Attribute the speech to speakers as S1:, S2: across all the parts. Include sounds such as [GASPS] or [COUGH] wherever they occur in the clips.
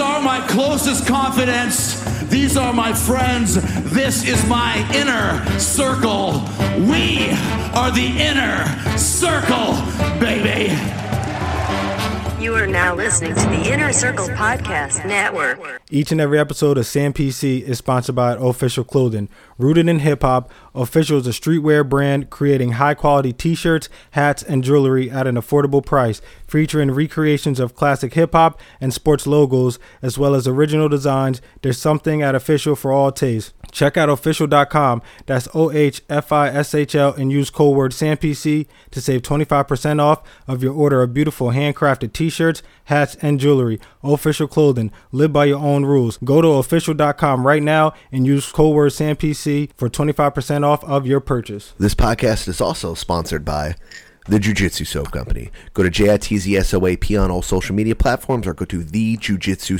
S1: are my closest confidants. These are my friends. This is my inner circle. We are the inner circle, baby.
S2: You are now listening to the Inner Circle Podcast Network.
S3: Each and every episode of Sam PC is sponsored by Official Clothing. Rooted in hip hop, Official is a streetwear brand creating high quality t shirts, hats, and jewelry at an affordable price, featuring recreations of classic hip hop and sports logos, as well as original designs. There's something at Official for all tastes. Check out official.com, that's O H F I S H L, and use code word SAMPC to save 25% off of your order of beautiful handcrafted t shirts, hats, and jewelry. Official clothing, live by your own rules. Go to official.com right now and use code word SAMPC for 25% off of your purchase.
S4: This podcast is also sponsored by the Jujitsu Soap Company. Go to J-I-T-Z-S-O-A-P on all social media platforms or go to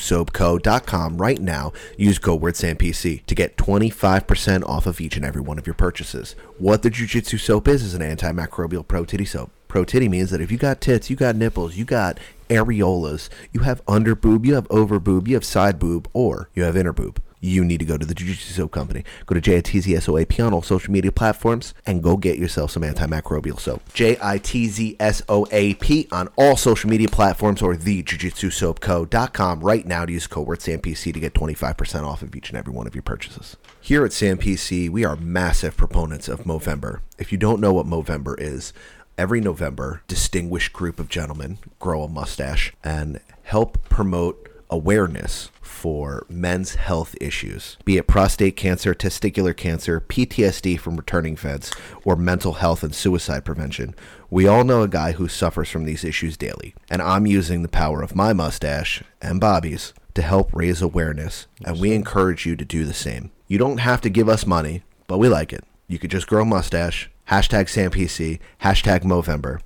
S4: thejujitsusoapco.com right now. Use code word SAMPC to get 25% off of each and every one of your purchases. What the Jujitsu Soap is, is an antimicrobial pro titty soap. Pro titty means that if you got tits, you got nipples, you got areolas, you have under boob, you have over boob, you have side boob, or you have inner boob you need to go to the Jujitsu Soap Company. Go to JITZSOAP on all social media platforms and go get yourself some antimicrobial soap. J-I-T-Z-S-O-A-P on all social media platforms or thejujitsusoapco.com right now to use code word SAMPC to get 25% off of each and every one of your purchases. Here at SAMPC, we are massive proponents of Movember. If you don't know what Movember is, every November, distinguished group of gentlemen grow a mustache and help promote awareness for men's health issues, be it prostate cancer, testicular cancer, PTSD from returning feds, or mental health and suicide prevention. We all know a guy who suffers from these issues daily, and I'm using the power of my mustache and Bobby's to help raise awareness, and we encourage you to do the same. You don't have to give us money, but we like it. You could just grow a mustache, hashtag SamPC, hashtag Movember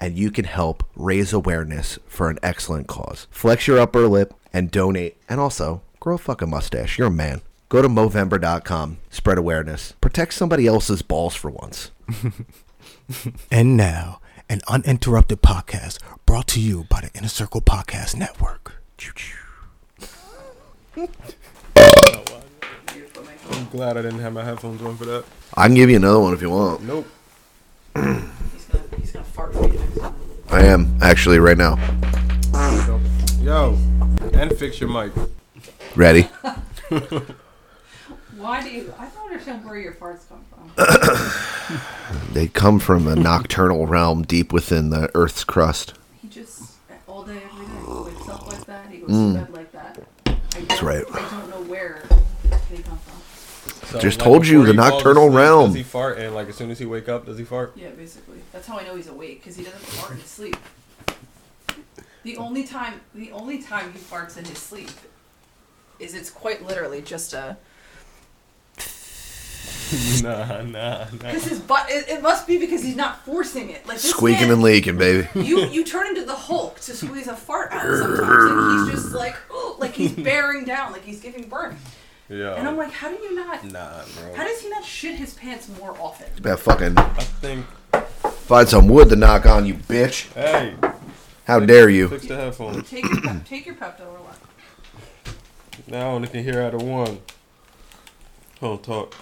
S4: and you can help raise awareness for an excellent cause. Flex your upper lip and donate, and also grow a fucking mustache. You're a man. Go to Movember.com, spread awareness, protect somebody else's balls for once.
S5: And now, an uninterrupted podcast brought to you by the Inner Circle Podcast Network.
S3: I'm glad I didn't have my headphones on for that.
S4: I can give you another one if you want.
S3: Nope.
S4: I am actually right now.
S3: Yo, and fix your mic.
S4: Ready? [LAUGHS]
S6: Why do you? I don't understand where your farts come from.
S4: They come from a nocturnal realm deep within the Earth's crust.
S6: He just all day every day he wakes up like that. He goes to bed like that. I That's
S4: Mm. right.
S6: I don't know where they come from.
S3: So,
S4: Just told you,
S3: before
S4: the
S3: he falls
S4: nocturnal
S3: asleep,
S4: realm.
S3: Does he fart? And like as soon as he wake up, does he fart?
S4: [LAUGHS]
S6: Yeah, basically. That's how I know he's awake because he doesn't fart in his sleep. The only time, the only time he farts in his sleep, is it's quite literally just a.
S3: Nah, nah, nah.
S6: Because his butt, it, it must be because he's not forcing it. Like this
S4: Squeaking
S6: man-
S4: and leaking, baby. [LAUGHS]
S7: [LAUGHS]
S6: you you turn into the Hulk to squeeze a fart out sometimes, and
S7: [LAUGHS]
S6: he's just like, [GASPS] oh, like he's bearing down, like he's giving birth.
S3: Yeah.
S6: And I'm
S7: Oh.
S6: like, how do you not?
S3: nah, bro.
S6: How does he not shit his pants more often?
S4: Better fucking
S3: I think.
S4: find some wood to knock on, you bitch.
S3: Hey,
S4: How dare you?
S3: fix the headphones.
S6: Take your pep, take your Pepto or what?
S3: Now I only can hear out of one. Hold talk.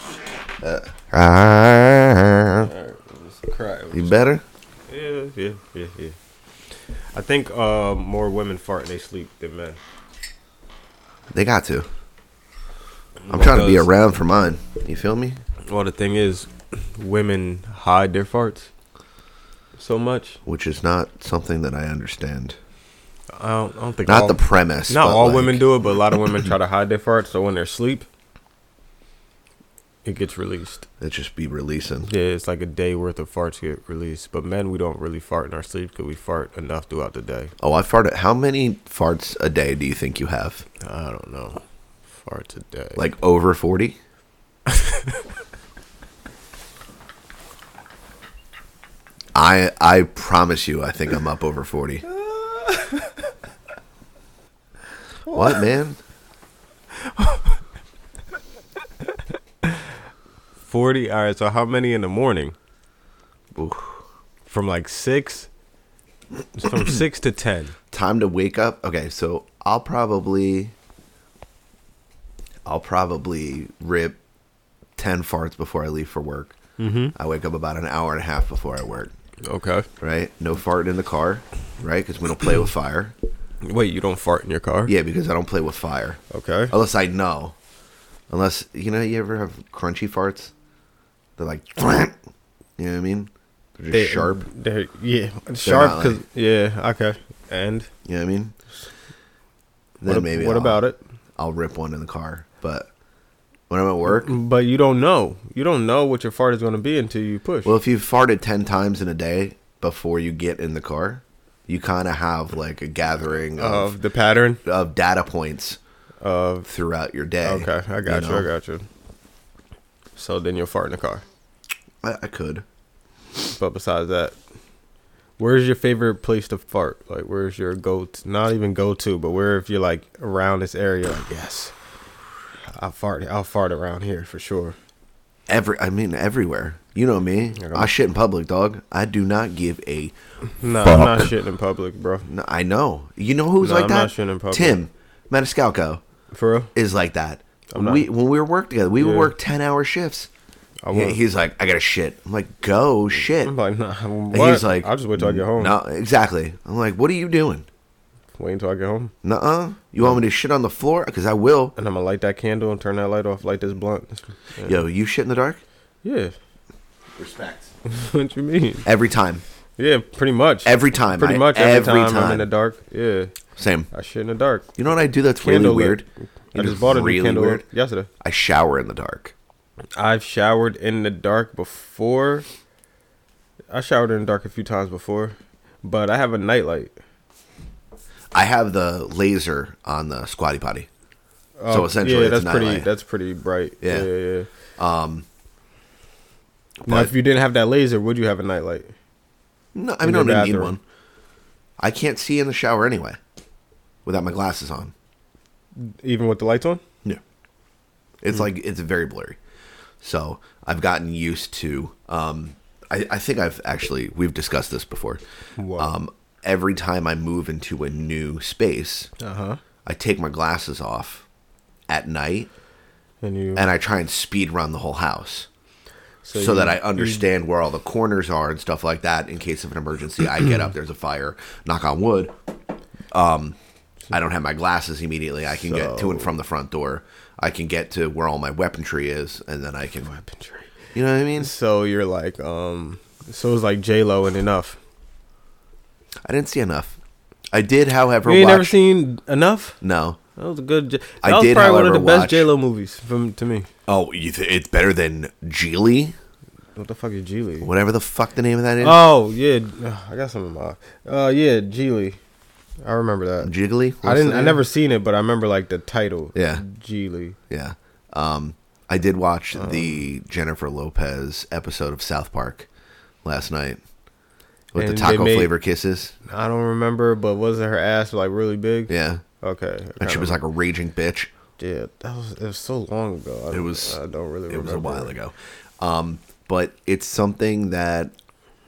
S4: Ah,
S3: All right, let's cry.
S4: you better?
S3: Yeah, yeah, yeah, yeah. I think uh, more women fart and they sleep than men.
S4: They got to. I'm trying to be
S3: Because-
S4: around for mine. You feel me?
S3: Well, the thing is, women hide their farts so much.
S4: Which is not something that I understand.
S3: I don't, I don't think
S4: Not
S3: all,
S4: the premise.
S3: not
S4: but,
S3: all
S4: like,
S3: women do it, but a lot of women try to hide their farts. So when they're asleep, it gets released.
S4: It just be releasing.
S3: Yeah, it's like a day worth of farts get released. But men, we don't really fart in our sleep because we fart enough throughout the day.
S4: Oh, I farted. How many farts a day do you think you have?
S3: I don't know, farts a day.
S4: Like over forty? [LAUGHS] I I promise you, I think I'm up over forty. what man?
S3: forty. All right. So how many in the morning?
S4: Oof.
S3: From like six.
S4: [CLEARS THROAT]
S3: From six to ten.
S4: Time to wake up. Okay, so I'll probably I'll probably rip 10 farts before I leave for work. Mm-hmm. I wake up about an hour and a half before I work,
S7: Okay.
S4: right? No farting in the car, right? Because we don't play
S7: [CLEARS THROAT]
S4: with fire.
S7: Wait, you don't fart in your car?
S4: Yeah, Oh, because I don't play with fire.
S7: Okay.
S4: Unless I know. Unless, you know, you ever have crunchy farts? They're like, [CLEARS THROAT] you know what I mean? They're just
S7: They-
S4: sharp.
S7: They're, yeah, sharp.
S4: not
S7: Cause,
S4: like-
S7: yeah. Okay. And
S4: You know what I mean? Then
S7: what,
S4: maybe
S7: what
S4: I'll-
S7: about it?
S4: I'll rip one in the car. But when I'm at work,
S7: But you don't know. You don't know what your fart is going to be until you push.
S4: well, if you've farted 10 times in a day before you get in the car, you kind of have like a gathering
S7: of
S4: of,
S7: the pattern.
S4: of data points of throughout your day.
S7: Okay, I got you.
S4: know?
S7: I got you. So then you'll fart in the car.
S4: I, I could.
S7: But besides that, where's your favorite place to fart? Like, where's your go? To, not even go to, but where if you're like around this area, like yes, I will fart. I'll fart around here for sure.
S4: Every, I mean, everywhere. You know me.
S7: don't-
S4: I shit in public, dog. I do not give a.
S7: No, I'm not shitting in public, bro.
S4: No, I know. You know who's
S7: No,
S4: like
S7: I'm
S4: that?
S7: not shitting in public.
S4: Tim Maniscalco
S7: For real,
S4: is like that.
S7: not.
S4: We when we were work together, we would
S7: Yeah.
S4: work ten hour shifts.
S7: I
S4: Yeah,
S7: won't.
S4: he's like, I gotta shit. I'm like, go shit.
S7: I'm like, oh. nah.
S4: And
S7: What?
S4: he's like,
S7: I'll just wait till I get home.
S4: No, exactly. I'm like, what are you doing?
S7: Wait until I get home,
S4: Nuh uh. You want me to shit on the floor? Because I will.
S7: and I'm gonna light that candle and turn that light off, light this blunt.
S4: Yo, you shit in the dark?
S7: Yeah.
S4: Respect.
S7: [LAUGHS] what you mean?
S4: Every time.
S7: Yeah, pretty much.
S4: Every time.
S7: Pretty
S4: I-
S7: much every,
S4: every
S7: time, I'm
S4: time.
S7: in the dark. Yeah,
S4: Same.
S7: I shit in the dark.
S4: You know what I do that's
S7: Candle
S4: really weird? You
S7: lit. I
S4: know,
S7: just bought a new candle
S4: weird?
S7: yesterday.
S4: I shower in the dark.
S7: I've showered in the dark before. I showered in the dark a few times before, but I have a nightlight.
S4: I have the laser on the squatty potty. so
S7: Oh,
S4: essentially,
S7: yeah,
S4: it's
S7: that's
S4: a
S7: pretty.
S4: nightlight.
S7: That's pretty bright.
S4: Yeah.
S7: Yeah, yeah. yeah. Um, now,
S4: but-
S7: if you didn't have that laser, would you have a nightlight?
S4: No, I mean, I
S7: your
S4: don't even need
S7: bathroom.
S4: one. I can't see in the shower anyway without my glasses on.
S7: Even with the lights on?
S4: No. It's like it's very blurry. So I've gotten used to um I, I think I've actually we've discussed this before.
S7: What?
S4: Um every time I move into a new space,
S7: Uh-huh.
S4: I take my glasses off at night
S7: And you
S4: and I try and speed run the whole house. So,
S7: you-
S4: that I understand where all the corners are and stuff like that in case of an emergency. I get up, there's a fire, knock on wood. Um I don't have my glasses immediately. I can get to and from the front door. I can get to where all my weaponry is and then I can
S7: Weaponry.
S4: You know what I mean?
S7: So you're like, um, so it's like J Lo and enough.
S4: I didn't see enough. I did however
S7: You ain't
S4: watch
S7: never seen enough?
S4: No.
S7: That was a good. J-
S4: I
S7: that was
S4: did,
S7: probably one of the
S4: however, watch-
S7: best J Lo movies from to me.
S4: Oh, you th- it's better than Geely,
S7: What the fuck is G League?
S4: whatever the fuck the name of that is.
S7: Oh yeah, Ugh, I got some in my. Uh, yeah, Geely. I remember that.
S4: Jiggly.
S7: I
S4: What's
S7: didn't.
S4: the
S7: I
S4: name?
S7: never seen it, but I remember like the title.
S4: Yeah.
S7: Geely.
S4: Yeah. Um, I did watch
S7: Um.
S4: the Jennifer Lopez episode of South Park last night with the
S7: And they
S4: taco
S7: made-
S4: flavor kisses.
S7: I don't remember, but wasn't her ass like really big?
S4: Yeah.
S7: Okay. I
S4: And she
S7: kinda-
S4: was like a raging bitch.
S7: yeah, that was it was so long ago. I
S4: It
S7: don't-
S4: was.
S7: I don't really.
S4: It
S7: remember.
S4: was a while ago. Um, but it's something that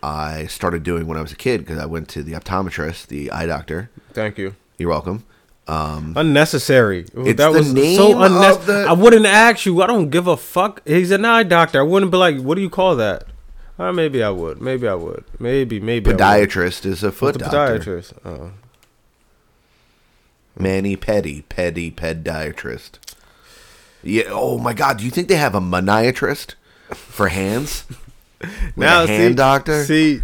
S4: I started doing when I was a kid because I went to the optometrist, the eye doctor.
S7: Thank you.
S4: You're welcome.
S7: Unnecessary.
S4: It's
S7: that
S4: the
S7: was
S4: name
S7: so
S4: of
S7: unnecessary.
S4: the-
S7: I wouldn't ask you. I don't give a fuck. He's an eye doctor. I wouldn't be like, what do you call that? Uh, maybe I would. Maybe I would. Maybe maybe. I would.
S4: Podiatrist is a foot
S7: What's a
S4: doctor.
S7: podiatrist. Oh.
S4: Manny Petty, Petty podiatrist. Yeah. Oh my God. Do you think they have a maniatrist for
S7: [LAUGHS]
S4: hands? Like a hand
S7: see,
S4: doctor.
S7: See,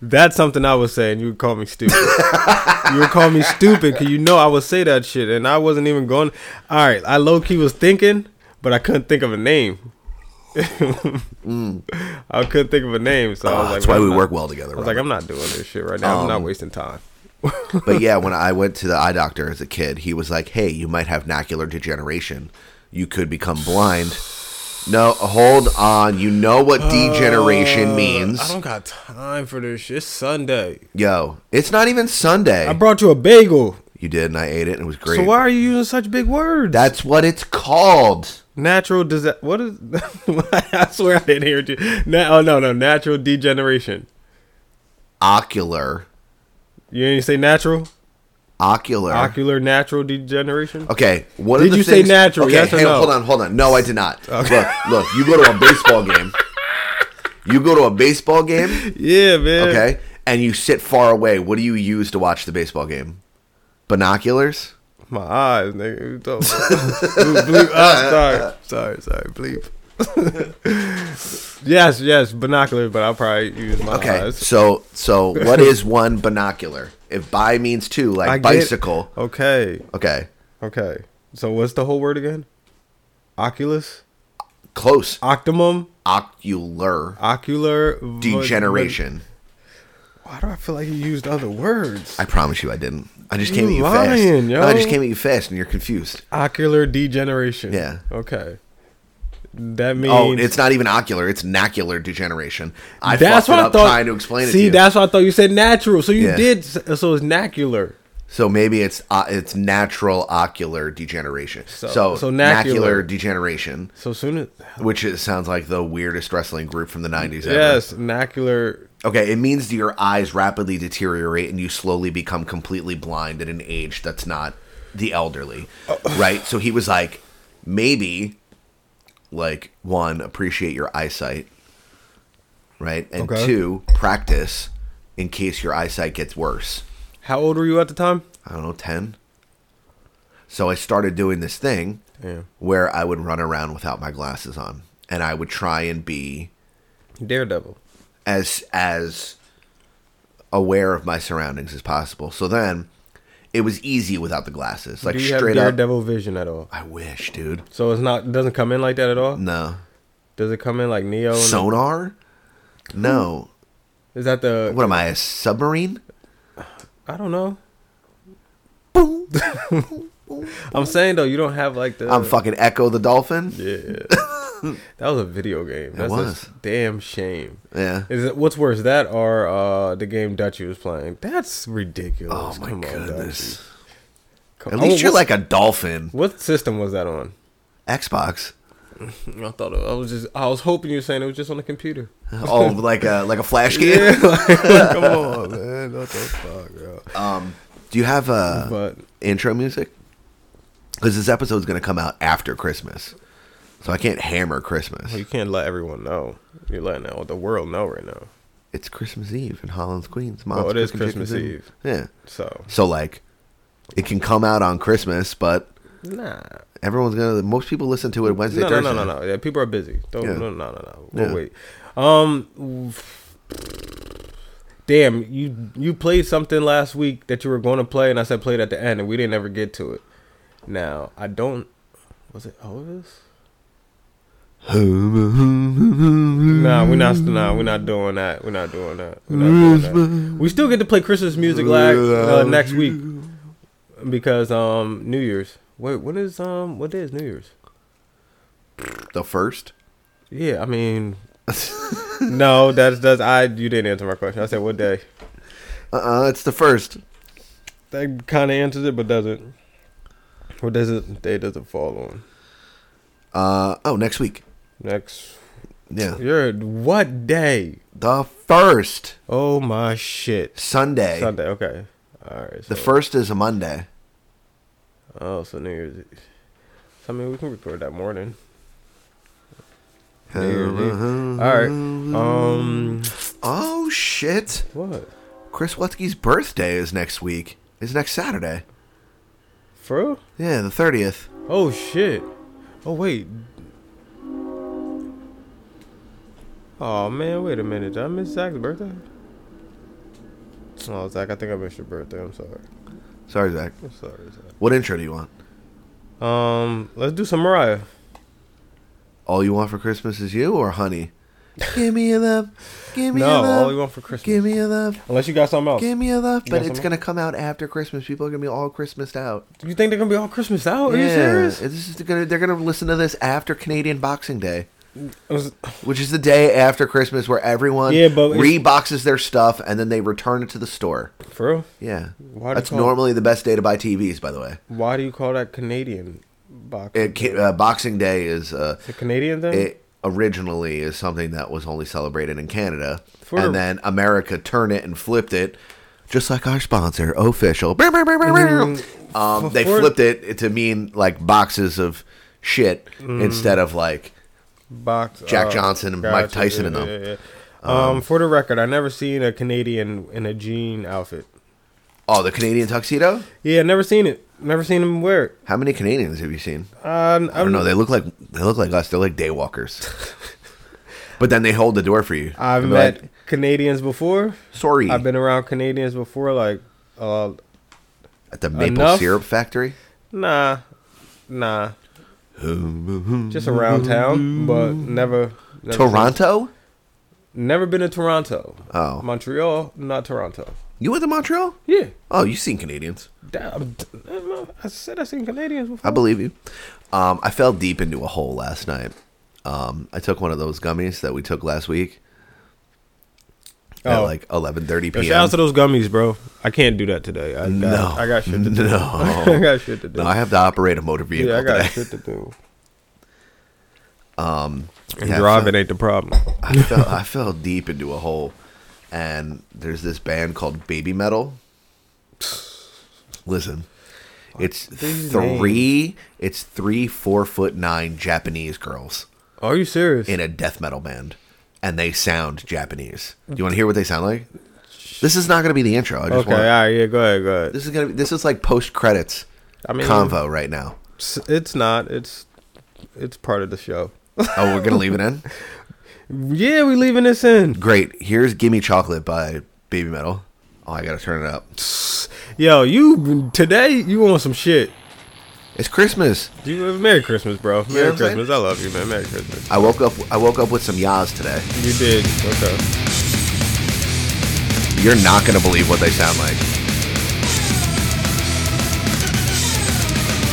S7: that's something I was saying. You would call me stupid.
S4: [LAUGHS]
S7: you would call me stupid because you know I would say that shit, and I wasn't even going. All right, I low key was thinking, but I couldn't think of a name. [LAUGHS] I couldn't think of a name, so I
S4: Mm. Ah,
S7: was like,
S4: that's why
S7: "Man,
S4: we
S7: I'm
S4: work
S7: not-"
S4: well together.
S7: I was like, [LAUGHS]
S4: Robert.
S7: I'm not doing this shit right now. I'm not wasting time.
S4: but yeah, when I went to the eye doctor as a kid, he was like, "Hey, you might have macular degeneration. You could become blind." No, hold on. You know what degeneration means,
S7: Uh, I don't got time for this shit. It's Sunday.
S4: yo? It's not even Sunday.
S7: I brought you a bagel.
S4: you did, and I ate it, and it was great.
S7: So why are you using such big words?
S4: That's what it's called.
S7: Natural disaster. What is? [LAUGHS] I swear I didn't hear you. Na- oh no no natural degeneration.
S4: Ocular
S7: You didn't say natural.
S4: Ocular.
S7: Ocular natural degeneration.
S4: Okay, what
S7: Did
S4: are the
S7: you say
S4: things-
S7: natural,
S4: Okay,
S7: yes or
S4: hang on,
S7: no?
S4: hold on, hold on. No, I did not. Look, look. You go to a baseball game. You go to a baseball game,
S7: [LAUGHS] Yeah, man.
S4: okay, and you sit far away. What do you use to watch the baseball game? Binoculars.
S7: My eyes, nigga. You talking about? bleep, bleep. Ah, sorry, sorry, sorry. Bleep. [LAUGHS] yes, yes, binoculars, but I'll probably use my
S4: Okay,
S7: eyes.
S4: so so what is one binocular? If bi means two, like
S7: I get- Oh.
S4: bicycle.
S7: Okay,
S4: Okay,
S7: okay. So what's the whole word again? Oculus,
S4: close.
S7: octumum, Oh,
S4: Ocular
S7: ocular vo-
S4: degeneration.
S7: Why do I feel like you used other words?
S4: I promise you, I didn't. I just came at
S7: You
S4: you fast.
S7: lying,
S4: No, I just
S7: yo.
S4: came at you fast, and you're confused.
S7: Ocular degeneration.
S4: Yeah.
S7: Okay. That means.
S4: Oh, it's not even ocular; it's nacular degeneration. I
S7: that's
S4: fucked
S7: what
S4: it
S7: I
S4: up
S7: thought.
S4: trying to explain it.
S7: See,
S4: to you.
S7: that's what I thought you said natural. So you
S4: Yeah.
S7: did. s- So it's nacular.
S4: so maybe it's uh, it's natural ocular degeneration. So so,
S7: so
S4: nacular
S7: nacular.
S4: degeneration,
S7: So soon as.
S4: which is, sounds like the weirdest wrestling group from the nineties.
S7: Yes, nacular.
S4: Okay, it means that your eyes rapidly deteriorate and you slowly become completely blind at an age that's not the elderly,
S7: Uh,
S4: right? So he was like, maybe, like, one, appreciate your eyesight, right? And
S7: Okay.
S4: two, practice in case your eyesight gets worse.
S7: How old were you at the time?
S4: I don't know, 10. So I started doing this thing
S7: Yeah.
S4: where I would run around without my glasses on and I would try and be
S7: Daredevil.
S4: as as aware of my surroundings as possible. So then it was easy without the glasses. Like
S7: Do you have
S4: straight up
S7: Daredevil vision at all?
S4: I wish, dude.
S7: So it's not doesn't come in like that at all.
S4: No.
S7: Does it come in like Neo? and-
S4: Sonar? No.
S7: is that the?
S4: What am I, a submarine?
S7: I don't know. [LAUGHS] I'm saying though, you don't have like the.
S4: I'm fucking Echo the Dolphin? Yeah.
S7: That was a video game. That's
S4: was.
S7: a damn shame. Is it what's worse, that or uh, the game Dutchy was playing? That's
S4: Oh
S7: ridiculous.
S4: my
S7: Come on,
S4: goodness.
S7: Dutchy.
S4: At
S7: Come-
S4: least
S7: oh,
S4: you're like
S7: what-
S4: a dolphin.
S7: What system was that on? [LAUGHS]
S4: Xbox.
S7: I thought it- I was just I was hoping you were saying it was just on
S4: [LAUGHS]
S7: the computer.
S4: Oh, like a like a flash game.
S7: Come on, man. What the fuck, bro?
S4: Do you have a
S7: But
S4: intro music? Because this episode's gonna come out after Christmas, so I can't hammer Christmas.
S7: Oh, you can't let everyone know. You're letting out the world know right now.
S4: It's Christmas Eve in Holland's Queens.
S7: Oh, it is
S4: cooking chicken
S7: Christmas
S4: soup.
S7: Eve.
S4: Yeah.
S7: So
S4: So like, it can come out on Christmas, but
S7: nah.
S4: everyone's gonna. Most people listen to it Wednesday,
S7: No, no,
S4: Thursday.
S7: no, no, no. Yeah, people are busy. Don't
S4: Yeah.
S7: no, no, no, no. We'll
S4: Yeah.
S7: wait. Um, damn, you you played something last week that you were going to play, and I said play it at the end, and we didn't ever get to it. Now I don't. Was it Otis? nah, we're not. Nah, we're not doing that. We're not doing that. We're not doing that. We still get to play Christmas music like uh, next week because um New Year's. Wait, when is um what day is New Year's?
S4: The first. [LAUGHS] Uh-uh,
S7: Yeah, I mean, no, that's that's I. You didn't answer my question. I said what day.
S4: Uh, uh it's the first.
S7: That kind of answers it, but doesn't. What does it? Day does it fall on
S4: Uh oh, next week.
S7: next?
S4: Yeah,
S7: You're what day?
S4: the first
S7: Oh my shit!
S4: Sunday.
S7: Sunday. Okay. All right.
S4: The
S7: so-
S4: first is a Monday.
S7: Oh, so New Year's. Eve. So, I mean, we can record that morning. New Year's Eve. All right. Um.
S4: Oh shit!
S7: What?
S4: Chris Wetsky's birthday is next week. Is next Saturday.
S7: For real?
S4: Yeah, the thirtieth.
S7: Oh shit. Oh wait. Oh man, wait a minute. Did I miss Zach's birthday? Oh Zach, I think I missed your birthday. I'm sorry.
S4: Sorry, Zach.
S7: I'm sorry, Zach.
S4: What intro do you want?
S7: Um, let's do some Mariah.
S4: All you want for Christmas is you or honey? give me a love. Give me a
S7: No,
S4: love.
S7: all you want for Christmas.
S4: give me a love.
S7: Unless you got something else.
S4: Give me a love. But
S7: got
S4: it's
S7: some-
S4: gonna come out after Christmas. People are gonna be all Christmased out.
S7: you think they're gonna be all Christmas out? Are you
S4: Yeah,
S7: serious?
S4: This is gonna, they're gonna listen to this after Canadian Boxing Day,
S7: It was- [LAUGHS]
S4: which is the day after Christmas where everyone
S7: Yeah, but it's-
S4: reboxes their stuff and then they return it to the store.
S7: for real?
S4: Yeah,
S7: Why do you
S4: that's
S7: call it-
S4: normally the best day to buy TVs. By the way,
S7: Why do you call that Canadian box?
S4: it, ca- uh, Boxing Day is uh,
S7: the Canadian thing?
S4: it originally is something that was only celebrated in Canada,
S7: For-
S4: and then America turned it and flipped it just like our sponsor, official. Brr, brr, brr, brr, brr.
S7: Mm-hmm.
S4: Um, they
S7: Before-
S4: flipped it to mean like boxes of shit
S7: Mm.
S4: instead of like
S7: box.
S4: Jack
S7: uh,
S4: Johnson and Mike Tyson and them.
S7: yeah. Um, for the record, I never seen a Canadian in a jean outfit.
S4: oh the Canadian tuxedo.
S7: Yeah, never seen it. Never seen him wear it.
S4: How many Canadians have you seen?
S7: Um,
S4: I don't know. They look like they look like us. They're like
S7: [LAUGHS]
S4: daywalkers. but then they hold the door for you.
S7: I've
S4: They'll be
S7: met
S4: like,
S7: Canadians before.
S4: sorry
S7: I've been around Canadians before. Like, uh,
S4: at the maple
S7: enough.
S4: syrup factory.
S7: nah, nah. Just around town, but never. never
S4: Toronto?
S7: Never been to Toronto.
S4: Oh.
S7: Montreal, not Toronto.
S4: You went to Montreal?
S7: Yeah.
S4: Oh, you seen Canadians.
S7: Damn, I said I seen Canadians before.
S4: I believe you. Um, I fell deep into a hole last night. Um, I took one of those gummies that we took last week at
S7: Oh.
S4: like 11:30
S7: Yo,
S4: p.m.
S7: Shout out to those gummies, bro. I can't do that today. I got,
S4: no,
S7: [LAUGHS] I got shit to
S4: [LAUGHS]
S7: do.
S4: No,
S7: I got shit to do.
S4: no, I have to operate a motor vehicle
S7: yeah, I got
S4: today.
S7: shit to do. And
S4: [LAUGHS] Yeah, I
S7: driving
S4: fell-
S7: ain't the problem.
S4: I fell,
S7: [LAUGHS]
S4: I fell deep into a hole, and there's this band called Baby Metal. Listen, it's
S7: These
S4: three, it's three four foot nine Japanese girls
S7: Are you serious?
S4: in a death metal band, and they sound Japanese. Do you want to hear what they sound like? This is not going to be the intro. I just
S7: okay, all
S4: want
S7: right, yeah, go ahead, go ahead.
S4: this is going to be this is like post credits
S7: I mean,
S4: convo right now.
S7: it's, it's not. It's it's part of the show.
S4: Oh, we're going to leave it
S7: [LAUGHS]
S4: in.
S7: Yeah, we leaving this in.
S4: Great. Here's "Gimme Chocolate" by Baby Metal. Oh, I got to turn it up.
S7: Yo, you today you want some shit?
S4: It's Christmas.
S7: You uh, Merry Christmas, bro. Merry
S4: what I'm saying?
S7: Christmas. I love you, man. Merry Christmas.
S4: I woke up. I woke up with some yas today.
S7: You did. Okay.
S4: You're not gonna believe what they sound like.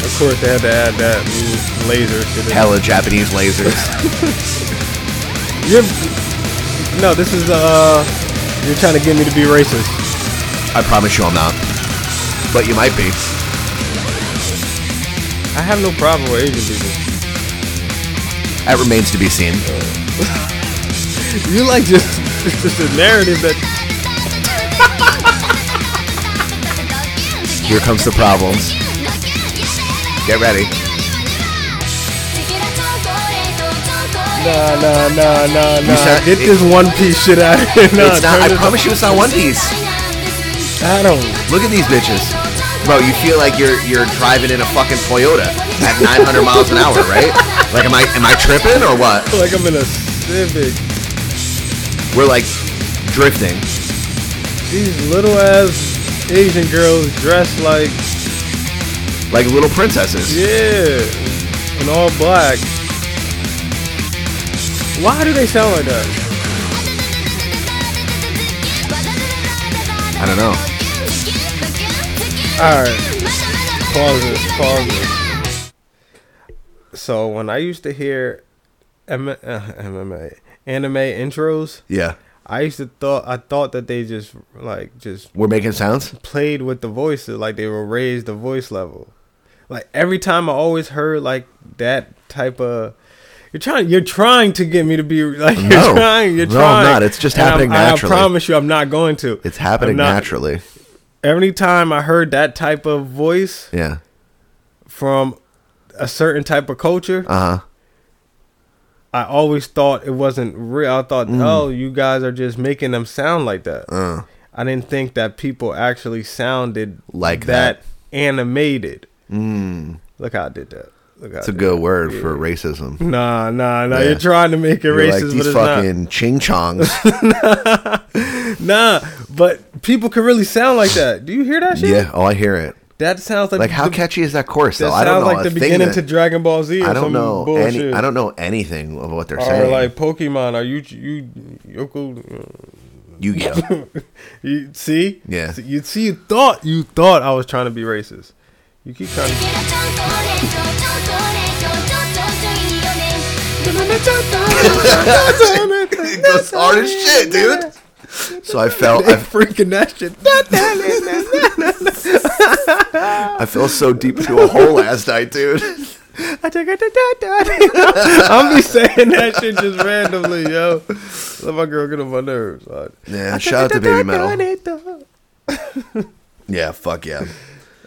S7: Of course, they had to add that mm, laser to the
S4: Hella Japanese lasers.
S7: You're, no, this is uh, you're trying to get me to be racist.
S4: I promise you, I'm not. But you might be.
S7: I have no problem with Asian people.
S4: That remains to be seen.
S7: You like just it's just a narrative that
S4: Here comes the problems. Get ready.
S7: nah nah nah nah nah.
S4: sound-
S7: Get this one piece shit out of here. Nah,
S4: it's not.
S7: turn
S4: I
S7: this-
S4: promise you, it's not One Piece.
S7: I don't.
S4: Look at these bitches, bro. You feel like you're you're driving in a fucking Toyota at 900 miles an hour, right? Like, am I am I tripping or what?
S7: Like I'm in a civic.
S4: We're like drifting.
S7: These little ass Asian girls dressed like
S4: Like little princesses.
S7: yeah, and all black. Why do they sound like that?
S4: I don't know.
S7: Alright, pause it, pause it. So when I used to hear M- uh, MMA anime intros,
S4: Yeah.
S7: I used to thought I thought that they just like just
S4: We're making sounds.
S7: played with the voices, like they were raised the voice level. Like every time I always heard like that type of you're trying you're trying to get me to be [LAUGHS] like you're
S4: No.
S7: trying you're
S4: No, I'm
S7: trying.
S4: not. It's just
S7: And I'm-
S4: happening
S7: and
S4: naturally.
S7: I promise you I'm not going to.
S4: It's happening
S7: I'm not-
S4: naturally.
S7: Every time I heard that type of voice
S4: Yeah.
S7: from a certain type of culture,
S4: Uh huh.
S7: I always thought it wasn't real. I thought,
S4: Mm.
S7: oh, you guys are just making them sound like that.
S4: Uh.
S7: I didn't think that people actually sounded
S4: Like
S7: animated. Look how I did that. Look how
S4: That's
S7: I
S4: a
S7: did
S4: good word for
S7: [LAUGHS]
S4: racism.
S7: that. Nah, nah, nah.
S4: Yeah.
S7: You're trying to make it
S4: You're
S7: racist,
S4: like
S7: but
S4: these
S7: it's
S4: fucking ching chongs.
S7: [LAUGHS] not. Nah, but people can really sound like that. Do you hear that shit?
S4: yeah, oh, I hear it.
S7: That sounds like
S4: Like, how
S7: the-
S4: catchy is that chorus?
S7: That
S4: Though I don't
S7: sounds
S4: know.
S7: like
S4: a
S7: the
S4: thing
S7: beginning
S4: that-
S7: to Dragon Ball Z. Or
S4: I don't
S7: some
S4: know
S7: Bullshit.
S4: any. I don't know anything of what they're
S7: Or
S4: saying.
S7: like Pokemon. Are you you Yoko? [LAUGHS]
S4: Yu-Gi-Oh.
S7: You see?
S4: Yeah.
S7: See, You see, you thought you thought I was trying to be racist. You keep trying to.
S4: [LAUGHS] It goes hard as shit, dude.
S7: [LAUGHS]
S4: So I fell. I,
S7: Freaking that shit. [LAUGHS]
S4: I fell so deep into a hole last night, [LAUGHS] dude.
S7: I'm be saying that shit just randomly, yo. Let my girl get on my nerves. Like,
S4: Yeah, shout out to Baby Metal. Yeah, fuck yeah.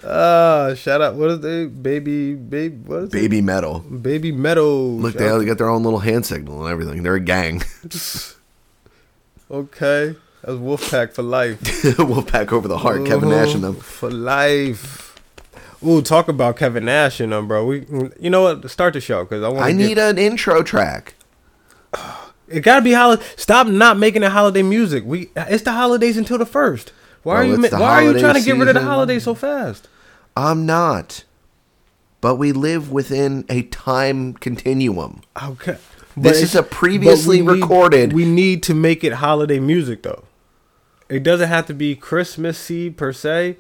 S7: Uh, shout out. What is they? Baby, baby. What is
S4: Baby metal.
S7: it? Baby metal.
S4: Look, they all got their own little hand signal and everything. They're a gang. [LAUGHS]
S7: Okay, that's Wolfpack for life.
S4: Wolfpack over the heart, Kevin Nash and them.
S7: for life. Ooh, talk about Kevin Nash and them, bro. We, you know what? Start the show because I want.
S4: I need an intro track.
S7: It gotta be holiday. Stop not making it holiday music. We it's the holidays until the first. Why
S4: Bro,
S7: are you
S4: it's
S7: ma-
S4: the
S7: Why are you
S4: holiday
S7: trying to get rid of the
S4: season.
S7: holiday so fast?
S4: I'm not. But we live within a time continuum.
S7: Okay.
S4: This is a previously recorded-
S7: we need to make it holiday music though. It doesn't have to be Christmassy per se,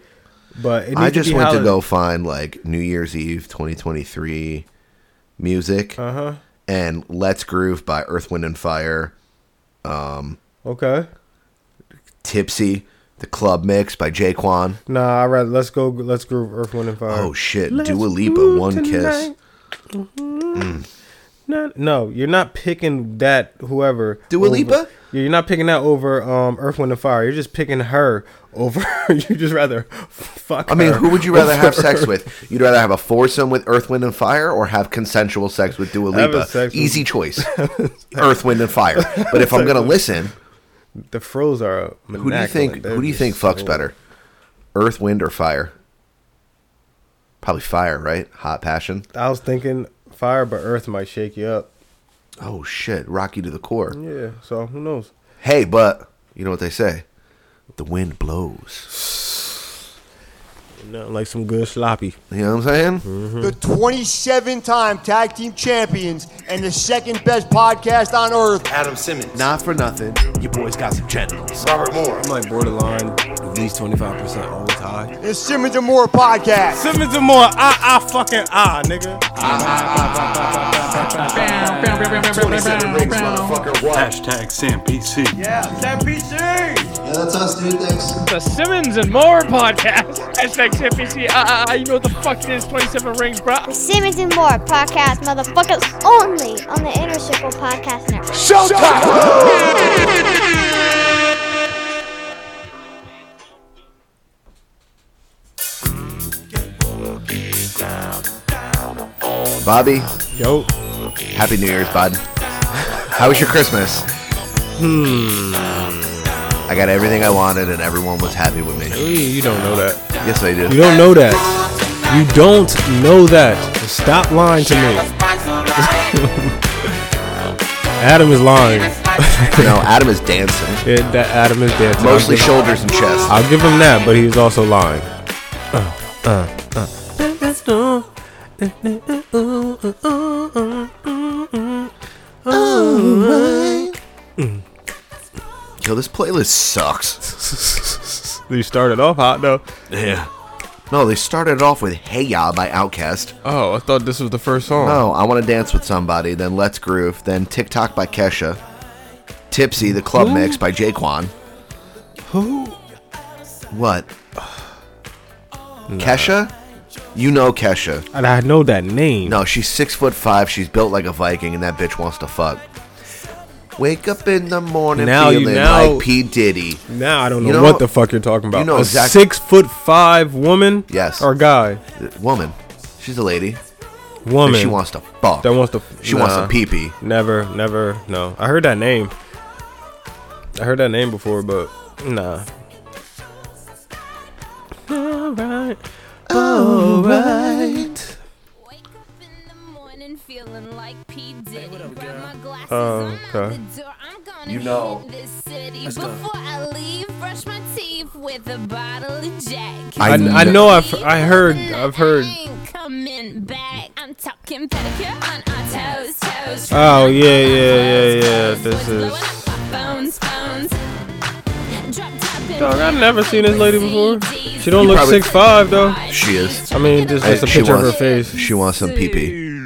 S7: but it needs
S4: I just
S7: to be
S4: went
S7: holiday.
S4: to go find like New Year's Eve 2023 music
S7: Uh
S4: and Let's Groove by Earth, Wind, and Fire,
S7: huh. Okay.
S4: Tipsy, The Club Mix by Jaquan.
S7: Nah, I rather let's go. Let's groove Earth, Wind, and Fire.
S4: Oh shit,
S7: Let's
S4: Dua Lipa,
S7: groove
S4: One Kiss.
S7: tonight. No, Mm-hmm. Mm. no, you're not picking that. Whoever
S4: Dua
S7: over-
S4: Lipa?
S7: Yeah, you're not picking that over um, Earth, Wind, and Fire. You're just picking her over. [LAUGHS] you just rather fuck.
S4: I mean,
S7: her
S4: who would you
S7: [LAUGHS]
S4: rather have
S7: over-
S4: sex with? You'd rather have a foursome with Earth, Wind, and Fire or have consensual sex with Dua
S7: Having
S4: Lipa?
S7: sex with-
S4: Easy
S7: [LAUGHS]
S4: choice. Earth, Wind, and Fire. But if I'm going to listen,
S7: The froze are.
S4: who do you think who do you think fucks better? Earth, Wind, or Fire? Probably Fire, right? Hot Passion.
S7: I was thinking fire, but Earth might shake you up.
S4: Oh shit, Rocky to the core.
S7: Yeah. So who knows?
S4: Hey, but you know what they say? The wind blows.
S7: Nothing like some good sloppy.
S4: You know what I'm saying?
S8: the 27 time tag team champions and the second best podcast on earth.
S9: Adam Simmons.
S4: Not for nothing.
S9: your boys got some genitals. Robert Moore.
S10: I'm like borderline, at least 25% always high.
S8: The Simmons and Moore podcast.
S7: Simmons and more. Ah, ah, fucking ah, nigga.
S9: 27 rings, motherfucker. What?
S10: Hashtag Sam PC.
S8: Yeah, that's us, dude. Thanks.
S11: The Simmons and More podcast. Hashtag CPC. Ah, ah, ah, you know what the fuck it is. 27 rings, bro.
S12: The Simmons and More podcast, motherfuckers, only on the Inner Circle Podcast Network.
S4: Bobby,
S7: Yo.
S4: Happy New Year's, bud. How was your Christmas? Hmm. I got everything I wanted and everyone was happy with me.
S7: You don't know that.
S4: Yes, I
S7: You
S4: did.
S7: don't know that. You don't know that. Stop lying to me. Adam is lying.
S4: No, Adam is dancing.
S7: It, that Adam is dead.
S4: Mostly shoulders and chest.
S7: I'll give him that, but he's also lying. Uh,
S4: Yo, this playlist sucks.
S7: [LAUGHS] You started off hot though.
S4: Yeah. No, they started off with Hey Ya by Outkast.
S7: Oh, I thought this was the first song.
S4: Oh, I want to dance with somebody. Then Let's Groove. Then TikTok by Kesha. Tipsy, the club mix by Jaquan. Who? What? Kesha? You know Kesha.
S7: And I know that name.
S4: No, she's six foot five. She's built like a Viking, and that bitch wants to fuck. Wake up in the morning
S7: Now you-
S4: feeling
S7: now-
S4: like P Diddy.
S7: Now I don't know,
S4: You know-
S7: what the fuck you're talking about.
S4: you know
S7: a
S4: exactly-
S7: six foot five woman.
S4: Yes.
S7: Or guy.
S4: Woman, she's a lady.
S7: Woman.
S4: And she wants to fuck.
S7: That wants to.
S4: she wants
S7: nah.
S4: to pee pee.
S7: Never, never, no. I heard that name. I heard that name before, but nah. Alright. Alright. Oh, okay.
S9: You know.
S7: I, I know I've I heard I've heard Oh yeah yeah yeah yeah 예, this is Dog, I've never seen this lady before. She don't
S4: You
S7: look
S4: probably-
S7: six five though.
S4: She is.
S7: I mean just, just a
S4: I- she
S7: picture of her
S4: wants-
S7: face.
S4: She wants some pee pee.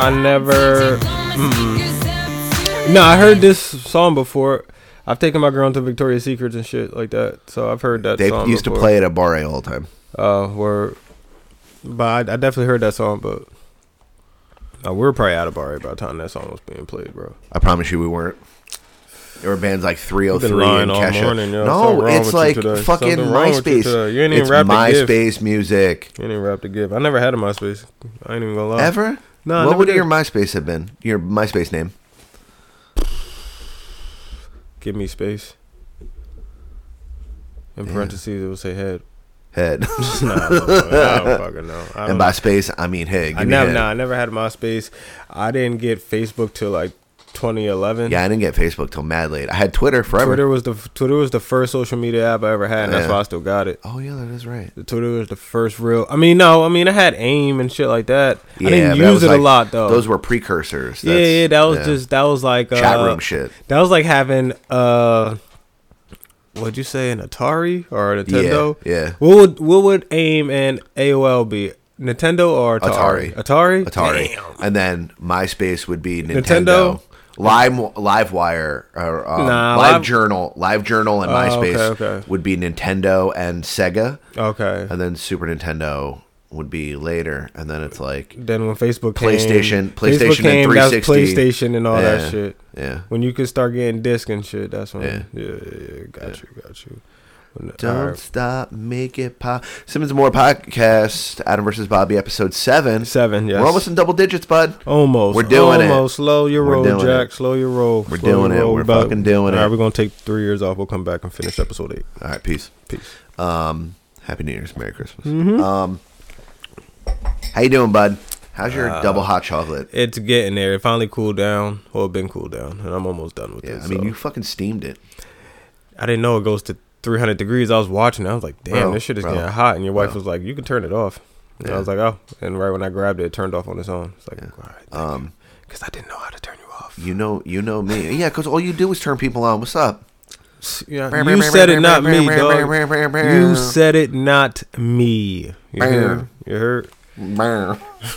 S7: I never hmm. mm. No, I heard this song before. I've taken my girl to Victoria's Secrets and shit like that. So I've heard that
S4: They
S7: song
S4: used to
S7: before.
S4: play it at Bar A all the time.
S7: Uh, were, but I, I definitely heard that song, but uh, we were probably out of bar by the time that song was being played, bro.
S4: I promise you, we weren't. There were bands like 303
S7: You've been lying
S4: and
S7: all
S4: Kesha.
S7: morning, yo. Something
S4: no,
S7: wrong
S4: it's
S7: with you
S4: like
S7: today.
S4: fucking
S7: Something wrong with you
S4: MySpace.
S7: today. You ain't even
S4: it's
S7: rapped the gift.
S4: MySpace music.
S7: You didn't rap to give. I never had a MySpace. I ain't even gonna lie.
S4: Ever?
S7: No, I
S4: What
S7: never
S4: would
S7: did.
S4: your MySpace have been? Your MySpace name?
S7: Give me space. In
S4: Yeah.
S7: parentheses, it would
S4: [LAUGHS]
S7: say head.
S4: Head.
S7: Nah, [LAUGHS] I don't know. I don't fucking know.
S4: [LAUGHS]
S7: I
S4: And
S7: don't-
S4: by space, I mean head.
S7: I
S4: Give me
S7: never,
S4: head.
S7: nah, I never had MySpace. I didn't get Facebook till like 2011.
S4: Yeah, I didn't get Facebook till mad late. I had Twitter forever.
S7: Twitter was the Twitter was the first social media app I ever had, and that's
S4: Yeah.
S7: why I still got it.
S4: Oh yeah, that is right.
S7: The Twitter was the first real. I mean, no, I mean I had AIM and shit like that.
S4: Yeah,
S7: I didn't
S4: but that
S7: use
S4: was
S7: it
S4: like-
S7: a lot though.
S4: Those were precursors.
S7: yeah,
S4: That's-
S7: yeah, that was
S4: yeah.
S7: just that was like uh,
S4: Chat room shit.
S7: That was like having uh, what'd you say, an Atari or a Nintendo?
S4: yeah.
S7: What would what would AIM and AOL be? Nintendo or Atari?
S4: Atari.
S7: Atari.
S4: Atari.
S7: Damn.
S4: And then MySpace would be
S7: Nintendo?
S4: Nintendo. Lime, LiveWire, or um,
S7: Nah, Live-
S4: Live Journal, Live Journal, and
S7: Oh, okay,
S4: MySpace
S7: okay.
S4: would be Nintendo and Sega.
S7: Okay.
S4: and then Super Nintendo would be later, and then it's like
S7: Then when Facebook
S4: PlayStation,
S7: came,
S4: PlayStation,
S7: Facebook came,
S4: and
S7: that was
S4: 360,
S7: PlayStation and all
S4: Yeah,
S7: that shit.
S4: Yeah,
S7: When you could start getting disc and shit, that's when.
S4: Yeah.
S7: Yeah, yeah, yeah. Got you, got you. When- all
S4: Don't
S7: right.
S4: stop, make it pop. Simmons and More podcast, Adam versus Bobby, episode seven.
S7: Seven, yes.
S4: We're almost in double digits, bud.
S7: Almost.
S4: We're doing it.
S7: almost. Slow your
S4: We're
S7: roll,
S4: doing
S7: Jack.
S4: it.
S7: Slow your roll.
S4: We're
S7: Slow
S4: doing
S7: your
S4: it.
S7: roll.
S4: We're
S7: But-
S4: fucking doing
S7: All right,
S4: it.
S7: we're gonna take three years off. We'll come back and finish episode eight.
S4: All right, peace.
S7: Peace.
S4: Um, Happy New Year's, Merry Christmas.
S7: Mhm.
S4: Um, how you doing, bud? How's your
S7: Uh,
S4: double hot chocolate?
S7: It's getting there. It finally cooled down. Well, it been cooled down, and I'm almost done with
S4: Yeah,
S7: it.
S4: I mean,
S7: so.
S4: you fucking steamed it.
S7: I didn't know it goes to 300 degrees. I was watching. I was like, damn,
S4: Bro,
S7: this shit is
S4: bro,
S7: getting hot. And your wife
S4: bro.
S7: was like, you can turn it off. And I
S4: Yeah.
S7: was like, oh. And right when I grabbed it, it turned off on its own. It's like, all right.
S4: Um,
S7: Because I didn't know how to turn you off.
S4: you know, you know me. Yeah, because all you do is turn people on. What's up?
S7: Yeah, [LAUGHS] you said it, not me, dog. You said it, not me. You heard? You heard? [LAUGHS]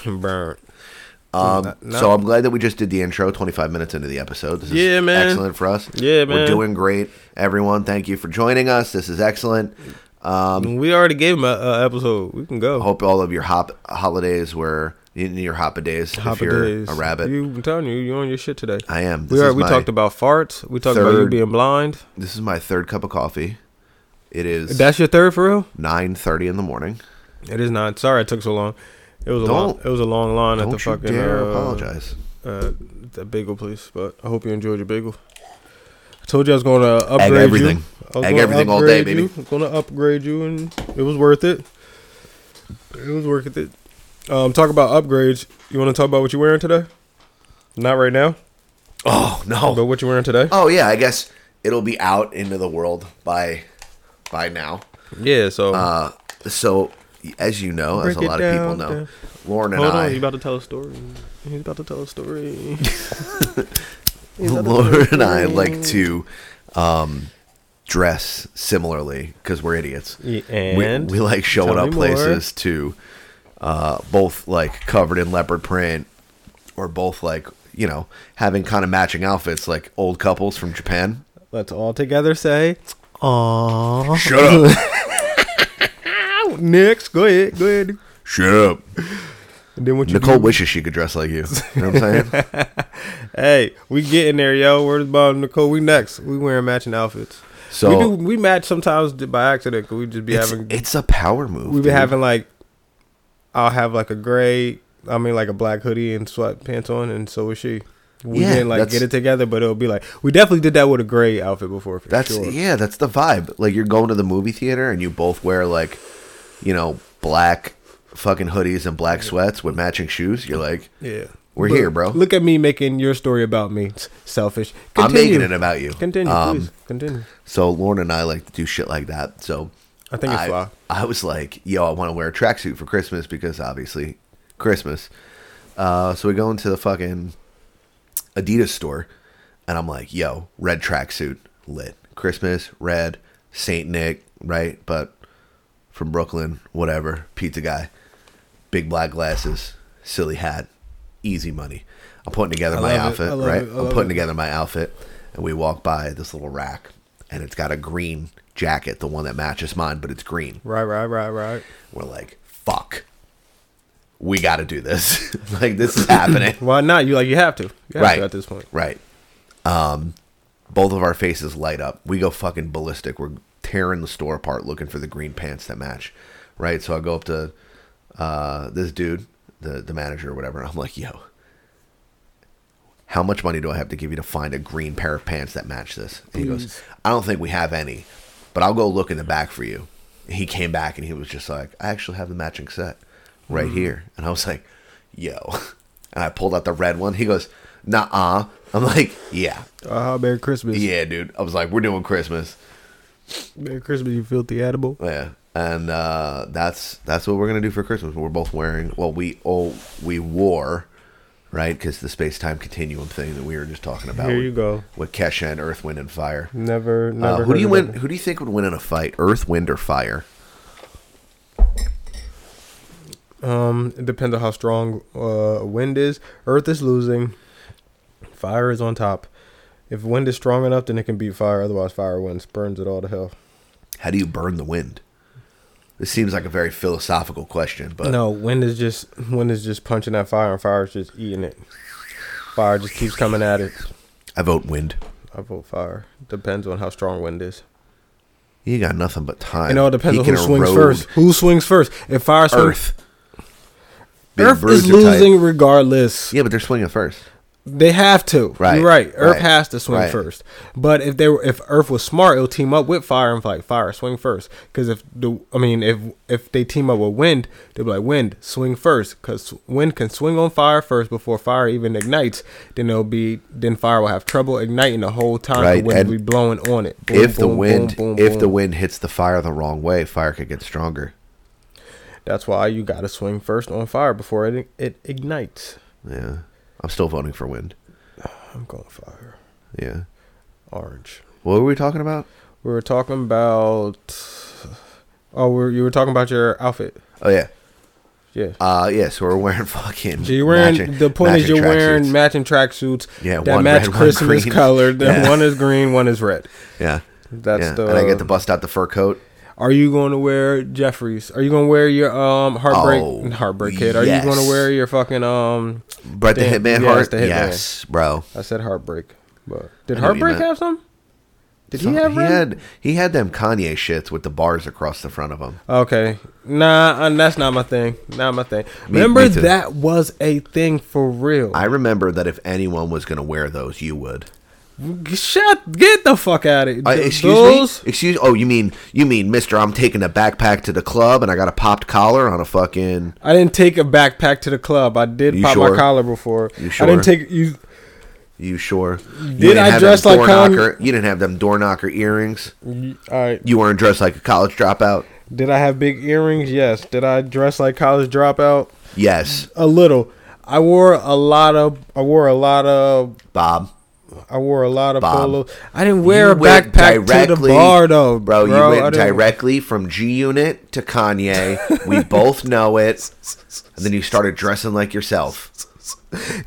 S7: Burn.
S4: Um,
S7: Not- not-
S4: so I'm glad that we just did the intro 25 minutes into the episode. This is
S7: Yeah, man.
S4: excellent for us.
S7: Yeah,
S4: We're
S7: man.
S4: doing great. Everyone, thank you for joining us. This is excellent. Um,
S7: We already gave him an episode. We can go.
S4: hope all of your hop holidays were in your hoppa days. if you're
S7: Hopper days.
S4: a rabbit,
S7: You, I'm telling you, you're on your shit today.
S4: I am.
S7: We,
S4: This
S7: are,
S4: is
S7: we
S4: my
S7: talked about farts. We talked about you
S4: third-
S7: being blind.
S4: This is my third cup of coffee. It is
S7: That's your third for real?
S4: 9:30 in the morning.
S7: It is not. Sorry, it took so long. It was a long.
S4: Don't-
S7: It was a long line at the
S4: don't you
S7: fucking.
S4: dare
S7: uh,
S4: apologize.
S7: Uh, the bagel place, but I hope you enjoyed your bagel. I told you I was going to upgrade you.
S4: everything.
S7: I was
S4: Egg
S7: gonna
S4: everything all day,
S7: upgrade
S4: baby.
S7: you. I was going to upgrade you, and it was worth it. It was worth it. Um, talk about upgrades. You want to talk about what you're wearing today? Not right now.
S4: Oh no!
S7: But what you wearing today?
S4: Oh yeah, I guess it'll be out into the world by by now.
S7: Yeah. So
S4: Uh, so as you know, as
S7: Break
S4: a
S7: it
S4: lot of people
S7: down,
S4: know,
S7: down.
S4: Lauren and
S7: hold
S4: I,
S7: on. He's about to tell a story. He's about to tell a story.
S4: [LAUGHS]
S7: He's about to tell a
S4: Lauren and I
S7: story.
S4: like to um, dress similarly because we're idiots.
S7: Yeah,
S4: we,
S7: and?
S4: we like showing
S7: Tell
S4: up
S7: me more.
S4: places to uh, both like covered in leopard print or both like you know having kind of matching outfits like old couples from Japan.
S7: [LAUGHS] Let's all together say, "Aww."
S4: Shut up.
S7: [LAUGHS] Next, go ahead, go ahead.
S4: Shut up.
S7: And then what you
S4: Nicole
S7: do-
S4: wishes she could dress like you. You know what I'm
S7: [LAUGHS]
S4: saying?
S7: hey, we getting there, yo. Where's Bob and Nicole? We next. We wearing matching outfits.
S4: So-
S7: we do we match sometimes by accident. 'cause we just be
S4: it's,
S7: having
S4: it's a power move.
S7: we be
S4: dude.
S7: having like I'll have like a gray, I mean like a black hoodie and sweatpants on, and so is she. We
S4: Yeah,
S7: didn't like
S4: that's-
S7: get it together, but it'll be like we definitely did that with a gray outfit before. For
S4: That's
S7: sure.
S4: yeah, that's the vibe. Like you're going to the movie theater and you both wear like, you know, black fucking hoodies and black sweats with matching shoes. You're like,
S7: Yeah.
S4: we're
S7: But
S4: here, bro.
S7: Look at me making your story about me. It's selfish.
S4: I'm
S7: Continue.
S4: making it about you.
S7: Continue,
S4: Um,
S7: please. Continue.
S4: So Lauren and I like to do shit like that. So
S7: I think it's
S4: I,
S7: fly.
S4: I was like, yo, I want to wear a tracksuit for Christmas because obviously Christmas. Uh, so we go into the fucking Adidas store, and I'm like, yo, red tracksuit lit. Christmas red, Saint Nick, right? But from Brooklyn, whatever. Pizza guy, big black glasses, silly hat, easy money. I'm putting together my
S7: I love it. I
S4: outfit,
S7: love
S4: right?
S7: it. I
S4: I'm
S7: love
S4: putting
S7: it.
S4: together my outfit, and we walk by this little rack, and it's got a green jacket, the one that matches mine, but it's green.
S7: Right, right, right, right.
S4: We're like, fuck, we got to do this. [LAUGHS]
S7: [LAUGHS]
S4: like this is happening.
S7: Why not? You like you have to. You have
S4: right
S7: to at this point.
S4: Right. Um, Both of our faces light up. We go fucking ballistic. We're tearing the store apart looking for the green pants that match, right? So I go up to uh, this dude, the the manager or whatever, and I'm like, yo, how much money do I have to give you to find a green pair of pants that match this? And he
S13: Please.
S4: goes, I don't think we have any, but I'll go look in the back for you. And he came back and he was just like, I actually have the matching set right
S13: Mhm.
S4: here. And I was like, yo. [LAUGHS] And I pulled out the red one. He goes, nah uh. I'm like, yeah.
S7: Uh, Merry Christmas.
S4: Yeah, dude. I was like, we're doing Christmas.
S7: Merry Christmas, you filthy edible.
S4: Yeah, and uh, that's that's what we're gonna do for Christmas. We're both wearing. Well, we all we wore, right? Because the space time continuum thing that we were just talking about.
S7: Here
S4: with-
S7: you go.
S4: With Kesha and Earth, Wind, and Fire.
S7: Never-
S4: Uh,
S7: never
S4: who
S7: heard
S4: do you
S7: of
S4: win?
S7: it.
S4: Who do you think would win in a fight? Earth, Wind, or Fire?
S7: Um, it depends on how strong uh, wind is. Earth is losing. Fire is on top. If wind is strong enough, then it can beat fire. Otherwise, fire wins, burns it all to hell.
S4: How do you burn the wind? This seems like a very philosophical question, but
S7: no, wind is just wind is just punching at fire, and fire is just eating it. Fire just keeps coming at it.
S4: I vote wind.
S7: I vote fire. Depends on how strong wind is.
S4: you got nothing but time.
S7: You know, it depends
S4: He
S7: on
S4: can
S7: who swings
S4: erode
S7: first. Who swings first? If fire swings,
S4: Earth. Big
S7: Earth is
S4: bruiser type.
S7: losing regardless.
S4: Yeah, but they're swinging first.
S7: They have to.
S4: Right,
S7: You're right. Earth
S4: right,
S7: has to swing
S4: right.
S7: first. But if they were, if Earth was smart, it'll team up with fire and like fire swing first. Because if the I mean if if they team up with wind, they'll be like wind swing first. Because wind can swing on fire first before fire even ignites. Then it'll be then fire will have trouble igniting the whole time.
S4: Right,
S7: The wind
S4: and
S7: will be blowing on it. Boom,
S4: if the
S7: boom, boom,
S4: wind
S7: boom,
S4: if the
S7: boom.
S4: wind hits the fire the wrong way, fire could get stronger.
S7: that's why you got to swing first on fire before it it ignites.
S4: Yeah. I'm still voting for wind.
S7: I'm going fire.
S4: Yeah.
S7: Orange.
S4: What were we talking about?
S7: We were talking about. Oh, we're, you were talking about your outfit.
S4: Oh yeah.
S7: Yeah.
S4: Uh yeah, so we're wearing [LAUGHS] fucking
S7: So you're wearing.
S4: matching-
S7: the point is,
S4: matching
S7: you're wearing
S4: tracksuits.
S7: matching tracksuits
S4: Yeah,
S7: that
S4: one
S7: match
S4: red, one
S7: Christmas
S4: green.
S7: color. [LAUGHS] The
S4: Yeah.
S7: one is green, one is red.
S4: Yeah.
S7: That's
S4: Yeah,
S7: the.
S4: and I get to bust out the fur coat.
S7: Are you going to wear Jeffries? Are you going to wear your um heartbreak
S4: Oh,
S7: heartbreak kid? Are you going
S4: yes.
S7: to wear your fucking um?
S4: Brett the
S7: damn-
S4: Hitman
S7: yes,
S4: heart?
S7: the Hitman.
S4: Yes, bro.
S7: I said heartbreak, but did
S4: I know what you
S7: heartbreak
S4: meant.
S7: have some? Did
S4: Some-
S7: he have
S4: he
S7: red?
S4: had he had them Kanye shits with the bars across the front of them.
S7: Okay. Nah, uh, that's not my thing. Not my thing.
S4: Me-
S7: Remember
S4: me too.
S7: that was a thing for real.
S4: I remember that if anyone was gonna wear those, you would.
S7: Shut get the fuck out of it.
S4: Uh,
S7: Th-
S4: excuse
S7: those-
S4: me. Excuse. Oh, you mean you mean, Mister? I'm taking a backpack to the club, and I got a popped collar on a fucking.
S7: I didn't take a backpack to the club. I did
S4: You
S7: pop
S4: sure?
S7: my collar before.
S4: You
S7: I
S4: sure?
S7: didn't take you
S4: You sure? You
S7: Did
S4: didn't
S7: I
S4: have them
S7: dress like
S4: door
S7: Kanye-
S4: knocker- You didn't have them door knocker earrings.
S7: Y- all right.
S4: You weren't dressed like a college dropout.
S7: Did I have big earrings? Yes. Did I dress like college dropout?
S4: Yes,
S7: A little. I wore a lot of I wore a lot of
S4: Bob.
S7: I wore a lot of
S4: Bob.
S7: polo. I didn't wear a
S4: You went
S7: backpack to the
S4: directly-
S7: bar though,
S4: bro. You
S7: I
S4: went
S7: didn't-
S4: directly from G Unit to Kanye.
S7: [LAUGHS]
S4: we both know it. And then you started dressing like yourself.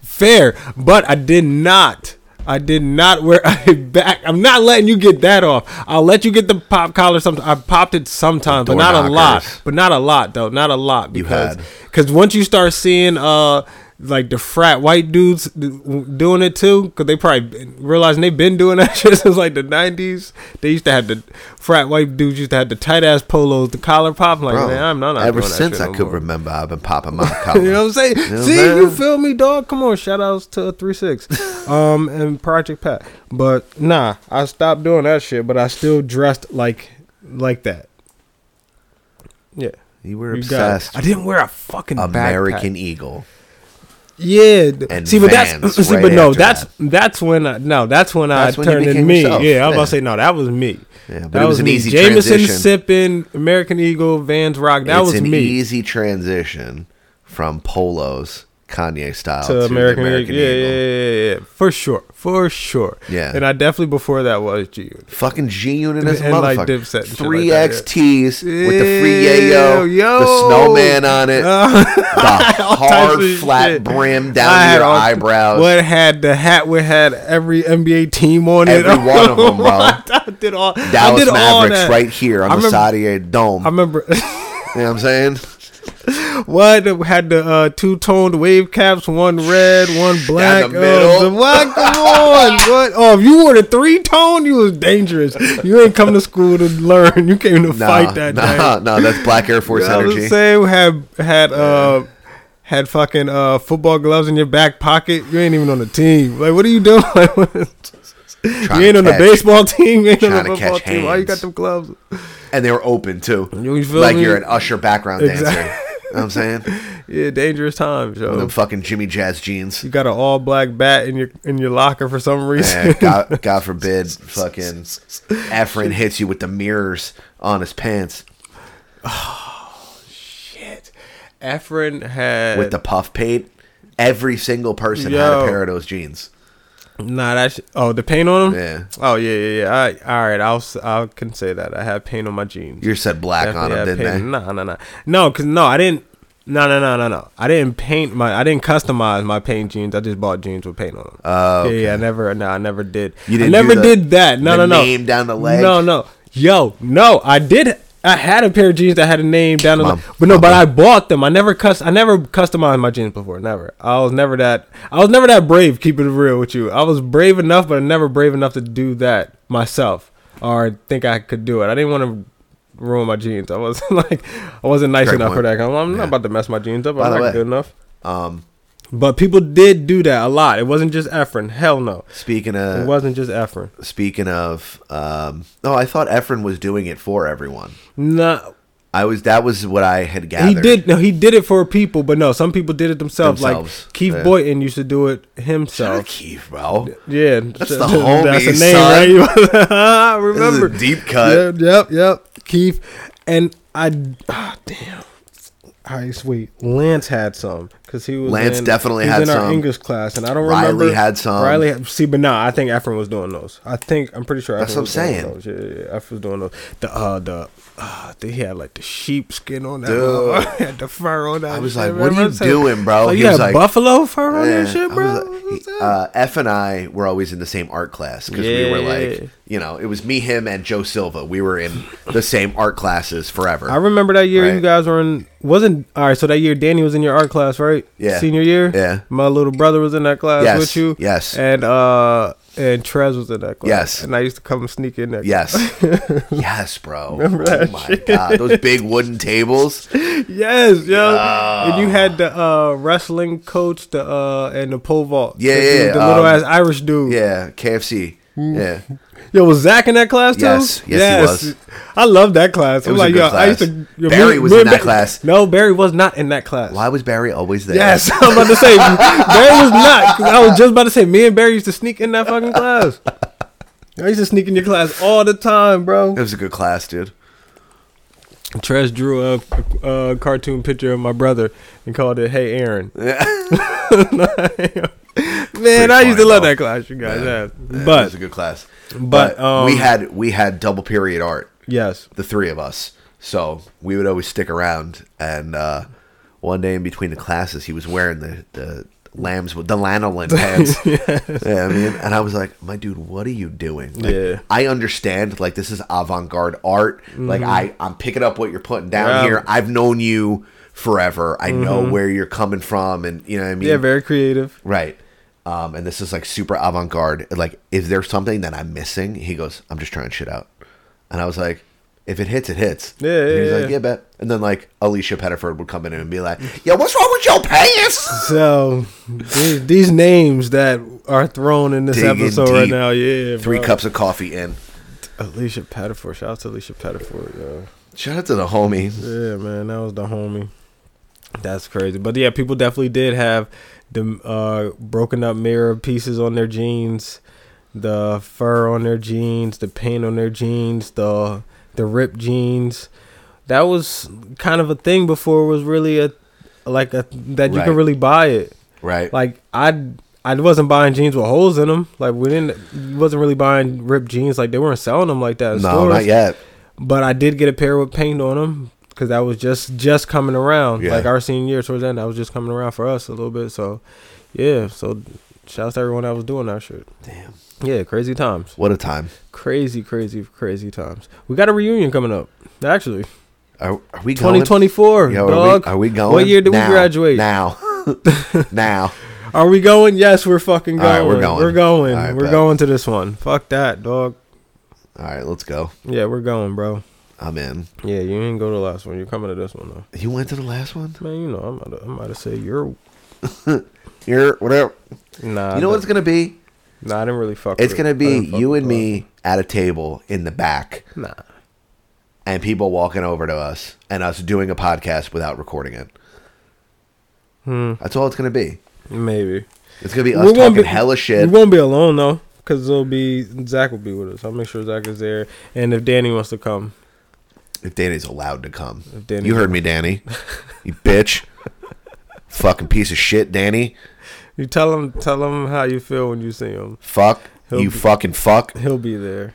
S7: Fair, but I did not. I did not wear [LAUGHS] a back. I'm not letting you get that off. I'll let you get the pop collar. Sometimes I popped it sometimes, but
S4: Door
S7: not a
S4: knockers.
S7: lot. But not a lot though. Not a lot because
S4: had.
S7: because once you start seeing uh like the frat white dudes d- doing it too, because they probably been- realizing they've been doing that [LAUGHS] shit since like the '90s. They used to have the frat white dudes used to have the tight ass polos, the collar pop. I'm like
S4: Bro,
S7: man, I'm not. not
S4: ever
S7: doing that
S4: since
S7: shit
S4: I
S7: no
S4: could
S7: more."
S4: remember, I've been popping my collar.
S7: [LAUGHS] You know what I'm saying?
S4: You know what I'm
S7: See,
S4: saying?
S7: you feel me, dog? Come on, shout outs to Three
S4: [LAUGHS]
S7: Six, um, and Project Pat. But nah, I stopped doing that shit. But I still dressed like like that. Yeah,
S4: you were
S7: You got it.
S4: obsessed.
S7: I didn't wear a fucking
S4: American
S7: backpack.
S4: Eagle.
S7: Yeah, th-
S4: And
S7: see, but
S4: Vans
S7: that's [LAUGHS] see,
S4: right
S7: but no,
S4: after
S7: that's that's when I no, that's when
S4: That's
S7: I
S4: when you
S7: turned in
S4: became
S7: me.
S4: yourself.
S7: Yeah, I was
S4: Yeah.
S7: about to say no, that was me.
S4: Yeah, but
S7: that
S4: it was an easy
S7: Jameson
S4: transition.
S7: sipping American Eagle, Vans Rock. That
S4: it's
S7: was
S4: an
S7: me.
S4: easy transition from polos, Kanye style,
S7: to
S4: Oh, to,
S7: American,
S4: the American
S7: Eagle. Yeah,
S4: Eagle.
S7: yeah, yeah, yeah, yeah. For sure. For sure.
S4: Yeah.
S7: And I definitely before that was G Unit.
S4: Fucking G Unit as a
S7: And, like, Dipset and
S4: motherfucker.
S7: shit
S4: Three
S7: like that,
S4: XTs with the free
S7: Yeah,
S4: yayo,
S7: yo.
S4: the snowman on
S7: [LAUGHS]
S4: it, the
S7: All types
S4: hard
S7: of
S4: flat
S7: shit.
S4: brim
S7: I
S4: down to
S7: had
S4: your
S7: all-
S4: eyebrows.
S7: What had the hat? What had every NBA team on it?
S4: Every one of 'em, bro.
S7: [LAUGHS] I did all. I
S4: Dallas
S7: did all
S4: Mavericks
S7: that.
S4: right here on
S7: I
S4: the
S7: remember- [LAUGHS]
S4: side of your dome.
S7: I remember.
S4: You know what I'm saying?
S7: What had the uh, two toned wave caps, one red, one black.
S5: middle.
S7: Oh, the- what? Come on,
S4: [LAUGHS]
S7: what? Oh, if you were the three tone, you was dangerous. You ain't come to school to learn. You came to fight that day.
S4: nah, [LAUGHS] nah, that's Black Air Force
S7: I was
S4: energy.
S7: saying, had had uh had fucking uh football gloves in your back pocket. You ain't even on the team. Like, what are you doing? [LAUGHS] you ain't
S4: to
S7: on the
S4: catch-
S7: baseball [LAUGHS] team. You ain't on
S4: trying
S7: the
S4: to
S7: football
S4: catch
S7: team. Why you got
S4: hands.
S7: them gloves?
S4: and they were open too.
S7: feel
S4: like
S7: me?
S4: you're an usher background dancer.
S7: Exactly.
S4: You know what I'm saying?
S7: [LAUGHS] Yeah, dangerous times, yo.
S4: With them fucking Jimmy Jazz jeans.
S7: [LAUGHS] You got an all black bat in your in your locker for some reason.
S4: Yeah,
S7: [LAUGHS]
S4: God, God forbid, fucking Efren hits you with the mirrors on his pants
S7: Efren had
S4: with the puff paint. Every single person had a
S7: Uh, Yo.
S4: pair of those jeans.
S7: Nah, that sh- oh the paint on them.
S4: Yeah.
S7: Oh yeah, yeah, yeah. I, all right, I'll s- I can say that I had paint on my jeans.
S4: You said black on 'em,
S7: had
S4: didn't
S7: paint-
S4: they?
S7: Nah, nah, nah. No, cause no, I didn't. No, no, no, no, no. I didn't paint my. I didn't customize my paint jeans. I just bought jeans with paint on them.
S4: Oh, okay.
S7: yeah, yeah. I never. No, I never did.
S4: You didn't
S7: I never
S4: do the-
S7: did that. No,
S4: the
S7: no, no.
S4: name down the leg?
S7: No, no. Yo, no. I did. I had a pair of jeans that had a name down the leg, but no. But I bought them. I never cust. I never customized my jeans before. Never. I was never that. I was never that brave. Keep it real with you. I was brave enough, but never brave enough to do that myself or think I could do it. I didn't want to ruin my jeans. I wasn't [LAUGHS] like I wasn't nice
S4: Great
S7: enough for
S4: point.
S7: that. I'm, I'm not about to mess my jeans up.
S4: By
S7: I'm
S4: the
S7: not
S4: way,
S7: good enough.
S4: Um,
S7: But people did do that a lot. It wasn't just Efren. Hell no.
S4: Speaking of,
S7: It wasn't just Efren.
S4: Speaking of, um, no, I thought Efren was doing it for everyone.
S7: No,
S4: I was. That was what I had gathered.
S7: he did. No, he did it for people, but no, some people did it themselves.
S4: Themselves,
S7: Like Keith
S4: yeah.
S7: Boyton used to do it himself.
S4: Keith, bro.
S7: Yeah,
S4: That's
S7: [LAUGHS] so-
S4: the homie, son.
S7: right? [LAUGHS] I remember
S4: This is a deep cut.
S7: Yep, yep, yep. Keith and I. ah, damn. All right, sweet. Lance had some because he was
S4: Lance
S7: in-
S4: definitely
S7: he was
S4: had
S7: in our
S4: some.
S7: English class, and I don't
S4: Riley
S7: remember.
S4: had some.
S7: Riley had see, but no, I think Efren was doing those. I think I'm pretty sure.
S4: That's
S7: Efren
S4: what
S7: was
S4: I'm
S7: doing
S4: saying.
S7: Those. Yeah, yeah, yeah, Efren was doing those. The uh the. Uh, they had like the sheep skin on that.
S4: Dude.
S7: [LAUGHS] motherfucker, had the fur on that.
S4: I was
S7: shit,
S4: like,
S7: man.
S4: "What are you
S7: I'm saying,
S4: doing, bro?"
S7: Like,
S4: He
S7: "Oh, you
S4: was
S7: had
S4: like-
S7: buffalo fur on
S4: Yeah,
S7: that shit,
S4: I
S7: bro.
S4: was like- he- uh, F and I were always in the same art class because we were
S7: Yeah.
S4: like, you know, it was me, him, and Joe Silva. We were in the same art classes forever.
S7: I remember that year you
S4: Right.
S7: guys were in wasn't all right. So that year Danny was in your art class, right?
S4: Yeah.
S7: Senior year.
S4: Yeah.
S7: My little brother was in that class
S4: Yes,
S7: with you.
S4: yes.
S7: And uh and Trez was in that class.
S4: Yes.
S7: And I used to come and sneak in there. [LAUGHS]
S4: Yes. yes, bro.
S7: Remember
S4: oh
S7: that
S4: my
S7: shit?
S4: god, those big wooden tables.
S7: Yes, yo.
S4: Yeah.
S7: And you had the uh wrestling coach, the uh and the pole vault.
S4: Yeah,
S7: the,
S4: yeah,
S7: dude, the little
S4: um,
S7: ass Irish dude.
S4: Yeah, KFC. Yeah,
S7: Yo, was Zach in that class too?
S4: Yes, yes, he was.
S7: I love that class.
S4: It
S7: I'm
S4: was a
S7: like,
S4: good
S7: yo, I used
S4: class.
S7: to. yo,
S4: Barry
S7: me-
S4: was
S7: me
S4: in
S7: and
S4: that
S7: Ba-
S4: class.
S7: No, Barry was not in that class.
S4: Why was Barry always there?
S7: Yes, [LAUGHS] I'm about to say Barry was not. 'cause I was just about to say me and Barry used to sneak in that fucking class. I used to sneak in your class all the time, bro.
S4: it was a good class, dude.
S7: Trez drew a, a cartoon picture of my brother and called it "Hey Aaron." [LAUGHS] Man, I used to love that class, you guys.
S4: Yeah.
S7: had.
S4: Yeah, it
S7: But
S4: was a good class.
S7: but, um,
S4: we had we had double period art.
S7: Yes.
S4: the three of us. So we would always stick around, and uh, one day in between the classes, he was wearing the the lambs with the
S7: [LAUGHS]
S4: lanolin pants. yeah, I mean, and I was like, "My dude, what are you doing?" Like,
S7: Yeah.
S4: I understand. Like this is avant garde art. Like
S7: Mhm.
S4: I I'm picking up what you're putting down
S7: Yeah.
S4: here. I've known you forever. I know
S7: Mhm.
S4: where you're coming from, and you know what I mean.
S7: yeah, very creative.
S4: Right. Um, and this is like super avant garde. Like, is there something that I'm missing? He goes, I'm just trying shit out. And I was like, if it hits, it hits.
S7: Yeah,
S4: And he was
S7: yeah,
S4: like,
S7: yeah.
S4: yeah, bet. And then like Alicia Pettiford would come in and be like, yo, what's wrong with your pants?
S7: [LAUGHS] So these, these names that are thrown in this
S4: Digging
S7: episode right
S4: deep.
S7: now, yeah,
S4: Three
S7: bro.
S4: cups of coffee in.
S7: Alicia Pettiford. Shout out to Alicia Pettiford, yo.
S4: Shout out to the homie.
S7: Yeah, man, that was the homie. That's crazy. But yeah, people definitely did have the uh, broken up mirror pieces on their jeans, the fur on their jeans, the paint on their jeans, the the ripped jeans. That was kind of a thing before it was really a like a that you
S4: Right.
S7: can really buy it.
S4: Right.
S7: Like I I wasn't buying jeans with holes in them. Like we didn't wasn't really buying ripped jeans. Like they weren't selling them like that. in
S4: No,
S7: stores.
S4: not yet.
S7: But I did get a pair with paint on them because that was just just coming around.
S4: Yeah.
S7: Like our senior year towards the end, that was just coming around for us a little bit. So yeah. So shouts to everyone that was doing that shit.
S4: Damn.
S7: Yeah, crazy times.
S4: What a time.
S7: Crazy, crazy, crazy times. We got a reunion coming up. Actually.
S4: Are, are we going?
S7: 2024,
S4: Yo, Are
S7: dog.
S4: we, are we going?
S7: What year did
S4: Now.
S7: we graduate? [LAUGHS]
S4: Now. now.
S7: Are we going? Yes, we're fucking
S4: All
S7: going.
S4: right, we're going.
S7: We're going.
S4: All right,
S7: we're
S4: bet.
S7: going to this one. Fuck that, dog.
S4: All right, let's go.
S7: Yeah, we're going, bro.
S4: I'm in.
S7: Yeah, you didn't go to the last one. You're coming to this one though.
S4: You went to the last one,
S7: man. You know, I'm about to, I'm about to say you're,
S4: you're whatever.
S7: Nah,
S4: you know what it's gonna be?
S7: Nah, I didn't really fuck.
S4: It's
S7: with-
S4: gonna
S7: I
S4: be
S7: didn't fuck
S4: you
S7: with
S4: and
S7: the-
S4: me at a table in the back.
S7: Nah.
S4: And people walking over to us and us doing a podcast without recording it.
S7: Hmm.
S4: That's all it's gonna be.
S7: Maybe.
S4: It's gonna be us
S7: won't
S4: talking hella shit.
S7: We won't be alone though, because it'll be Zach will be with us. I'll make sure Zach is there, and if Danny wants to come,
S4: If Danny's allowed to come.
S7: If Danny-
S4: you heard me,
S7: [LAUGHS]
S4: Danny. you bitch. Fucking piece of shit, Danny.
S7: you tell him tell him how you feel when you see him.
S4: Fuck.
S7: He'll
S4: you
S7: be-
S4: fucking fuck.
S7: He'll be there.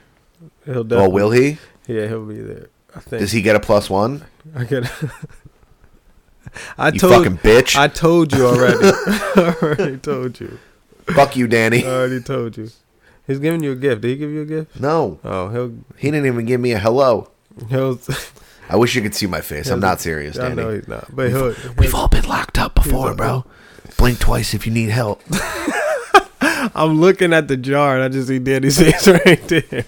S7: He'll.
S4: Well, Oh, will
S7: definitely-
S4: he?
S7: Yeah, he'll be there. I think.
S4: Does he get a plus one?
S7: I get. [LAUGHS] I
S4: You
S7: told
S4: fucking bitch.
S7: I told
S4: [LAUGHS]
S7: you already. [LAUGHS] I already told you.
S4: Fuck you, Danny.
S7: I already told you. He's giving you a gift. Did he give you a gift?
S4: No.
S7: Oh, he'll.
S4: He didn't even give me a hello.
S7: He'll.
S4: I wish you could see my face. I'm not serious,
S7: [LAUGHS] I
S4: Danny.
S7: know he's not, but
S4: we've,
S7: he'll-
S4: we've all been locked up before,
S7: he's- "Oh."
S4: bro. Blink twice if you need
S7: [LAUGHS]
S4: help.
S7: I'm looking at the jar and I just see [LAUGHS] Danny's face right there.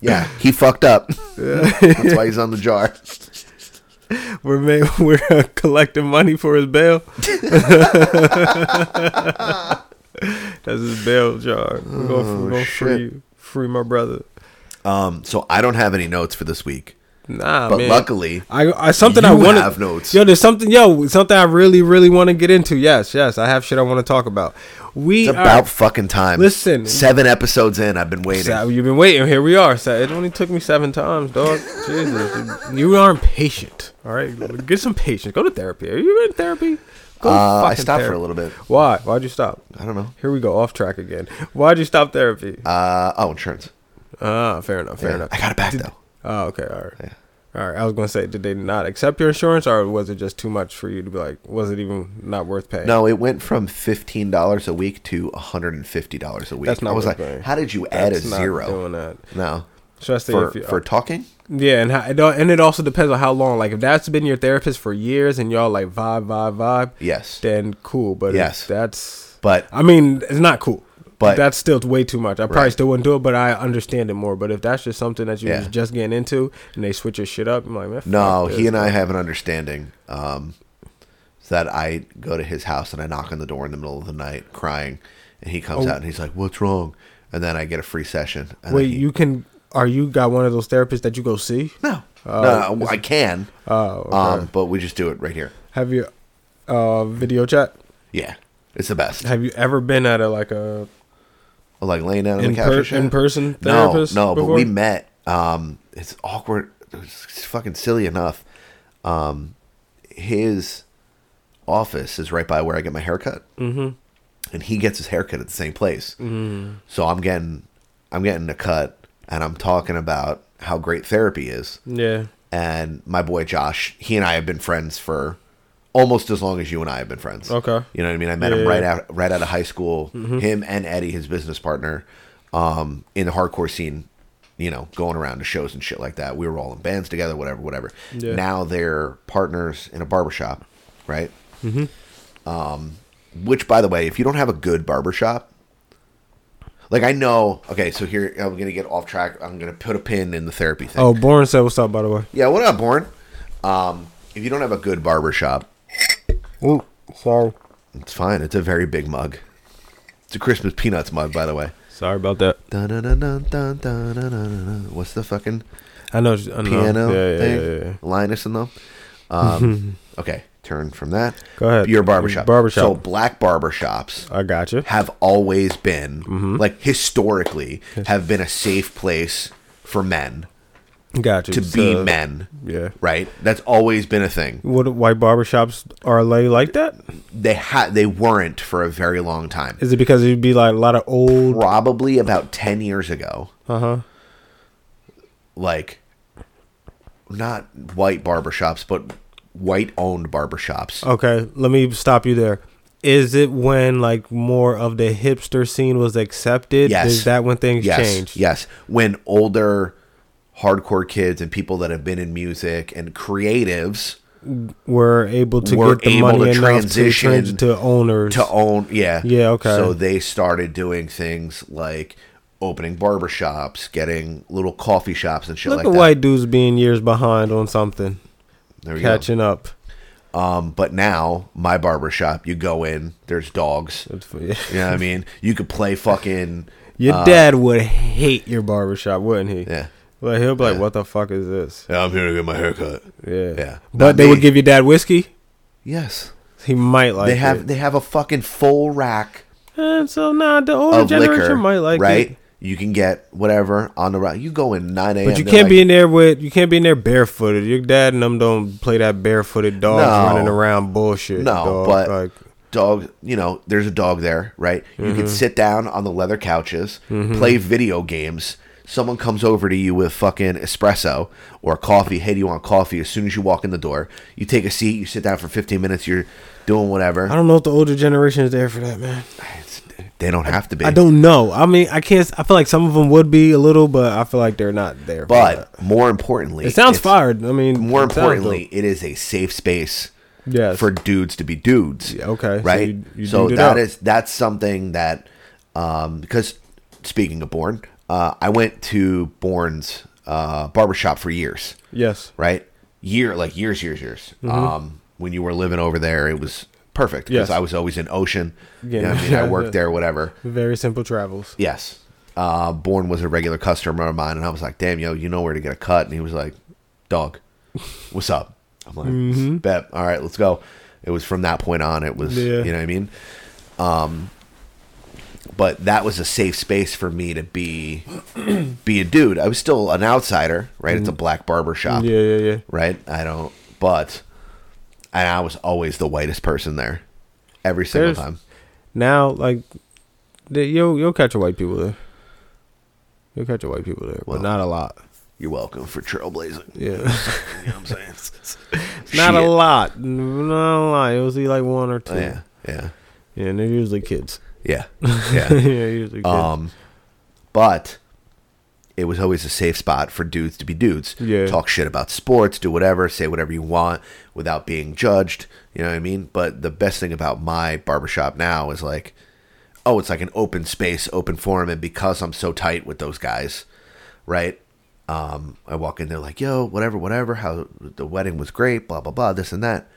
S4: Yeah, he fucked up.
S7: Yeah.
S4: [LAUGHS] That's why he's on the jar.
S7: We're ma- [LAUGHS] we're uh, collecting money for his bail. [LAUGHS] That's his bail jar. We're going,
S4: Oh,
S7: we're going
S4: shit.
S7: free free my brother.
S4: Um, so I don't have any notes for this week.
S7: Nah,
S4: but
S7: man.
S4: luckily,
S7: I, I something
S4: you
S7: I want
S4: have notes.
S7: Yo, there's something. Yo, something I really, really want to get into. Yes, yes, I have shit I want to talk about. We
S4: It's
S7: are-
S4: about fucking time.
S7: Listen.
S4: seven episodes in, I've been waiting.
S7: Sa- you've been waiting. Here we are. Sa- It only took me seven
S4: [LAUGHS]
S7: times, dog. Jesus, you- you aren't patient. All right, get some patience. Go to therapy. Are you in therapy? Go to
S4: Uh, I
S7: fucking
S4: stopped for a little bit.
S7: Why? Why'd you stop?
S4: I don't know.
S7: Here we go off track again. Why'd you stop therapy?
S4: Uh, oh, insurance.
S7: Ah, fair enough. Fair
S4: Yeah,
S7: enough.
S4: I got it back
S7: Did-
S4: though.
S7: Oh, okay. All right. All right. I was gonna say, did they not accept your insurance, or was it just too much for you to be like, was it even not worth paying?
S4: No, it went from fifteen dollars a week to one hundred and fifty dollars a week.
S7: That's not
S4: I was
S7: worth
S4: like,
S7: paying.
S4: how did you add
S7: That's
S4: a
S7: not
S4: zero?
S7: doing that.
S4: No,
S7: So I say
S4: for
S7: if you-
S4: for talking.
S7: Yeah, and how, it al- and it also depends on how long. Like if that's been your therapist for years and y'all like vibe, vibe, vibe.
S4: Yes.
S7: Then cool, but if
S4: Yes.
S7: that's.
S4: But-
S7: I mean, it's not cool.
S4: But-
S7: that's still way too much. I probably
S4: Right.
S7: still wouldn't do it, but I understand it more. But if that's just something that you're
S4: Yeah.
S7: just- just getting into and they switch your shit up, I'm like, man.
S4: No,
S7: fuck
S4: he
S7: this.
S4: and I have an understanding. Um, that I go to his house and I knock on the door in the middle of the night crying, and he comes
S7: Oh.
S4: out and he's like, "What's wrong?" And then I get a free session. And
S7: Wait,
S4: then he,
S7: you can? Are you got one of those therapists that you go see?
S4: No,
S7: Oh,
S4: no, no,
S7: is
S4: I
S7: it-
S4: can.
S7: Oh, okay.
S4: um, but we just do it right here.
S7: Have you? Uh, video chat.
S4: Yeah, it's the best.
S7: Have you ever been at a like a?
S4: like laying down on
S7: In
S4: the couch
S7: per-
S4: and shit?
S7: in-person therapist
S4: No, no, but we
S7: before?
S4: met. Um, it's awkward. It's fucking silly enough. Um, his office is right by where I get my haircut,
S7: Mhm.
S4: and he gets his haircut at the same place.
S7: Mm.
S4: So I'm getting, I'm getting a cut, and I'm talking about how great therapy is.
S7: Yeah.
S4: And my boy Josh, he and I have been friends for almost as long as you and I have been friends.
S7: Okay.
S4: You know what I mean? I met
S7: Yeah,
S4: him
S7: yeah,
S4: right
S7: yeah.
S4: out right out of high school.
S7: Mhm.
S4: Him and Eddie, his business partner, um, in the hardcore scene, you know, going around to shows and shit like that. We were all in bands together, whatever, whatever.
S7: Yeah.
S4: Now they're partners in a barbershop, right?
S7: Mhm.
S4: Um, which, by the way, if you don't have a good barbershop, like I know, okay, so here I'm gonna get off track. I'm gonna put a pin in the therapy thing.
S7: Oh, Bourne said what's up. By the way.
S4: Yeah, what up, Born? Um, if you don't have a good barbershop,
S7: Ooh, sorry.
S4: It's fine. It's a very big mug. It's a Christmas peanuts mug, by the way.
S7: Sorry about that.
S4: Dun, dun, dun, dun, dun, dun, dun, dun, dun. What's the fucking
S7: I know. I know.
S4: piano
S7: Yeah, yeah,
S4: thing?
S7: yeah, yeah.
S4: Linus and them.
S7: [LAUGHS]
S4: Um, okay, turn from that.
S7: Go ahead.
S4: Your barbershop.
S7: Barbershop.
S4: So black barbershops.
S7: I gotcha. Mm-hmm.
S4: Have always been like historically have been a safe place for men
S7: Gotcha.
S4: to be
S7: So-
S4: men.
S7: uh, Yeah.
S4: Right. That's always been a thing.
S7: What white barbershops are they like that?
S4: They had they weren't for a very long time.
S7: Is it because it'd be like a lot of
S4: [LAUGHS]
S7: old?
S4: Probably about ten years ago.
S7: Uh huh.
S4: like not white barbershops, but white owned barbershops.
S7: Okay, let me stop you there. Is it when like more of the hipster scene was accepted?
S4: Yes.
S7: Is that when things
S4: yes.
S7: changed?
S4: Yes. When older hardcore kids and people that have been in music and creatives
S3: Were able to
S4: were
S3: get the
S4: able
S3: money
S4: to
S3: enough
S4: transition
S3: to, trans- to owners.
S4: to own yeah
S3: Yeah, okay.
S4: so they started doing things like opening barber shops getting little coffee shops and shit
S7: Look
S4: like
S7: at
S4: that
S7: white dudes being years behind on something.
S4: There we go.
S7: catching up.
S4: Um, but now my barber shop, you go in, there's dogs.
S7: yeah.
S4: You know what I mean? You could play fucking
S7: Your
S4: uh,
S7: dad would hate your barbershop, wouldn't he?
S4: Yeah.
S7: Like he'll be like, "What the fuck is this?"
S4: Yeah, I'm here to get my haircut.
S7: Yeah.
S4: Yeah.
S7: But
S4: Not
S7: they would
S4: me.
S7: give your dad whiskey.
S4: Yes.
S7: He might like.
S4: they have
S7: it.
S4: they have a fucking full rack
S7: And so nah, the older
S4: of
S7: generation
S4: liquor,
S7: might like
S4: right?
S7: it,
S4: You can get whatever on the rack. You go in nine a.m.
S7: but you
S4: they're
S7: can't
S4: like,
S7: be in there with you can't be in there barefooted. Your dad and them don't play that barefooted dogs
S4: No.
S7: running around bullshit.
S4: No,
S7: dog.
S4: but
S7: like
S4: dog, you know, there's a dog there, right? You can
S7: Mhm.
S4: sit down on the leather couches,
S7: Mhm.
S4: play video games. Someone comes over to you with fucking espresso or coffee. Hey, do you want coffee? As soon as you walk in the door, you take a seat, you sit down for 15 minutes, you're doing whatever.
S7: I don't know if the older generation is there for that, man.
S4: they don't have to be.
S7: I don't know. I mean, I can't. I feel like some of them would be a little, but I feel like they're not there. for that.
S4: But more importantly,
S7: it sounds
S4: it's-
S7: fired. I mean,
S4: More
S7: it sounds
S4: importantly, it is a safe space
S7: Yes.
S4: for dudes to be dudes.
S7: okay, so
S4: Right?
S7: you- you
S4: So,
S7: dude it
S4: that
S7: up.
S4: is that's something that um because speaking of Born, uh I went to Born's uh barbershop for years.
S7: Yes.
S4: Right? Year like years, years, years.
S7: Mhm.
S4: Um when you were living over there it was perfect because
S7: Yes.
S4: I was always in Ocean. You know
S7: Yeah. [LAUGHS]
S4: what I mean? I worked there, whatever.
S7: Very simple travels.
S4: Yes. Uh, Born was a regular customer of mine, and I was like, damn, yo, you know where to get a cut. And he was like, dog, what's up? I'm like,
S7: Mhm.
S4: bet. All right, let's go. It was from that point on, it was,
S7: Yeah.
S4: you know what I mean? Um, but that was a safe space for me to be [CLEARS THROAT] be a dude. I was still an outsider, right? It's a black barber shop.
S7: Mm-hmm. Yeah, yeah, yeah.
S4: Right? I don't, but, and I was always the whitest person there every single
S7: There's-
S4: time.
S7: Now, like, the, you'll you'll catch a white people there. You'll catch a white people there, but not a lot.
S4: You're welcome for trailblazing.
S7: Yeah.
S4: You know what I'm saying?
S7: [LAUGHS] Not a
S4: Shit. Oh,
S7: lot. N- Not a lot. You'll see like one or two.
S4: Yeah, yeah.
S7: Yeah, and they're usually kids. [LAUGHS]
S4: Yeah.
S7: yeah,
S4: Yeah.
S7: usually kids.
S4: um, but it was always a safe spot for dudes to be dudes.
S7: Yeah.
S4: Talk shit about sports, do whatever, say whatever you want without being judged. You know what I mean? But the best thing about my barbershop now is like, oh, it's like an open space, open forum. And because I'm so tight with those guys, right? Um, I walk in there like, yo, whatever, whatever. How the wedding was great, blah, blah, blah, this and that.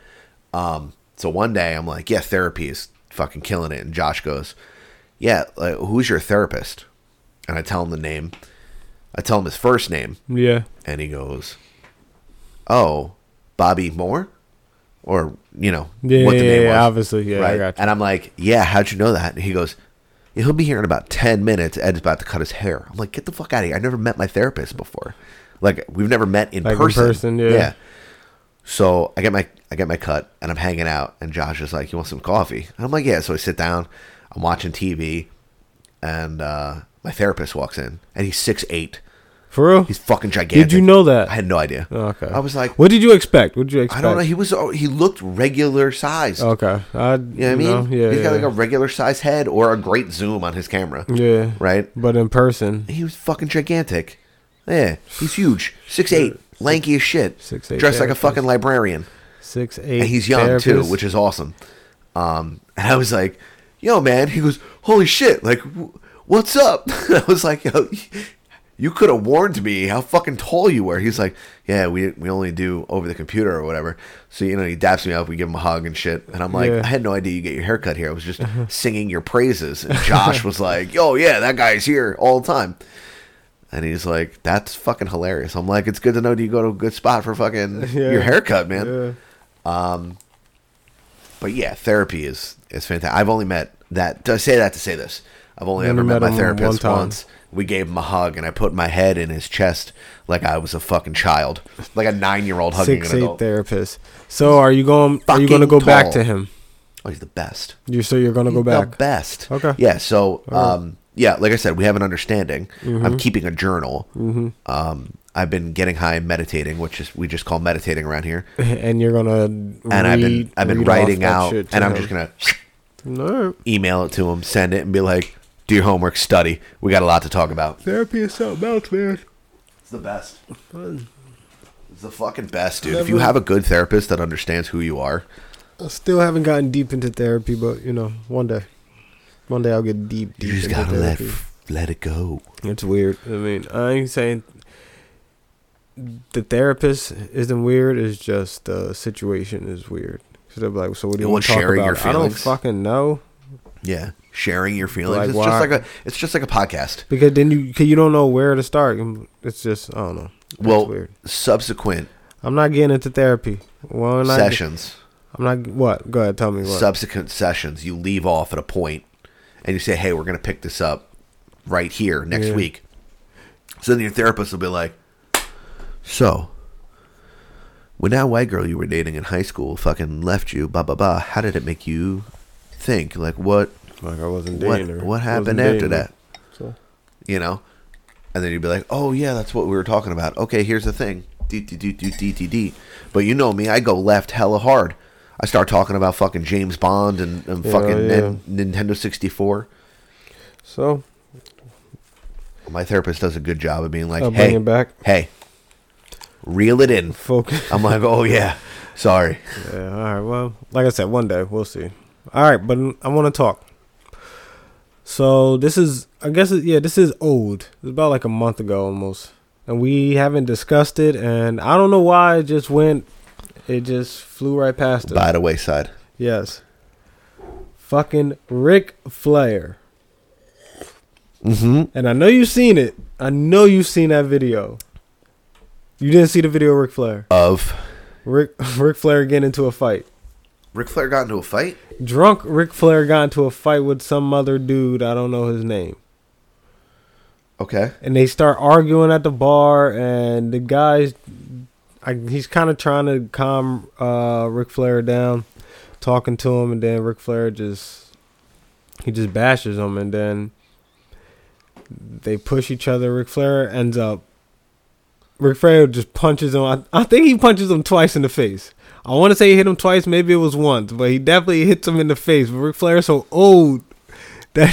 S4: Um, so one day I'm like, yeah, therapy is fucking killing it. And Josh goes, yeah, like, who's your therapist? And I tell him the name. I tell him his first name.
S7: Yeah.
S4: And he goes, oh, Bobby Moore? Or, you know,
S7: Yeah,
S4: what the
S7: yeah,
S4: name
S7: yeah,
S4: was.
S7: obviously. Yeah, I got you.
S4: And I'm like, yeah, how'd you know that? And he goes, yeah, he'll be here in about 10 minutes. Ed's about to cut his hair. I'm like, get the fuck out of here. I never met my therapist before. Like, we've never met in
S7: Like in
S4: person.
S7: person, yeah.
S4: So I get my I get my cut and I'm hanging out and Josh is like, You want some coffee? And I'm like, Yeah. So I sit down, I'm watching TV, and uh, my therapist walks in and he's six eight.
S7: For real?
S4: He's fucking gigantic.
S7: Did you know that? Oh,
S4: I had no idea.
S7: Okay.
S4: I was like,
S7: what did you expect? What did you expect?
S4: I don't know. He was oh, he looked regular sized.
S7: Okay. I, you
S4: You know what I mean?
S7: Oh, yeah.
S4: he's got like
S7: yeah.
S4: a regular sized head or a great zoom on his camera.
S7: Yeah.
S4: Right?
S7: But in person,
S4: He was fucking gigantic. Yeah. He's huge. Six eight. Lanky as shit. Six
S7: 6'8"
S4: Dressed like a
S7: therapist.
S4: fucking librarian.
S7: six eight.
S4: And he's young too, which is awesome. Um, and I was like, "Yo, man!" He goes, "Holy shit! Like, w- what's up?" [LAUGHS] I was like, "Yo, you could have warned me how fucking tall you were." He's like, "Yeah, we we only do over the computer or whatever." So you know, he daps me up, we give him a hug and shit, and I'm like,
S7: Yeah. Uh-huh.
S4: "I had no idea you get your haircut here. I was just singing your praises."
S7: [LAUGHS]
S4: And Josh was like, "Yo, yeah, that guy's here all the time." And he's like, "That's fucking hilarious." I'm like, "It's good to know that you go to a good spot for fucking
S7: [LAUGHS] Yeah.
S4: your haircut, man."
S7: Yeah.
S4: Um, but yeah, therapy is is fantastic. I've only met that. I say that to say this. I've only
S7: You
S4: ever
S7: only
S4: met,
S7: met
S4: my
S7: him one
S4: therapist
S7: time.
S4: once. We gave him a hug, and I put my head in his chest like I was a fucking child, like a nine year old hugging
S7: six
S4: an
S7: eight
S4: adult.
S7: therapist. So are you going? Are you going to
S4: Fucking
S7: go back
S4: tall.
S7: to him?
S4: Oh, he's the best.
S7: You so you're going to go
S4: He's
S7: back?
S4: The best.
S7: Okay.
S4: Yeah. So,
S7: All right.
S4: um, yeah, like I said, we have an understanding. I'm
S7: Mhm.
S4: keeping a journal.
S7: Mhm.
S4: Um, I've been getting high and meditating, which is we just call meditating around here.
S7: and you're going to.
S4: and I've been I've been writing out, and I'm just gonna
S7: No.
S4: email it to him, send it, and be like, "Do your homework, study. We got a lot to talk about."
S7: Therapy is something else, man.
S4: the best. It's the fucking best, dude. If you have a good therapist that understands who you are,
S3: I still haven't gotten deep into therapy, but you know, one day, one day I'll get deep. deep
S4: you just
S3: into
S4: gotta let
S3: therapy.
S4: let it go.
S3: It's weird. I mean, I ain't saying the therapist isn't weird. It's just the situation is weird. So they're like, so what do you
S4: Well,
S3: want to talk
S4: sharing your
S3: about? I don't
S4: feelings.
S3: fucking know.
S4: Yeah, sharing your feelings.
S3: Like,
S4: it's
S3: why-
S4: just like a it's just like a podcast.
S3: Because then you, cause you don't know where to start. It's just I don't know. It's
S4: Well,
S3: weird.
S4: subsequent
S3: I'm not getting into therapy. Well, I'm not-
S4: sessions.
S3: I'm not what. Go ahead, tell me what.
S4: subsequent sessions, you leave off at a point and you say, hey, we're going to pick this up right here next
S3: Yeah.
S4: week. So then your therapist will be like, so when that white girl you were dating in high school fucking left you, blah, blah, blah, how did it make you think? Like, what?
S3: Like, I wasn't
S4: What,
S3: dating her.
S4: what
S3: Wasn't
S4: happened
S3: dating
S4: after
S3: her.
S4: that?
S3: So-
S4: You know? And then you'd be like, oh, yeah, that's what we were talking about. Okay, here's the thing. Do, do, do, do, do, do, do. But you know me, I go left hella hard. I start talking about fucking James Bond and, and
S3: Yeah,
S4: fucking Nin- Nintendo 64.
S3: So
S4: My therapist does a good job of being like,
S3: I'll bring
S4: hey,
S3: it back.
S4: hey, reel it in.
S3: Focus.
S4: I'm like, oh, yeah, sorry.
S3: Yeah, all right. Well, like I said, one day we'll see. All right, but I want to talk. So this is, I guess, it, yeah, this is old. It's about like a month ago almost, and we haven't discussed it. And I don't know why it just went, it just flew right past us.
S4: By the wayside.
S3: Yes. Fucking Ric Flair.
S4: Mm-hmm.
S3: And I know you've seen it. I know you've seen that video. You didn't see the video of Ric Flair.
S4: Of
S3: Rick Ric [LAUGHS] Flair getting into a fight.
S4: Ric Flair got into a fight?
S3: Drunk Ric Flair got into a fight with some other dude. I don't know his name.
S4: Okay.
S3: And they start arguing at the bar, and the guy's. I, he's kind of trying to calm uh, Ric Flair down, talking to him, and then Ric Flair just. He just bashes him, and then they push each other. Ric Flair ends up. Ric Flair just punches him. I, I think he punches him twice in the face. I want to say he hit him twice. Maybe it was once, but he definitely hits him in the face. But Ric Flair is so old that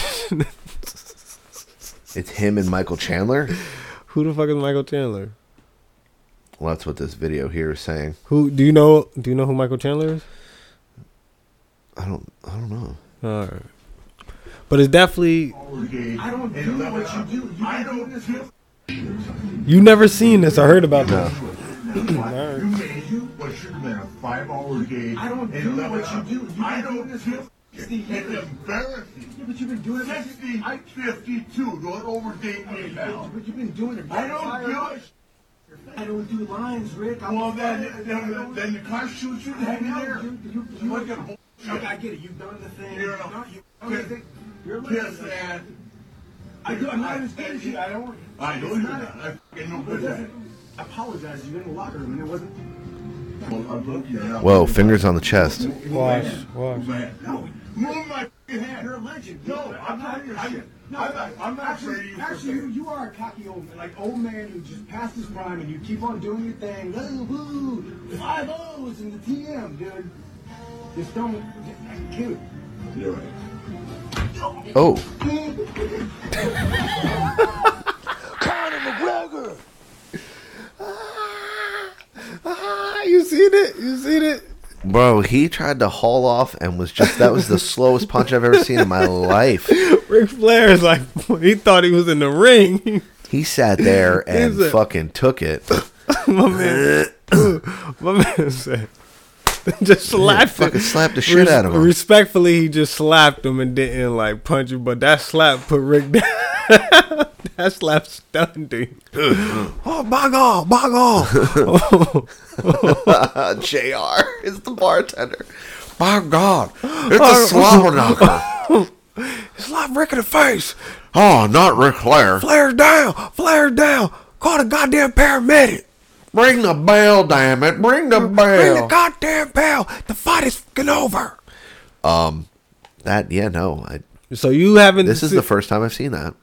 S4: It's him and Michael Chandler?
S3: who the fuck is Michael Chandler?
S4: Well, that's what this video here is saying.
S3: Who do you know? Do you know who Michael Chandler is?
S4: I don't. I don't know.
S3: All right, but it's definitely
S14: I don't do what you do. You I don't do
S3: you never seen this. I heard about this.
S14: You may do what should have been a five hour day. I don't do what you do. You I don't do It's embarrassing. Yeah, but you've been doing it. 50, I, 52. Don't overdate me now. But you've been doing it. I don't do it. I don't do lines, Rick. well, then, then, then the car shoots you hang in there. You, you, you, look at bullshit. I get it. You've done the thing. You're a no, you, okay, you're kiss that. I do. I'm not understanding you. I don't. I know you're not. I fucking know you're not. Apologize. You're in the locker room and it wasn't.
S4: Whoa, fingers on the chest.
S3: Wash, wash.
S14: Move my fucking hand. You're a legend. No, I'm not your shit. No, I'm not, I'm not actually, afraid of you. Actually, you, you are a cocky old man, like old man who just passed his prime, and you keep on doing your thing. Woo, woo, five O's in the TM, dude. Just don't, just, dude. You're right.
S4: Oh.
S14: Conor McGregor.
S3: [LAUGHS] Ah, you seen it? You seen it?
S4: Bro, he tried to haul off and was just that was the slowest punch I've ever seen in my life.
S3: Ric Flair is like [LAUGHS] he thought he was in the ring. [LAUGHS]
S4: He sat there and
S3: He's a-
S4: fucking took it.
S3: My man, my man said, [LAUGHS] just slapped him.
S4: fucking slapped the shit out of him.
S3: Respectfully, he just slapped him and didn't like punch him, but that slap put Rick [LAUGHS] down. that slap stunned him. oh my god, my
S4: [LAUGHS]
S3: god.
S4: JR is the bartender. My God, it's
S3: [LAUGHS]
S4: a slobber knocker.
S7: Slap Rick in the face.
S4: Oh, not Ric Flair.
S7: Flares down. Flares down. Call the goddamn paramedic.
S4: Bring the bell, damn it. Bring the
S7: Bring
S4: bell.
S7: the goddamn bell. The fight is fucking over.
S4: Um, that yeah no. I,
S3: so you haven't.
S4: This is
S3: seen-
S4: the first time I've seen that.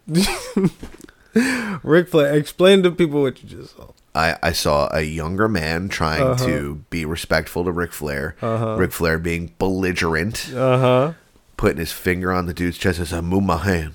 S3: Ric Flair, explain to people what you just saw.
S4: I, I saw a younger man trying
S3: Uh-huh.
S4: to be respectful to Ric Flair.
S3: Uh-huh.
S4: Ric Flair being belligerent,
S3: Uh huh. [LAUGHS]
S4: putting his finger on the dude's chest and said, "Move my hand."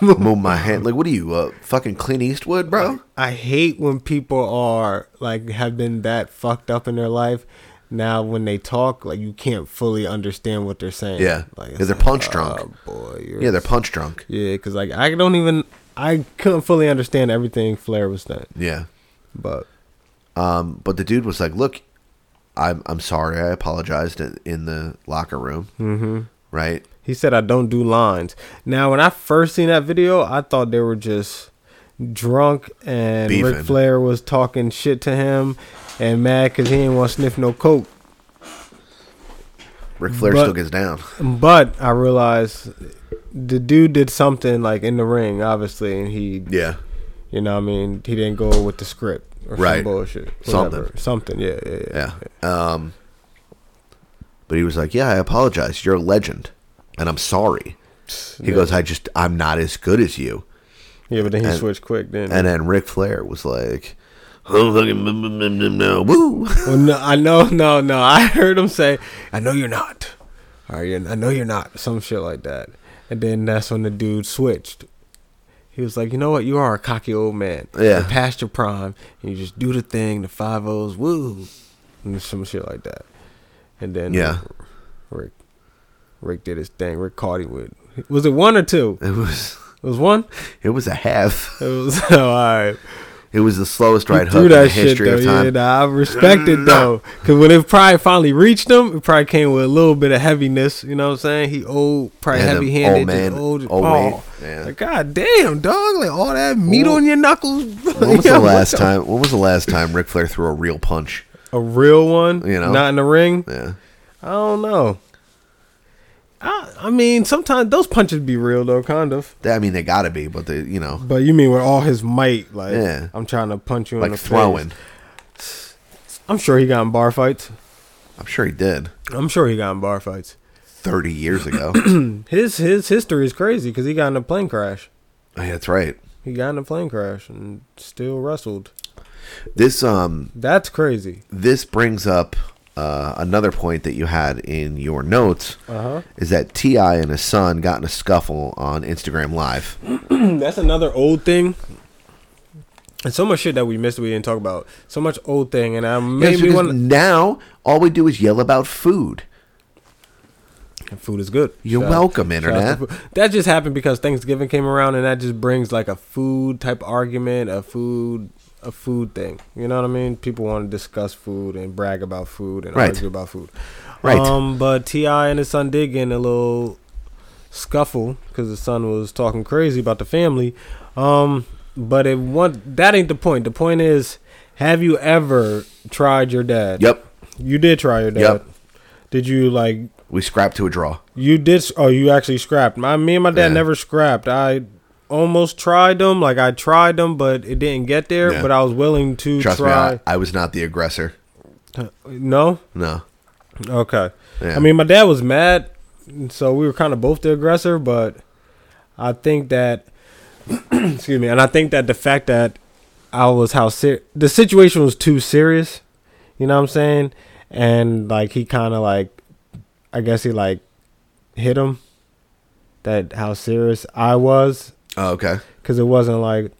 S4: move my hand. Like, what are you, uh, fucking Clint Eastwood, bro?
S3: I hate when people are like have been that fucked up in their life. Now when they talk, like you can't fully understand what they're saying.
S4: Yeah,
S3: like
S4: because they're punch
S3: uh,
S4: drunk.
S3: boy, you're-
S4: yeah, they're punch drunk.
S3: yeah, because like I don't even I couldn't fully understand everything Flair was saying.
S4: Yeah,
S3: but
S4: um, but the dude was like, "Look, I'm I'm sorry. I apologized in- in the locker room.
S3: Mhm.
S4: Right?
S3: He said I don't do lines. Now when I first seen that video, I thought they were just drunk and
S4: Beefing.
S3: Ric Flair was talking shit to him and mad because he didn't want to sniff no coke.
S4: Ric Flair
S3: But-
S4: still gets down. [LAUGHS]
S3: But I realized the dude did something like in the ring, obviously, and he
S4: Yeah.
S3: you know, what I mean, he didn't go with the script or
S4: Right.
S3: some bullshit,
S4: Something.
S3: Whatever. something, yeah, yeah, yeah.
S4: Yeah. Um, but he was like, "Yeah, I apologize. You're a legend, and I'm sorry." He
S3: Yeah.
S4: goes, "I just I'm not as good as you."
S3: Yeah, but then he
S4: And-
S3: switched quick. Then
S4: And then Ric Flair was like, "Oh fucking mm, mm, mm, mm, no, woo!" [LAUGHS]
S3: well, no, I know, no, no. [LAUGHS] I heard him say, "I know you're not," or "You're- "I know you're not," some shit like that. And then that's when the dude switched. He was like, "You know what? You are a cocky old man.
S4: Yeah.
S3: You're past your prime, and you just do the thing, the five O's, woo, and some shit like that." And then
S4: Yeah.
S3: Rick, Rick did his thing. Rick caught him with. Was it one or two?
S4: It was.
S3: It was one. [LAUGHS]
S4: It was a half.
S3: It was [LAUGHS] oh, all right.
S4: It was the slowest
S3: He
S4: right
S3: threw
S4: hook in the
S3: that shit,
S4: history of
S3: though.
S4: time.
S3: Yeah, nah, I respect it though, because when it probably finally reached him, it probably came with a little bit of heaviness. You know what I'm saying? He old, probably
S4: Yeah, the
S3: heavy handed,
S4: old man,
S3: old,
S4: old
S3: oh,
S4: weight, yeah.
S3: like, god damn, dog, like all that meat on your knuckles. [LAUGHS]
S4: When was the last time? When was the last time Ric Flair threw a real punch?
S3: A real one,
S4: You know?
S3: not in the ring.
S4: Yeah.
S3: I don't know. I, I mean, sometimes those punches be real though, kind of.
S4: They- I mean, they gotta be, but they, you know,
S3: But you mean with all his might, like
S4: Yeah.
S3: I'm trying to punch you in
S4: like
S3: the face.
S4: throwing.
S3: I'm sure he got in bar fights.
S4: I'm sure he did
S3: I'm sure he got in bar fights.
S4: thirty
S3: [CLEARS THROAT]
S4: years ago.
S3: his his history is crazy because he got in a plane crash.
S4: Yeah, That's right.
S3: He got in a plane crash and still wrestled.
S4: This um
S3: That's crazy.
S4: this brings up uh, another point that you had in your notes
S3: Uh-huh.
S4: is that Ti and his son got in a scuffle on Instagram Live.
S3: Hmm, That's another old thing. And so much shit that we missed we didn't talk about. So much old thing, and I
S4: Yes,
S3: maybe
S4: because
S3: one
S4: now all we do is yell about food.
S3: food is good.
S4: You're
S3: Shout-
S4: welcome,
S3: shout out to
S4: internet.
S3: food. That just happened because Thanksgiving came around, and that just brings like a food type argument, a food, a food thing. You know what I mean? People want to discuss food and brag about food and
S4: Right.
S3: argue about food.
S4: Right.
S3: Um, but Ti and his son did get in a little scuffle because his son was talking crazy about the family. Um, but it one that ain't the point. The point is, have you ever tried your dad?
S4: Yep.
S3: You did try your dad.
S4: Yep.
S3: Did you like
S4: We scrapped to a draw.
S3: you did. s- Oh, you actually scrapped. My me and my dad
S4: Yeah.
S3: never scrapped. I almost tried them. Like I tried them, but it didn't get there.
S4: Yeah.
S3: But I was willing to
S4: Trust
S3: try.
S4: me, I, I was not the aggressor.
S3: no.
S4: No.
S3: Okay.
S4: Yeah.
S3: I mean, my dad was mad, so we were kind of both the aggressor. But I think that, [CLEARS THROAT] excuse me, and I think that the fact that I was how ser- the situation was too serious. You know what I'm saying? And like he kind of like, I guess he like hit him. That how serious I was,
S4: Oh, okay.
S3: because it wasn't like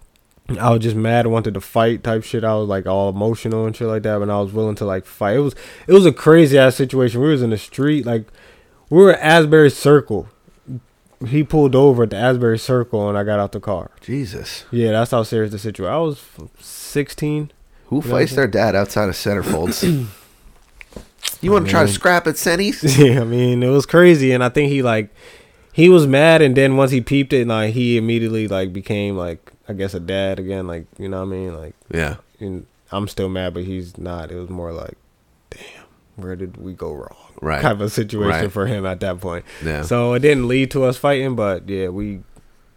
S3: I was just mad and wanted to fight type shit. I was like all emotional and shit like that, but I was willing to like fight. It was it was a crazy ass situation. We was in the street, like we were at Asbury Circle. He pulled over at the Asbury Circle, and I got out the car.
S4: Jesus.
S3: Yeah, that's how serious the situation. I was sixteen. [LAUGHS]
S4: Who
S3: know
S4: fights
S3: what
S4: their dad outside
S3: [COUGHS]
S4: of centerfolds? you want to try to
S3: Man.
S4: scrap at Sennies?
S3: [LAUGHS] Yeah, I mean it was crazy, and I think he like he was mad, and then once he peeped it, like he immediately like became like I guess a dad again. Like you know what I mean? Like
S4: Yeah.
S3: and I'm still mad, but he's not. It was more like, damn, where did we go
S7: [LAUGHS]
S3: wrong?
S4: Right.
S3: Type of situation
S4: Right.
S3: for him at that point.
S4: Yeah.
S3: So it didn't lead to us fighting, but yeah, we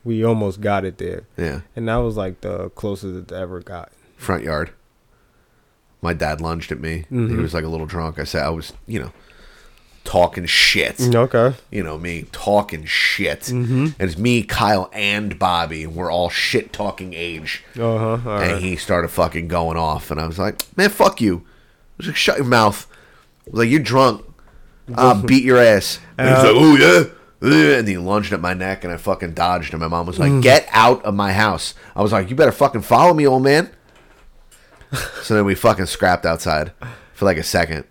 S3: we almost got it there.
S4: Yeah.
S3: And that was like the closest it ever got.
S4: Front yard. My dad lunged at me. He
S3: Mhm.
S4: was like a little drunk. I said I was, you know, talking shit.
S3: Okay.
S4: You know, me talking shit.
S3: Mhm.
S4: And it's me, Kyle, and Bobby, and we're all shit talking age.
S7: Uh-huh.
S3: Uh huh.
S4: and he started fucking going off, and I was like, "Man, fuck you! I was like,
S7: [LAUGHS]
S4: shut your mouth!" I was like, "You're drunk. I'll beat your ass." And he's
S3: Uh,
S4: like, "Oh yeah, "Ugh," and he lunged at my neck, and I fucking dodged. And my mom was like,
S5: Mm.
S4: "Get out of my house!" I was like, "You better fucking follow me, old man." so then we fucking scrapped outside for like a second.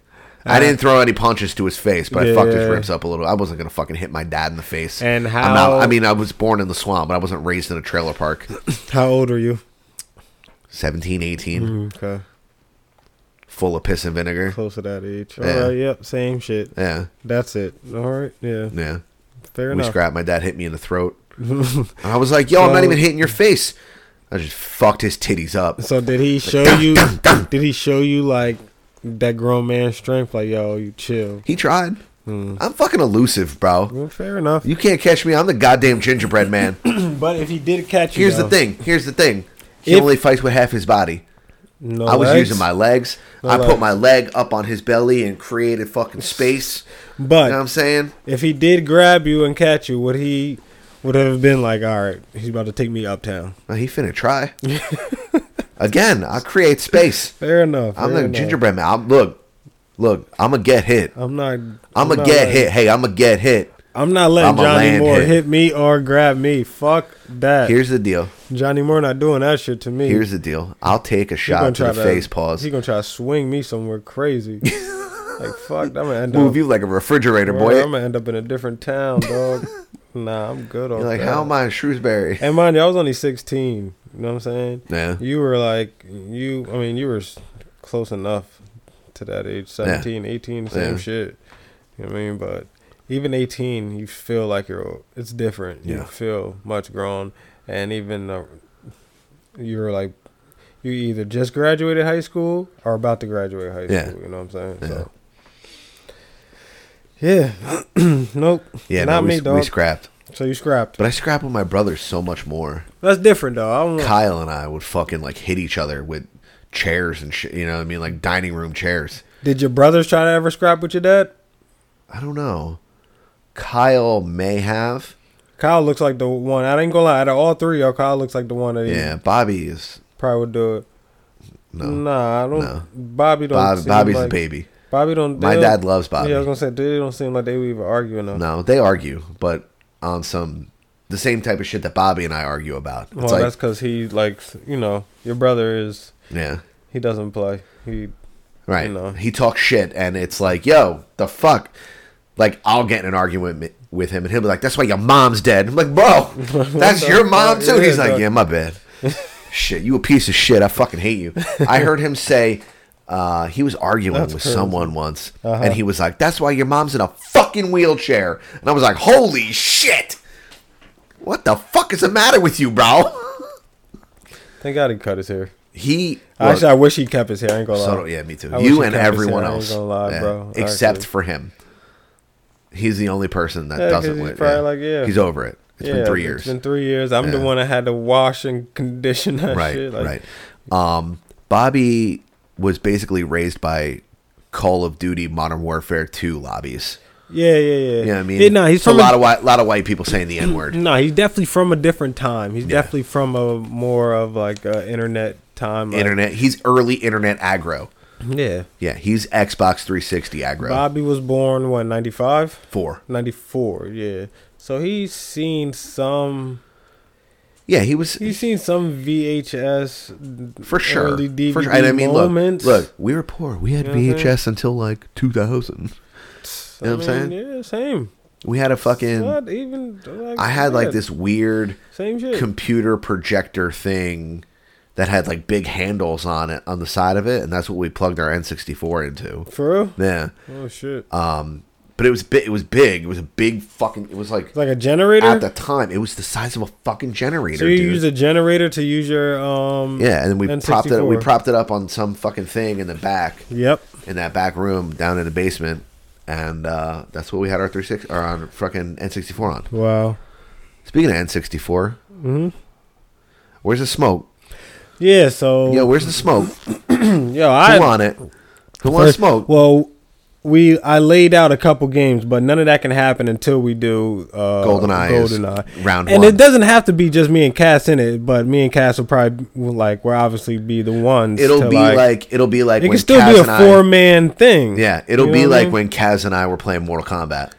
S4: I
S7: Uh,
S4: didn't throw any punches to his face, but I fucked his
S7: yeah.
S4: ribs up a little. I wasn't gonna fucking hit my dad in the face.
S7: And
S4: I'm not-
S7: how-
S4: I mean, I was born in the swamp, but I wasn't raised in a trailer
S7: [LAUGHS]
S4: park.
S3: How old are you?
S4: 17, 18.
S7: Mm, okay.
S4: Full of piss and vinegar.
S7: Close to that age. All right.
S4: Yeah.
S7: Yep. Same shit.
S4: Yeah.
S7: That's it. All right. Yeah.
S4: Yeah.
S7: Fair
S4: we
S7: enough.
S4: scrapped. My dad hit me in the
S7: [LAUGHS]
S4: throat. and I was like, yo, I'm not
S7: So-
S4: even hitting your face. I just fucked his titties up.
S7: So did he show
S4: [COUGHS]
S7: you? did he show you like that grown man strength? Like yo, you chill.
S4: He tried.
S7: Hmm.
S4: I'm fucking elusive, bro.
S7: fair enough.
S4: You can't catch me. I'm the goddamn gingerbread
S7: [COUGHS]
S4: man.
S7: but if he did catch you,
S4: Here's the
S7: though-
S4: thing. Here's the thing. He
S7: If-
S4: only fights with half his body.
S7: No
S4: I was
S7: legs?
S4: using my legs.
S7: No
S4: I put
S7: legs.
S4: my leg up on his belly and created fucking space.
S7: But
S4: you know what I'm saying,
S7: if he did grab you and catch you, would he would have been like, all right, he's about to take me uptown?
S4: he finna try. [LAUGHS] Again, I create space.
S7: Fair enough.
S4: I'm
S7: fair
S4: the
S7: enough.
S4: gingerbread man. I'm, look, look. I'm gonna get hit.
S7: I'm not.
S4: I'm
S7: I'm
S4: gonna
S7: not
S4: get
S7: letting-
S4: hit. Hey, I'm gonna get hit.
S7: I'm not letting
S4: I'ma
S7: Johnny
S4: land
S7: Moore
S4: hit.
S7: hit. me or grab me. Fuck that.
S4: Here's the deal.
S7: Johnny Moore not doing that shit to me.
S4: Here's the deal. I'll take a
S7: He
S4: shot
S7: gonna
S4: to
S7: try
S4: the face. Pause.
S7: He gonna try to swing me
S4: [LAUGHS]
S7: somewhere crazy. like fuck, I'm gonna end
S4: Move
S7: up.
S4: you like a refrigerator,
S7: Bro,
S4: boy.
S7: I'm gonna end up in a different
S4: [LAUGHS]
S7: town, dog. nah, I'm good on
S4: You're like,
S7: that.
S4: how am I in Shrewsbury?
S7: And mind you, I was only 16. You know what I'm saying?
S4: Yeah.
S7: You were like, you, I mean, you were s- close enough to that age 17, 18, same
S4: Yeah.
S7: shit. You know what I mean? But even 18, you feel like you're, it's different. You
S4: Yeah.
S7: feel much grown. And even uh, you're like, you either just graduated high school or about to graduate high
S4: Yeah.
S7: school. You know what I'm saying? So. Yeah. [CLEARS THROAT] nope.
S4: Yeah, no,
S7: Not
S4: we,
S7: me, dog.
S4: we scrapped.
S7: So you scrapped.
S4: But I scrapped with my brother so much more.
S7: That's different, though. I don't know.
S4: Kyle and I would fucking like hit each other with chairs and shit. You know what I mean? Like dining room chairs.
S7: Did your brothers try to ever scrap with your dad?
S4: I don't know. Kyle may have.
S7: Kyle looks like the one. I ain't gonna lie. Out of all three, y'all, Kyle looks like the one that he
S4: Yeah, Bobby is.
S7: probably would do it.
S4: No.
S7: nah, I don't.
S4: No.
S7: Bobby don't.
S4: Bob-
S7: seem
S4: Bobby's the
S7: like-
S4: baby.
S7: Bobby don't.
S4: My
S7: they don't-
S4: dad loves Bobby.
S7: Yeah, I was gonna say they don't seem like they would even argue enough.
S4: No, they argue, but on some the same type of shit that Bobby and I argue about. It's
S7: well,
S4: like
S7: that's because he like you know your brother is.
S4: Yeah.
S7: He doesn't play. He
S4: right.
S7: You know.
S4: He talks shit, and it's like, yo, the fuck. Like I'll get in an argument mi- with him, and he'll be like, "That's why your mom's dead." I'm like,
S7: [LAUGHS]
S4: "Bro, that's
S7: the
S4: your mom
S7: fuck?
S4: too."
S7: Yeah,
S4: He's like,
S7: dog.
S4: "Yeah, my
S7: [LAUGHS]
S4: bad." shit, you a piece of shit. I fucking hate you. I heard him say. Uh, he was arguing
S7: That's
S4: with
S7: crazy.
S4: someone once,
S7: Uh-huh.
S4: and he was like, "That's why your mom's in a fucking wheelchair." And I was like, "Holy shit! What the fuck is the matter with you, bro?" [LAUGHS]
S7: Thank God he cut his hair.
S4: He
S7: actually, I wish he kept his hair. I ain't gonna lie.
S4: So, yeah, me too.
S7: I wish
S4: you
S7: he
S4: and
S7: kept his
S4: everyone
S7: hair, I ain't
S4: else,
S7: gonna lie,
S4: Yeah.
S7: bro.
S4: except
S7: Actually.
S4: for him. He's the only person that
S7: Yeah, 'cause
S4: doesn't
S7: he's
S4: win.
S7: probably
S4: yeah.
S7: like, yeah.
S4: he's over it. It's been three years.
S7: It's been three years. I'm the
S4: Yeah.
S7: one that had to wash and condition that
S4: right,
S7: shit. Like,
S4: right. Um, Bobby was basically raised by Call of Duty Modern Warfare Two lobbies.
S7: Yeah, yeah, yeah.
S4: You know what I mean?
S7: Yeah, nah, he's
S4: It's a
S7: from
S4: lot of white, lot of white people saying the N
S7: [CLEARS THROAT]
S4: word.
S7: No, he's definitely from a different time. He's definitely from a more of like uh, internet time. like-
S4: internet. He's early internet aggro.
S7: Yeah.
S4: Yeah, he's Xbox 360 aggro.
S7: Bobby was born what 95?
S4: Four.
S7: 94, yeah. So he's seen some
S4: Yeah, he was.
S7: He's seen some VHS
S4: for sure.
S7: Early DVD
S4: for sure. And I mean,
S7: moments.
S4: look, look, we were poor. We had
S7: You know what I'm saying?
S4: VHS until like 2000. You know what I'm saying?
S7: Yeah, same.
S4: We had a fucking.
S7: Not even like,
S4: I had like
S7: yeah.
S4: this weird
S7: Same shit.
S4: computer projector thing that had like big handles on it on the side of it, and that's what we plugged our N64 into.
S7: For real?
S4: Yeah.
S7: Oh shit.
S4: Um, but it was big. It was big. It was a big fucking. It was like
S7: Like a generator?
S4: at the time. It was the size of a fucking generator.
S7: so you
S4: dude.
S7: use a generator to use your um
S4: Yeah, and then we propped it. We
S7: N64.
S4: propped it up on some fucking thing in the back.
S7: Yep.
S4: In that back room down in the basement, and uh, that's what we had our three six or on fucking N sixty four on.
S7: Wow.
S4: Speaking of N sixty four,
S7: Mhm.
S4: where's the smoke?
S7: Yeah, so
S4: Yo, where's the smoke?
S7: Yo, I
S4: Who on it? Who wants
S7: First-
S4: smoke?
S7: Well, we I laid out a couple games, but none of that can happen until we do uh,
S4: GoldenEye is
S7: GoldenEye
S4: round
S7: and
S4: one.
S7: it doesn't have to be just me and Cass in it, but me and Cass will probably will, like will obviously be the ones.
S4: It'll
S7: to,
S4: be like, it'll be like
S7: it
S4: when
S7: can still
S4: Kaz
S7: be
S4: and
S7: a
S4: I-
S7: four man thing.
S4: Yeah, it'll
S7: You know
S4: be
S7: what I
S4: like
S7: mean?
S4: when Kaz and I were playing Mortal Kombat.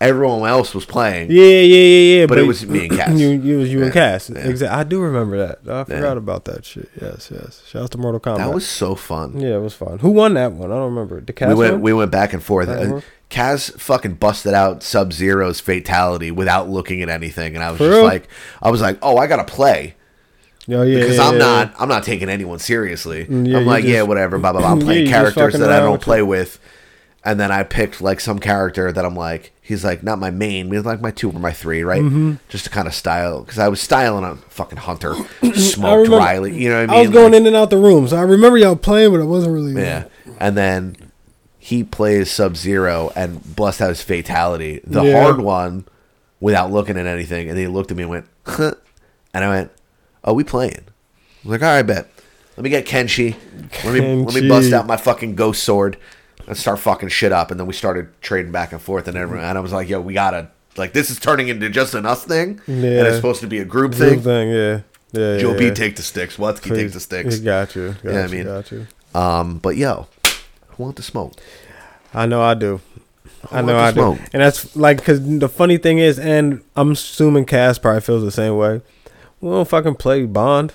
S4: Everyone else was playing.
S7: Yeah, yeah, yeah, yeah.
S4: But, it was me and Cass.
S7: [LAUGHS] You, you was you and
S4: Yeah,
S7: Cass.
S4: yeah.
S7: Exactly. I do remember that. I forgot
S4: Yeah.
S7: about that shit. Yes, yes. Shout out to Mortal Kombat.
S4: That was so fun.
S7: Yeah, it was fun. Who won that one? I don't remember. The Cass
S4: we went
S7: one?
S4: we went back and forth. Uh,
S7: Back and forth?
S4: Kaz fucking busted out Sub Zero's fatality without looking at anything, and I was
S7: For
S4: just
S7: real?
S4: like, I was like, oh, I gotta play
S7: Oh, yeah,
S4: because
S7: yeah,
S4: I'm
S7: yeah,
S4: not I'm not taking anyone seriously.
S7: Mm, yeah,
S4: I'm
S7: you
S4: like, yeah,
S7: just-
S4: whatever.
S7: [CLEARS THROAT]
S4: Blah blah blah. I'm
S7: Yeah,
S4: playing
S7: you just
S4: characters
S7: fucking
S4: that I
S7: around
S4: don't
S7: with
S4: play with, and then I picked like some character that I'm like, he's like not my main, he's like my two or my three, right?
S7: Mhm.
S4: Just to kind of style because I was styling on fucking Hunter,
S7: [CLEARS THROAT] I
S4: smoked
S7: remember.
S4: Riley. You know what I mean?
S3: I was
S4: Like,
S3: going in and out the room, so I remember y'all playing, but I wasn't really.
S4: Yeah. And then he plays Sub Zero and busts out his fatality, the
S3: Yeah.
S4: hard one, without looking at anything. And he looked at me and went, huh. and I went, "Oh, we playing?" I was like, "All right, bet. Let me get Kenshi. Let me let me
S7: Kenshi.
S4: bust out my fucking ghost sword and start fucking shit up." And then we started trading back and forth, and everyone, and I was like, "Yo, we gotta." Like this is turning into just an us thing, and
S7: Yeah.
S4: it's supposed to be a group,
S7: Group
S4: thing.
S7: thing, yeah. Yeah, yeah,
S4: Joe B
S7: yeah.
S4: take the sticks. Watsky
S7: Please.
S4: take the sticks.
S7: Yeah, got you,
S4: Yeah,
S7: got
S4: I
S7: you,
S4: mean,
S7: got you.
S4: Um, but yo, I want the smoke.
S7: I know I do. I
S4: want
S7: know
S4: the
S7: I
S4: smoke.
S7: do. And that's like, because the funny thing is, and I'm assuming Cass probably feels the same way. We don't fucking play Bond.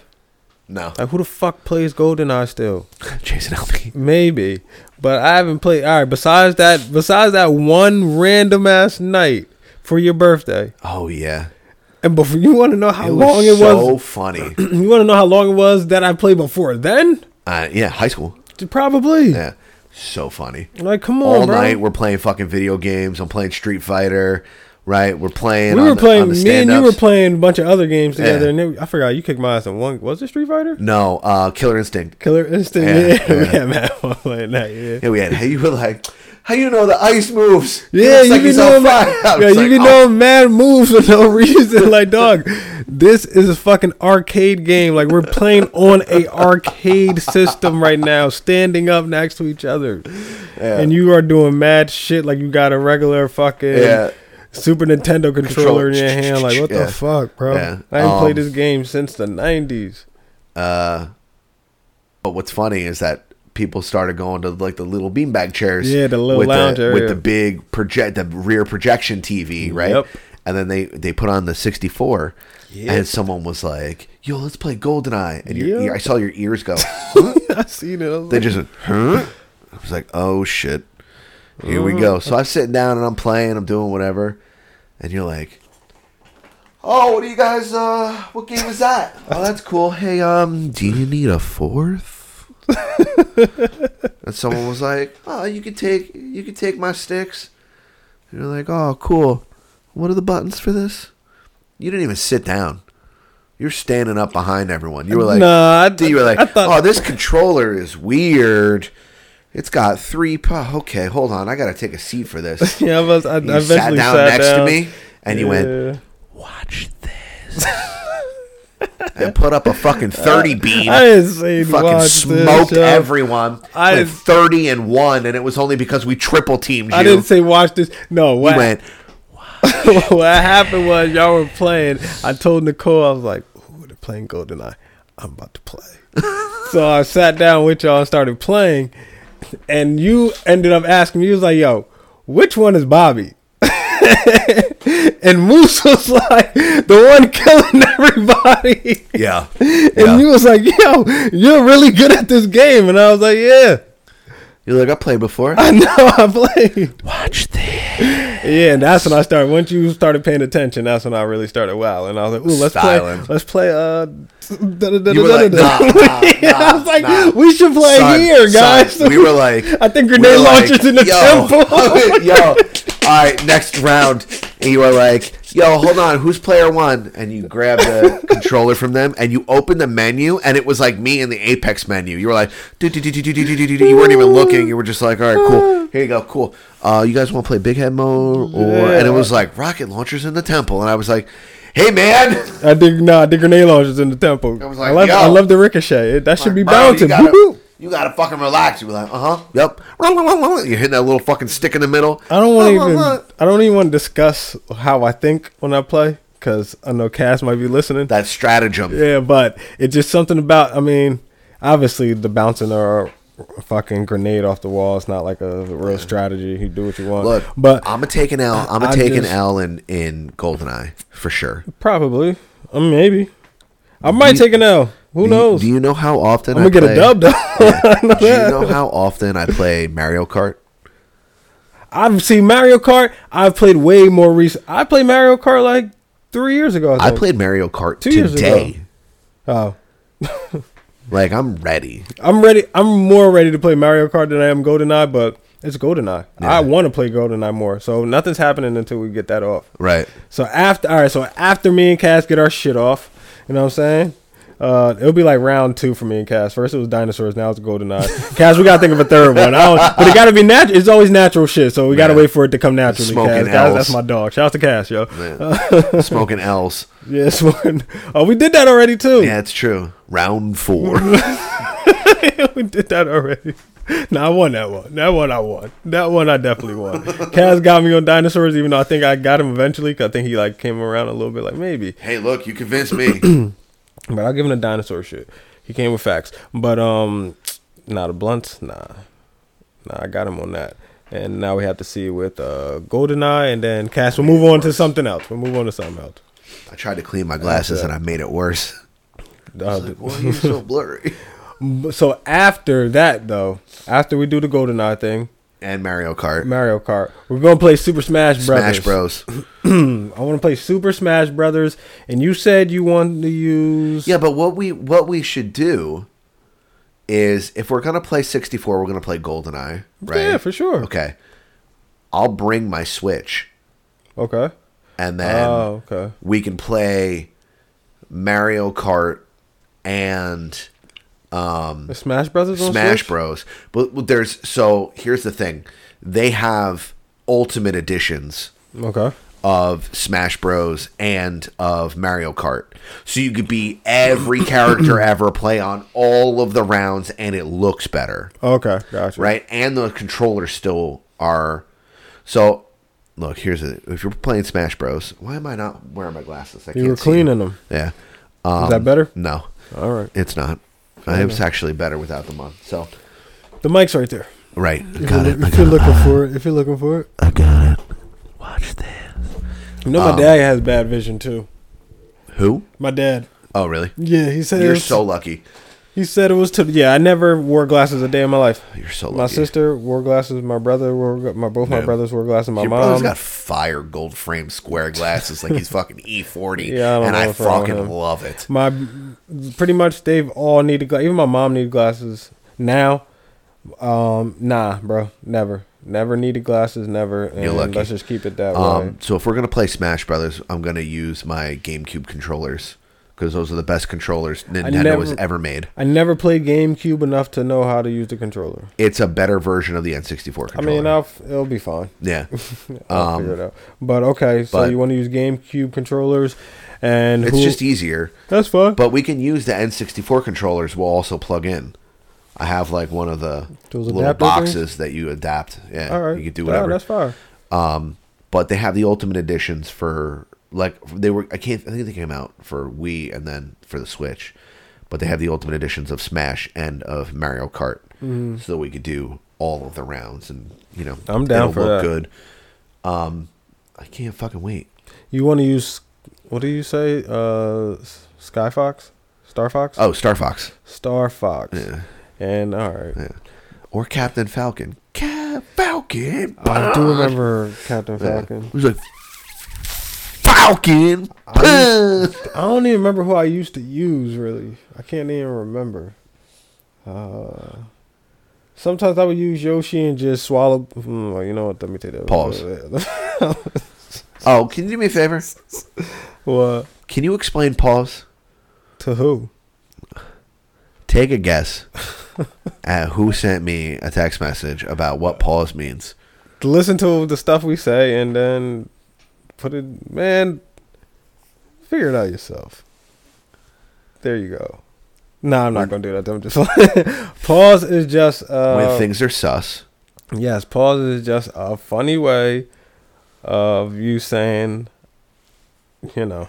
S4: No.
S7: Like, who the fuck plays GoldenEye still?
S4: Jason Elby.
S7: Maybe. But I haven't played. All right, besides that, besides that one random ass night for your birthday.
S4: Oh, yeah.
S7: And before you want to know how
S4: It was
S7: long it
S4: so
S7: was,
S4: funny. [CLEARS THROAT]
S7: you want to know how long it was that I played before then?
S4: Uh, yeah, high school.
S7: Probably.
S4: Yeah, so funny.
S7: Like, come on,
S4: All
S7: bro.
S4: night we're playing fucking video games. I'm playing Street Fighter. Right, we're playing.
S7: we
S4: on
S7: were
S4: the-
S7: playing.
S4: on the
S7: me and you were
S4: stand-ups.
S7: playing a bunch of other games
S4: Yeah.
S7: together, and then, I forgot you kicked my ass in one. Was it Street Fighter?
S4: No, uh, Killer Instinct.
S7: Killer Instinct.
S4: Yeah,
S7: Yeah, [LAUGHS]
S4: yeah.
S7: yeah. man, man, playing that. Yeah.
S4: Yeah, we had. Hey, you were like, how you know the ice moves? He
S7: Yeah,
S4: looks
S7: you
S4: like
S7: be
S4: he's on
S7: doing
S4: fire." [LAUGHS] I
S7: mad, yeah,
S4: was
S7: you
S4: like,
S7: be
S4: "Oh,
S7: doing mad moves for no [LAUGHS] reason. Like, dog, this is a fucking arcade game. Like, we're playing on a arcade system right now, standing up next to each other,
S4: Yeah.
S7: and you are doing mad shit. Like, you got a regular fucking
S4: Yeah.
S7: Super Nintendo
S4: Controller.
S7: controller in your hand. Like, what
S4: Yeah.
S7: the fuck, bro?
S4: Yeah.
S7: I ain't
S4: Um,
S7: played this game since the nineties. [LAUGHS]
S4: Uh, but what's funny is that people started going to like the little beanbag chairs.
S7: Yeah, the little
S4: with
S7: lounge
S4: the,
S7: area.
S4: with the big project, the rear projection TV, right?
S7: Mm, Yep.
S4: And then they they put on the sixty four,
S7: Yep.
S4: and someone was like, "Yo, let's play Goldeneye," and your,
S7: Yeah.
S4: ear- I saw your ears
S7: [LAUGHS]
S4: go.
S7: I seen it. I was
S4: they
S7: like,
S4: just went, huh? I was like, "Oh shit, here we go." So I'm sitting down and I'm playing, I'm doing whatever, and you're like, Oh, what do you guys? Uh, what game was that? "Oh, that's cool. Hey, um, do you need a fourth? and someone was like, "Oh, you could take you could take my sticks." And you're like, "Oh, cool. What are the buttons for this?" You didn't even sit down. You're standing up behind everyone. You were like,
S7: Nah, I-
S4: you were like,
S7: I thought-
S4: oh, this controller is weird. It's got three. Po- okay, hold on. I gotta take a seat for this.
S7: [LAUGHS] yeah, [LAUGHS] I was. I, I
S4: And you
S7: eventually
S4: sat down next to me, and you went,
S7: went.
S4: and put up a
S7: [LAUGHS]
S4: fucking 30 beam.
S7: I didn't say watch
S4: fucking
S7: this,
S4: smoked
S7: yo.
S4: everyone.
S7: I
S4: I went
S7: didn't-
S4: 30 and 1, and it was only because we triple teamed you.
S7: I didn't say watch this. No,
S4: you
S7: what
S4: went,
S7: [LAUGHS] what happened was y'all were playing. I told Nicole I was like, "Ooh, they're playing GoldenEye. I'm about
S4: [LAUGHS]
S7: to play." so I sat down with y'all and started playing, and you ended up asking me. You was like, "Yo, which one is Bobby?" [LAUGHS] and Moose was like, "The one killing everybody."
S4: yeah.
S7: [LAUGHS] And
S4: Yeah.
S7: you was like, "Yo, you're really good at this game," and I was like, "Yeah."
S4: You're like, I played
S7: [LAUGHS]
S4: before.
S7: I know I played.
S4: Watch this.
S7: Yeah, and that's when I started. Once you started paying attention, that's when I really started wow. And I was like, "Ooh, let's
S4: Styling.
S7: play. Let's play." Uh, da, da, da,
S4: You were
S7: da,
S4: like,
S7: da, da. [LAUGHS]
S4: nah, nah,
S7: Yeah, I
S4: nah,
S7: was like,
S4: nah.
S7: "We should play
S4: Son,
S7: here,
S4: son,
S7: guys."
S4: we were like,
S7: [LAUGHS] I think
S4: we
S7: grenade
S4: were like,
S7: launchers in the
S4: yo, [LAUGHS]
S7: temple. [LAUGHS]
S4: yo, all right, next round. And you were like, yo, hold on, who's player one? And you grab
S7: [LAUGHS]
S4: the controller from them and you open the menu, and it was like me in the Apex menu. You were like, do, do, do, do, do, do, do, do, do. you weren't even looking. You were just like, all right,
S7: [SIGHS]
S4: cool. Here you go, cool. Uh, you guys want to play Big Head Mode? Or, And it was like, rocket launchers in the temple. And I was like, hey, man. [LAUGHS]
S7: I did nah, the grenade launchers in the temple. I,
S4: was like,
S7: love,
S4: yo.
S7: I love the ricochet. It- that should be
S4: Bro, you
S7: bouncing.
S4: gotta-
S7: Woo-hoo.
S4: You gotta fucking relax. You're like, uh huh, yep. You're hitting that little fucking stick in the middle.
S7: I don't want to even. I don't even want to discuss how I think when I play because I know Cass might be listening.
S4: That stratagem.
S7: Yeah, but it's just something about. I mean, obviously the bouncing or a fucking grenade off the wall. It's not like a real strategy. You do what you want.
S4: Look,
S7: but
S4: I'm gonna take an L. I'm gonna
S7: I
S4: take an
S7: just-
S4: L in in Goldeneye for sure.
S7: Probably. Uh, maybe. I might
S4: You-
S7: take an L. Who
S4: do
S7: knows?
S4: You, do you know how often
S7: I'm gonna
S4: I
S7: get a
S4: play-
S7: dub, though.
S4: Yeah.
S7: [LAUGHS]
S4: do you know how often I play Mario Kart?
S7: I've seen Mario Kart. I've played way more recent. I played Mario Kart like three years ago.
S4: I
S7: think.
S4: played Mario Kart
S7: Two years
S4: today.
S7: Oh,
S4: [LAUGHS] Like I'm ready.
S7: I'm ready. I'm more ready to play Mario Kart than I am GoldenEye, but it's GoldenEye. I want to play GoldenEye more. So nothing's happening until we get that off.
S4: Right.
S7: So after, all right. So after me and Cass get our shit off, you know what I'm saying? Uh, it'll be like round two for me and Cass. First it was dinosaurs, now
S4: [LAUGHS]
S7: it's GoldenEye. Cass, we gotta think of a third one. I don't, but it gotta be natural. It's always natural shit, so we gotta wait for it to come naturally.
S4: Smoking
S7: Cass, Cass,
S4: L's.
S7: that's my dog. Shout out to Cass, yo. [LAUGHS]
S4: Man. Smoking L's.
S7: Yeah, smoking. Oh, we did that already too.
S4: Yeah, it's true. Round four.
S7: [LAUGHS] we did that already. [LAUGHS] No, I won that one. That one I won. That one I
S4: [LAUGHS]
S7: definitely won. Kaz got me on dinosaurs, even though I think I got him eventually. 'cause I think he like came around a little bit, like maybe.
S4: hey, look, you convinced me.
S7: But I'll give him the dinosaur shit. He came with facts. But um, nah, the blunts, nah, nah, I got him on that. And now we have to see with uh, Goldeneye, and then Cass. We'll move on to something else. We'll move on to something else.
S4: I tried to clean my glasses and I made it worse.
S7: Uh,
S4: It's like, why are you so [LAUGHS] blurry?
S7: But- So after that, though, after we do the GoldenEye thing
S4: and Mario Kart,
S7: Mario Kart, we're gonna play Super Smash
S4: Smash
S7: Brothers.
S4: Bros.
S7: [LAUGHS] I want to play Super Smash Brothers, and you said you wanted to use.
S4: Yeah, but what we what we should do is if we're gonna play 64, we're gonna play GoldenEye, right?
S7: Yeah, for sure.
S4: Okay, I'll bring my Switch,
S7: Okay.
S4: and then
S7: Oh, okay.
S4: we can play Mario Kart and um,
S7: The Smash Brothers. On
S4: Smash
S7: Switch?
S4: Bros. But but there's so here's the thing: they have Ultimate editions
S7: Okay.
S4: of Smash Bros. and of Mario Kart. So you could be every
S7: [CLEARS THROAT]
S4: character ever, play on all of the rounds, and it looks better,
S7: Okay. Gotcha.
S4: right? And the controllers still are. So look, here's a, if you're playing Smash Bros. Why am I not wearing my glasses? I
S7: You were
S4: see
S7: cleaning them.
S4: Yeah. Um,
S7: that better?
S4: No.
S7: All right.
S4: It's not.
S7: Fair
S4: It's
S7: enough.
S4: actually better without them on. So.
S7: The mic's right there.
S4: Right.
S3: If,
S4: Got
S3: you're,
S4: it.
S3: loo- if you're looking for it, if you're looking for it, I got it.
S7: You know, my
S4: Um,
S7: dad has bad vision too.
S4: Who?
S7: My dad.
S4: Oh, really?
S7: Yeah, he said it
S4: You're
S7: was-
S4: so lucky.
S7: He said it was to. Yeah, I never wore glasses a day in my life.
S4: You're so
S7: My
S4: lucky.
S7: sister wore glasses. My brother wore gla- my both my
S4: Yeah.
S7: brothers wore glasses. My
S4: Your brother's
S7: mom.
S4: got fire gold frame square glasses like he's
S7: [LAUGHS]
S4: fucking E40.
S7: Yeah, I don't
S4: and
S7: know
S4: I
S7: what's wrong with
S4: fucking
S7: him.
S4: love it.
S7: my pretty much they've all needed glasses. Even my mom needed glasses now. Um, nah, bro, never, never needed glasses, never. And
S4: You're lucky.
S7: Let's just keep it that way.
S4: Um, so if we're gonna play Smash Brothers, I'm gonna use my GameCube controllers because those are the best controllers
S7: I
S4: Nintendo
S7: never-
S4: has ever made.
S7: I never played GameCube enough to know how to use the controller.
S4: It's a better version of the N64
S7: I
S4: controller.
S7: mean, I'll, f- it'll be fine. [LAUGHS]
S4: yeah,
S7: I'll
S4: Um,
S7: figure it out. But okay, so
S4: but-
S7: you want to use GameCube controllers, and
S4: it's
S7: who-
S4: just easier.
S7: That's fine.
S4: But we can use the N64 controllers. We'll also plug in. I have like one of the
S7: Those
S4: little
S7: adapter things?
S4: boxes that you adapt. Yeah,
S7: all right,
S4: you can do
S7: Yeah,
S4: whatever.
S7: that's fine.
S4: Um, but they have the ultimate editions for like they were. I can't. I think they came out for Wii and then for the Switch. But they have the ultimate editions of Smash and of Mario Kart,
S7: Mhm.
S4: so we could do all of the rounds and you know
S7: I'm down for that.
S4: good. Um, I can't fucking wait.
S7: You want to use what do you say? Uh, S- Sky Fox, Star Fox.
S4: Oh, Star Fox
S7: Star Fox.
S4: Yeah.
S7: And all right.
S4: or Captain Falcon. Cap Falcon.
S7: I do remember Captain
S4: Ah. Yeah.
S7: Falcon.
S4: It was like Falcon.
S7: I, used- I don't even remember who I used to use really. I can't even remember. Uh, sometimes I would use Yoshi and just swallow. Hmm, well, you know what? Let me take that. [LAUGHS]
S4: Pause. Oh, can you do me a favor?
S7: what?
S4: Can you explain pause?
S7: To who?
S4: Take a guess [LAUGHS] at who sent me a text message about what pause means.
S7: To listen to the stuff we say and then put it. Man, figure it out yourself. There you go. No, I'm not gonna do that. I'm just [LAUGHS] pause is just uh,
S4: when things are sus.
S7: Yes, pause is just a funny way of you saying, you know,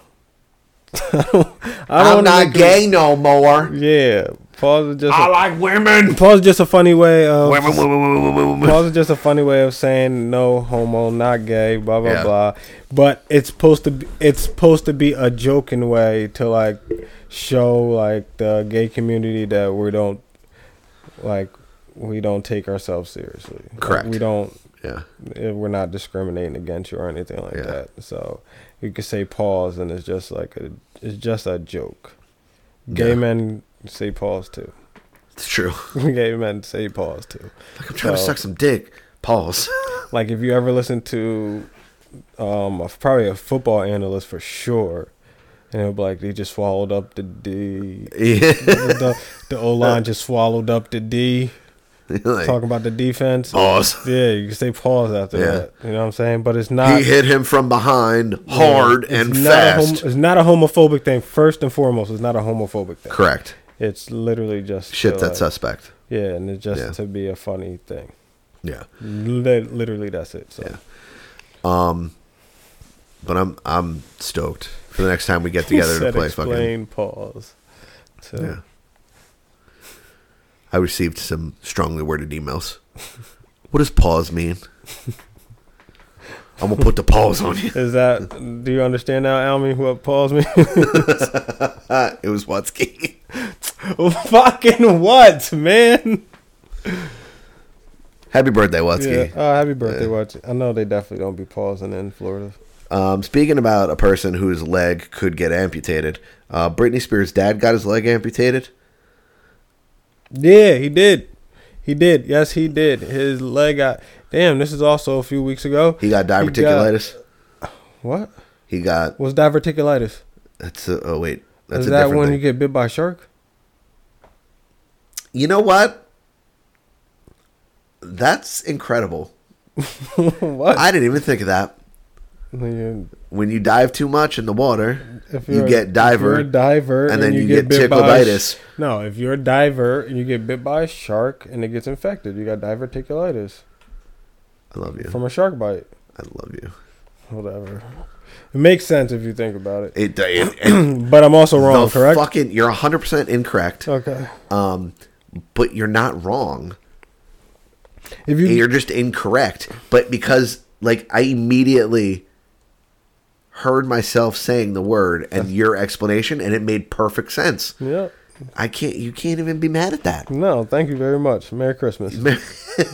S7: [LAUGHS] I
S4: I'm
S7: wanna
S4: not
S7: make it-
S4: gay no more.
S7: Yeah, Pause is just.
S4: I like women.
S7: Pause is just a funny way of.
S4: Women, women, women, women, women.
S7: [LAUGHS] Pause is just a funny way of saying no homo, not gay, blah blah
S4: Yeah.
S7: blah. But it's supposed to be, it's supposed to be a joking way to like show like the gay community that we don't like we don't take ourselves seriously. Like,
S4: Correct.
S7: we don't.
S4: Yeah.
S7: eh, We're not discriminating against you or anything like that. So you could say pause, and it's just like a it's just a joke. Gay
S4: Yeah.
S7: men say pause too. [LAUGHS]
S4: It's true.
S7: Gay men say pause too.
S4: Like I'm
S7: uh,
S4: trying to suck some dick. [LAUGHS] Pause.
S7: like if you ever listen to, um, a- probably a football analyst for sure, and it'll be like they just swallowed up the D.
S4: Yeah. [LAUGHS]
S7: the, the O line just swallowed up the D.
S4: Like,
S7: Talking about the defense.
S4: Pause.
S7: Yeah, you can say pause after
S4: Yeah.
S7: that. You know what I'm saying? But it's not.
S4: he hit him from behind
S7: Yeah,
S4: hard
S7: it's
S4: and
S7: not a hom-
S4: fast.
S7: it's not a homophobic thing. First and foremost, it's not a homophobic thing.
S4: Correct.
S7: It's literally just
S4: Shit
S7: to,
S4: that's suspect.
S7: Yeah, and it's just
S4: Yeah.
S7: to be a funny thing.
S4: Yeah.
S7: Li- literally, that's it. So.
S4: Um, but I'm I'm stoked for the next time we get together to
S7: Said
S4: play fucking.
S7: explain pause. So,
S4: Yeah. I received some strongly worded
S7: [LAUGHS]
S4: emails. What does pause mean? I'm gonna put the pause on
S7: [LAUGHS]
S4: you.
S7: Is that? Do you understand now, Almy? What pause means? [LAUGHS]
S4: it was Watsky.
S7: Fucking what, man?
S4: Happy birthday, Watsky.
S7: Yeah. Oh, happy birthday, watch. I know they definitely don't be pausing in Florida.
S4: Um, speaking about a person whose leg could get amputated, uh, Britney Spears' dad got his leg amputated.
S7: Yeah, he did. He did. Yes, he did. His leg got. Damn, this is also a few weeks ago.
S4: He got diverticulitis.
S7: what?
S4: He got.
S7: Was diverticulitis?
S4: That's a, oh wait. That's
S7: is
S4: a
S7: that
S4: different
S7: when
S4: thing.
S7: you get bit by a shark?
S4: You know what? That's incredible.
S7: [LAUGHS] what?
S4: I didn't even think of that.
S7: When
S4: When you dive too much in the water,
S7: If
S4: you
S7: you're-
S4: get
S7: if
S4: diver,
S7: you're a diver,
S4: and then you, get,
S7: bit by a
S4: tickleitis.
S7: sh- no, if you're a diver and you get bit by a shark and it gets infected, you got diverticulitis
S4: I love you.
S7: from a shark bite.
S4: I love you.
S7: Whatever. It makes sense if you think about it.
S4: It, it-
S7: [CLEARS THROAT]
S4: it-
S7: But I'm also wrong,
S4: the
S7: correct?
S4: Fucking, you're 100 percent incorrect.
S7: Okay.
S4: Um, but you're not wrong.
S7: If you
S4: you're just incorrect, but because like I immediately heard myself saying the word and your explanation, and it made perfect sense.
S7: Yeah.
S4: I can't. You can't even be mad at that.
S7: No, thank you very much. Merry Christmas.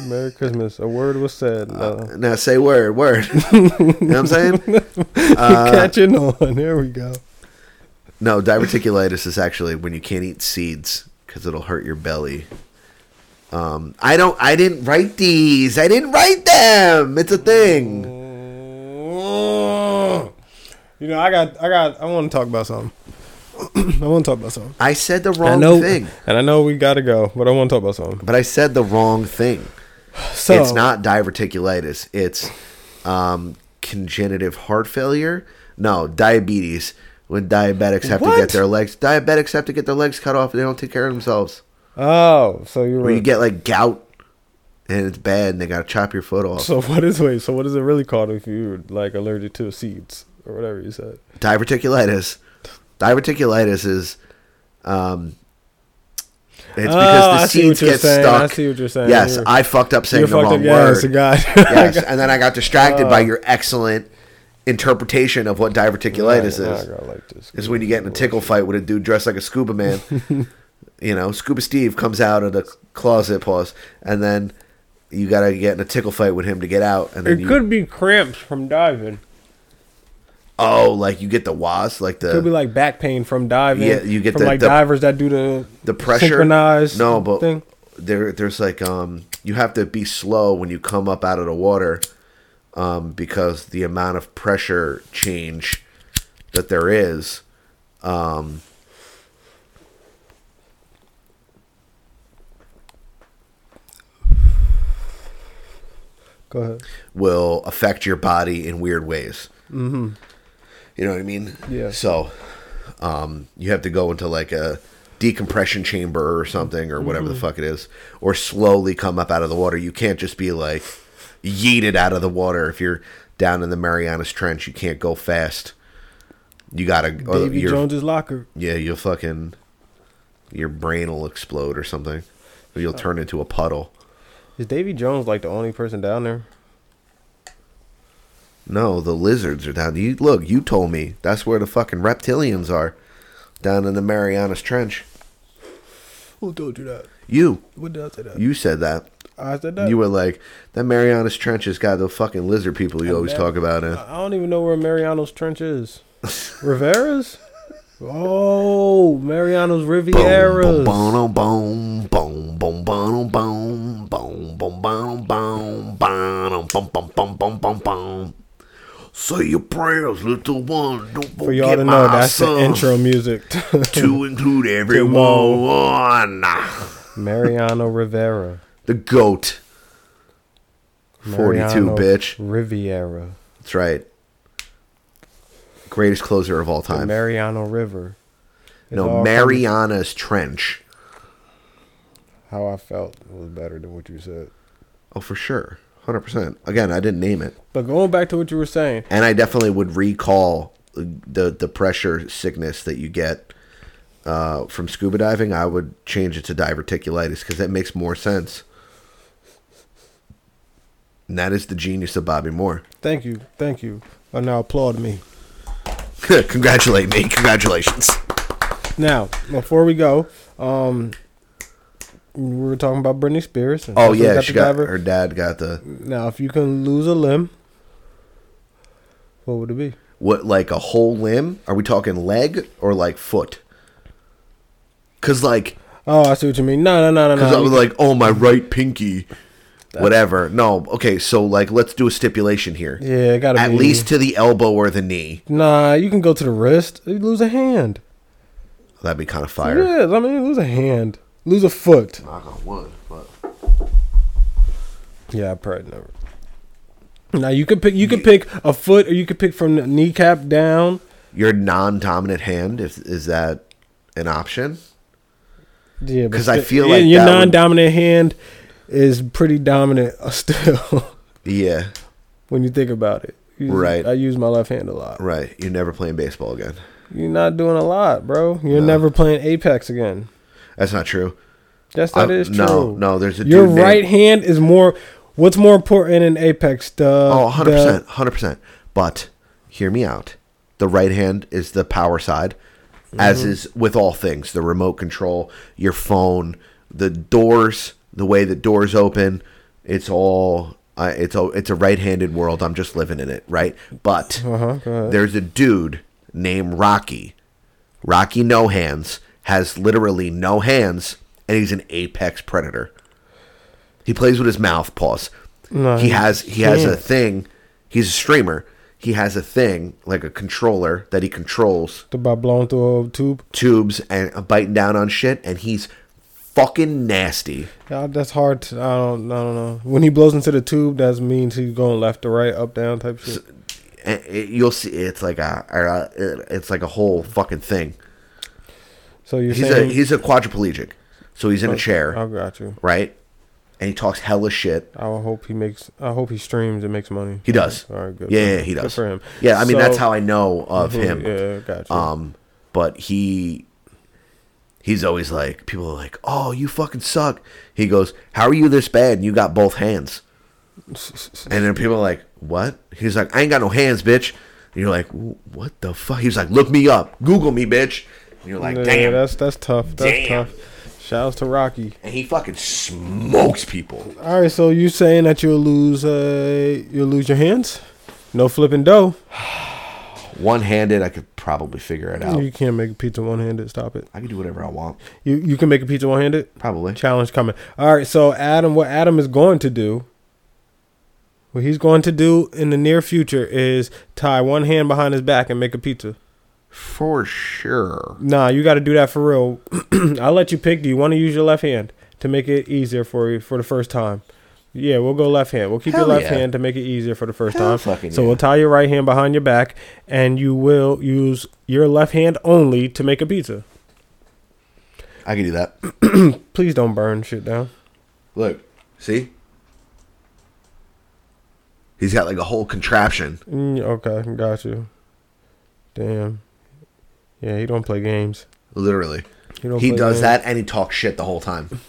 S7: [LAUGHS] Merry Christmas. A word was said. Uh,
S4: Now say word, word. [LAUGHS] you know what I'm saying?
S7: [LAUGHS]
S4: Uh,
S7: catching on. There we go.
S4: No, diverticulitis is actually when you can't eat seeds because it'll hurt your belly. Um, I don't. I didn't write these. I didn't write them. It's a thing.
S7: [CLEARS THROAT] You know, I got, I got, I want to talk about something. [CLEARS THROAT] I want to talk about something.
S4: I said the wrong
S7: I know,
S4: thing.
S7: and I know we gotta go, but I want to talk about something.
S4: But I said the wrong thing.
S7: So-
S4: it's not diverticulitis. It's um, congenitive heart failure. No, diabetes. When diabetics have to
S7: What?
S4: get their legs, diabetics have to get their legs cut off. They don't take care of themselves.
S7: Oh, so you
S4: Where
S7: were.
S4: you get like gout, and it's bad, and they gotta chop your foot off.
S7: [LAUGHS] so what is wait? So what is it really called if you're like allergic to seeds or whatever you said?
S4: diverticulitis. Diverticulitis is, um, it's because
S7: Oh,
S4: the
S7: I see
S4: seeds
S7: what you're
S4: get
S7: saying.
S4: stuck.
S7: I see what you're saying.
S4: Yes,
S7: You're-
S4: I fucked up saying
S7: you
S4: the
S7: fucked
S4: wrong
S7: up-
S4: word.
S7: yes, God. [LAUGHS]
S4: yes, and then I got distracted by
S7: Oh.
S4: your excellent interpretation of what diverticulitis
S7: Nah, nah,
S4: is.
S7: I gotta like this.
S4: Is when you get in a tickle fight with a dude dressed like a scuba man.
S7: [LAUGHS]
S4: you know, Scuba Steve comes out of the closet, pause, and then you gotta get in a tickle fight with him to get out. And then
S15: It
S4: you,
S15: could be cramps from diving.
S4: oh, like you get the was, like the
S7: Could be like back pain from diving.
S4: Yeah, you get
S7: from
S4: the-
S7: like
S4: the-
S7: divers that do the
S4: the pressure
S7: synchronized.
S4: no but
S7: thing.
S4: there there's like um you have to be slow when you come up out of the water um because the amount of pressure change that there is um
S7: Go ahead.
S4: will affect your body in weird ways
S7: Mhm.
S4: you know what i mean
S7: Yeah.
S4: so um you have to go into like a decompression chamber or something or whatever the
S7: Mhm.
S4: fuck it is or slowly come up out of the water you can't just be like yeeted out of the water if you're down in the marianas trench you can't go fast you gotta uh, or
S7: Davy
S4: you're-
S7: Jones's locker.
S4: yeah you'll fucking your brain will explode or something.
S7: Uh.
S4: You'll turn into a puddle.
S7: Is Davy Jones like the only person down there?
S4: No, the lizards are down. You look. You told me that's where the fucking reptilians are, down in the Marianas Trench.
S7: Who told you that?
S4: You.
S7: What did I say that?
S4: You said that.
S7: I said that.
S4: You were like that Marianas Trench has got the fucking lizard people you
S7: I
S4: always
S7: never-
S4: talk about. eh?" In.
S7: I I don't even know where Mariano's
S4: [LAUGHS]
S7: trench is. Rivera's? Oh, Mariano's Riviera's.
S4: Boom, boom, boom, boom, boom, boom, boom, boom, boom, boom, boom, boom, boom, boom, boom, boom, boom. Say your prayers, little one. Don't
S7: For y'all
S4: forget
S7: to know,
S4: my
S7: that's the
S4: son.
S7: intro music.
S4: to include everyone.
S7: Timon. [LAUGHS] Mariano Rivera.
S4: The goat. 42,
S7: Mariano
S4: bitch.
S7: Riviera.
S4: That's right. Greatest closer of all
S7: The
S4: time.
S7: Mariano River. It's
S4: no,
S7: all
S4: Mariana's Trench.
S7: from- How I felt was better than what you said.
S4: Oh, for sure. 100%. Again, I didn't name it.
S7: But going back to what you were saying,
S4: And I definitely would recall the the pressure sickness that you get uh, from scuba diving. I would change it to diverticulitis because that makes more sense. And that is the genius of Bobby Moore. [LAUGHS]
S7: thank you, thank you. And now applaud me.
S4: Congratulate me. Congratulations.
S7: Oh, Now, before we go, um, we were talking about Britney Spears. and
S4: Oh
S7: that's what
S4: yeah,
S7: got
S4: she
S7: the
S4: got
S7: diver-
S4: her dad got the
S7: Now, if you can lose a limb, what would it be?
S4: what like a whole limb? Are we talking leg or like foot? Cause like
S7: Oh, I see what you mean. No, no, no, no,
S4: Because
S7: no.
S4: I was like, oh, my right pinky. Whatever. No. Okay. So, like, let's do a stipulation here.
S7: Yeah, it gotta
S4: At
S7: be-
S4: least to the elbow or the knee.
S7: nah, you can go to the wrist. You lose a hand.
S4: That'd be kind of fire.
S7: Yeah, I mean, lose a hand, lose a foot.
S4: Knock on wood, but
S7: Yeah, I probably never. Now you could pick. You could pick a foot, or you could pick from the kneecap down.
S4: your non-dominant hand if, is that an option?
S7: Yeah, but
S4: 'Cause I
S7: sti-
S4: feel
S7: yeah,
S4: like
S7: your
S4: that would-
S7: non-dominant hand is pretty dominant [LAUGHS] uh, still.
S4: Yeah.
S7: when you think about it, You-
S4: Right.
S7: I use my left hand a lot.
S4: Right. You're never playing baseball again.
S7: You're not doing a lot, bro. You're never playing Apex again.
S4: That's not true.
S7: Yes, that
S4: I-
S7: is
S4: no,
S7: true.
S4: no, there's a
S7: your
S4: dude named-
S7: right hand is more. What's more important in Apex? The
S4: Oh, 100 percent,
S7: the-
S4: 100 percent. But hear me out. The right hand is the power side, as
S7: Mhm.
S4: is with all things: the remote control, your phone, the doors, the way that doors open. It's all. Uh, it's a it's a right-handed world. I'm just living in it, right? But
S7: Uh-huh, go ahead.
S4: there's a dude named Rocky. Rocky No Hands has literally no hands, and he's an apex predator. He plays with his mouth. Pause.
S7: No,
S4: he
S7: he
S4: has he has a
S7: can't.
S4: thing. He's a streamer. He has a thing like a controller that he controls
S7: by blowing through a tube.
S4: tubes and uh, biting down on shit, and he's fucking nasty.
S7: Yeah, that's hard. To, I don't. I don't know. When he blows into the tube, that means he's going left to right, up down type shit.
S4: And it- you'll see, it's like a a- it's like a whole fucking thing.
S7: So you're
S4: he's
S7: saying
S4: a he's a quadriplegic, so he's in a
S7: Oh,
S4: chair.
S7: I got you.
S4: Right, and he talks hella shit.
S7: I hope he makes. I hope he streams and makes money.
S4: He does.
S7: All right, good.
S4: Yeah,
S7: for
S4: yeah,
S7: him.
S4: he
S7: Good
S4: does.
S7: for him.
S4: Yeah, I mean that's
S7: So-
S4: how I know of
S7: Mhm,
S4: him.
S7: [LAUGHS] Yeah, gotcha.
S4: Um, but he, he's always like people are like, "Oh, you fucking suck." He goes, "How are you this bad? And you got both hands." And then people are like, "What?" He's like, "I ain't got no hands, bitch." And you're like, "Wh- "What the fuck?" He's like, "Look me up, Google me, bitch." And you're like,
S7: Yeah,
S4: "Damn."
S7: that's that's tough. That's
S4: Damn.
S7: tough. Shouts to Rocky.
S4: And he fucking smokes people.
S7: All right, so you saying that you'll lose? Uh, you'll lose your hands. No flipping dough.
S4: One handed, I could probably figure it out.
S7: You can't make a pizza one handed. Stop it.
S4: I can do whatever I want.
S7: You you can make a pizza one handed.
S4: Probably.
S7: Challenge coming. All right. So Adam, what Adam is going to do, what he's going to do in the near future is tie one hand behind his back and make a pizza.
S4: For sure.
S7: Nah, you got to do that for real. [CLEARS THROAT] I'll let you pick. Do you want to use your left hand to make it easier for you for the first time? Yeah, we'll go left hand. We'll keep
S4: Hell
S7: your left
S4: yeah.
S7: hand to make it easier for the first
S4: Hell
S7: time.
S4: fucking
S7: So
S4: yeah.
S7: we'll tie your right hand behind your back, and you will use your left hand only to make a pizza.
S4: I can do that.
S7: Please don't burn shit down.
S4: Look, see? He's got like a whole contraption.
S7: Mm, okay, got you. Damn. Yeah, he don't play games.
S4: Literally.
S7: You don't
S4: he
S7: play
S4: does
S7: games.
S4: that and he talks shit the whole time.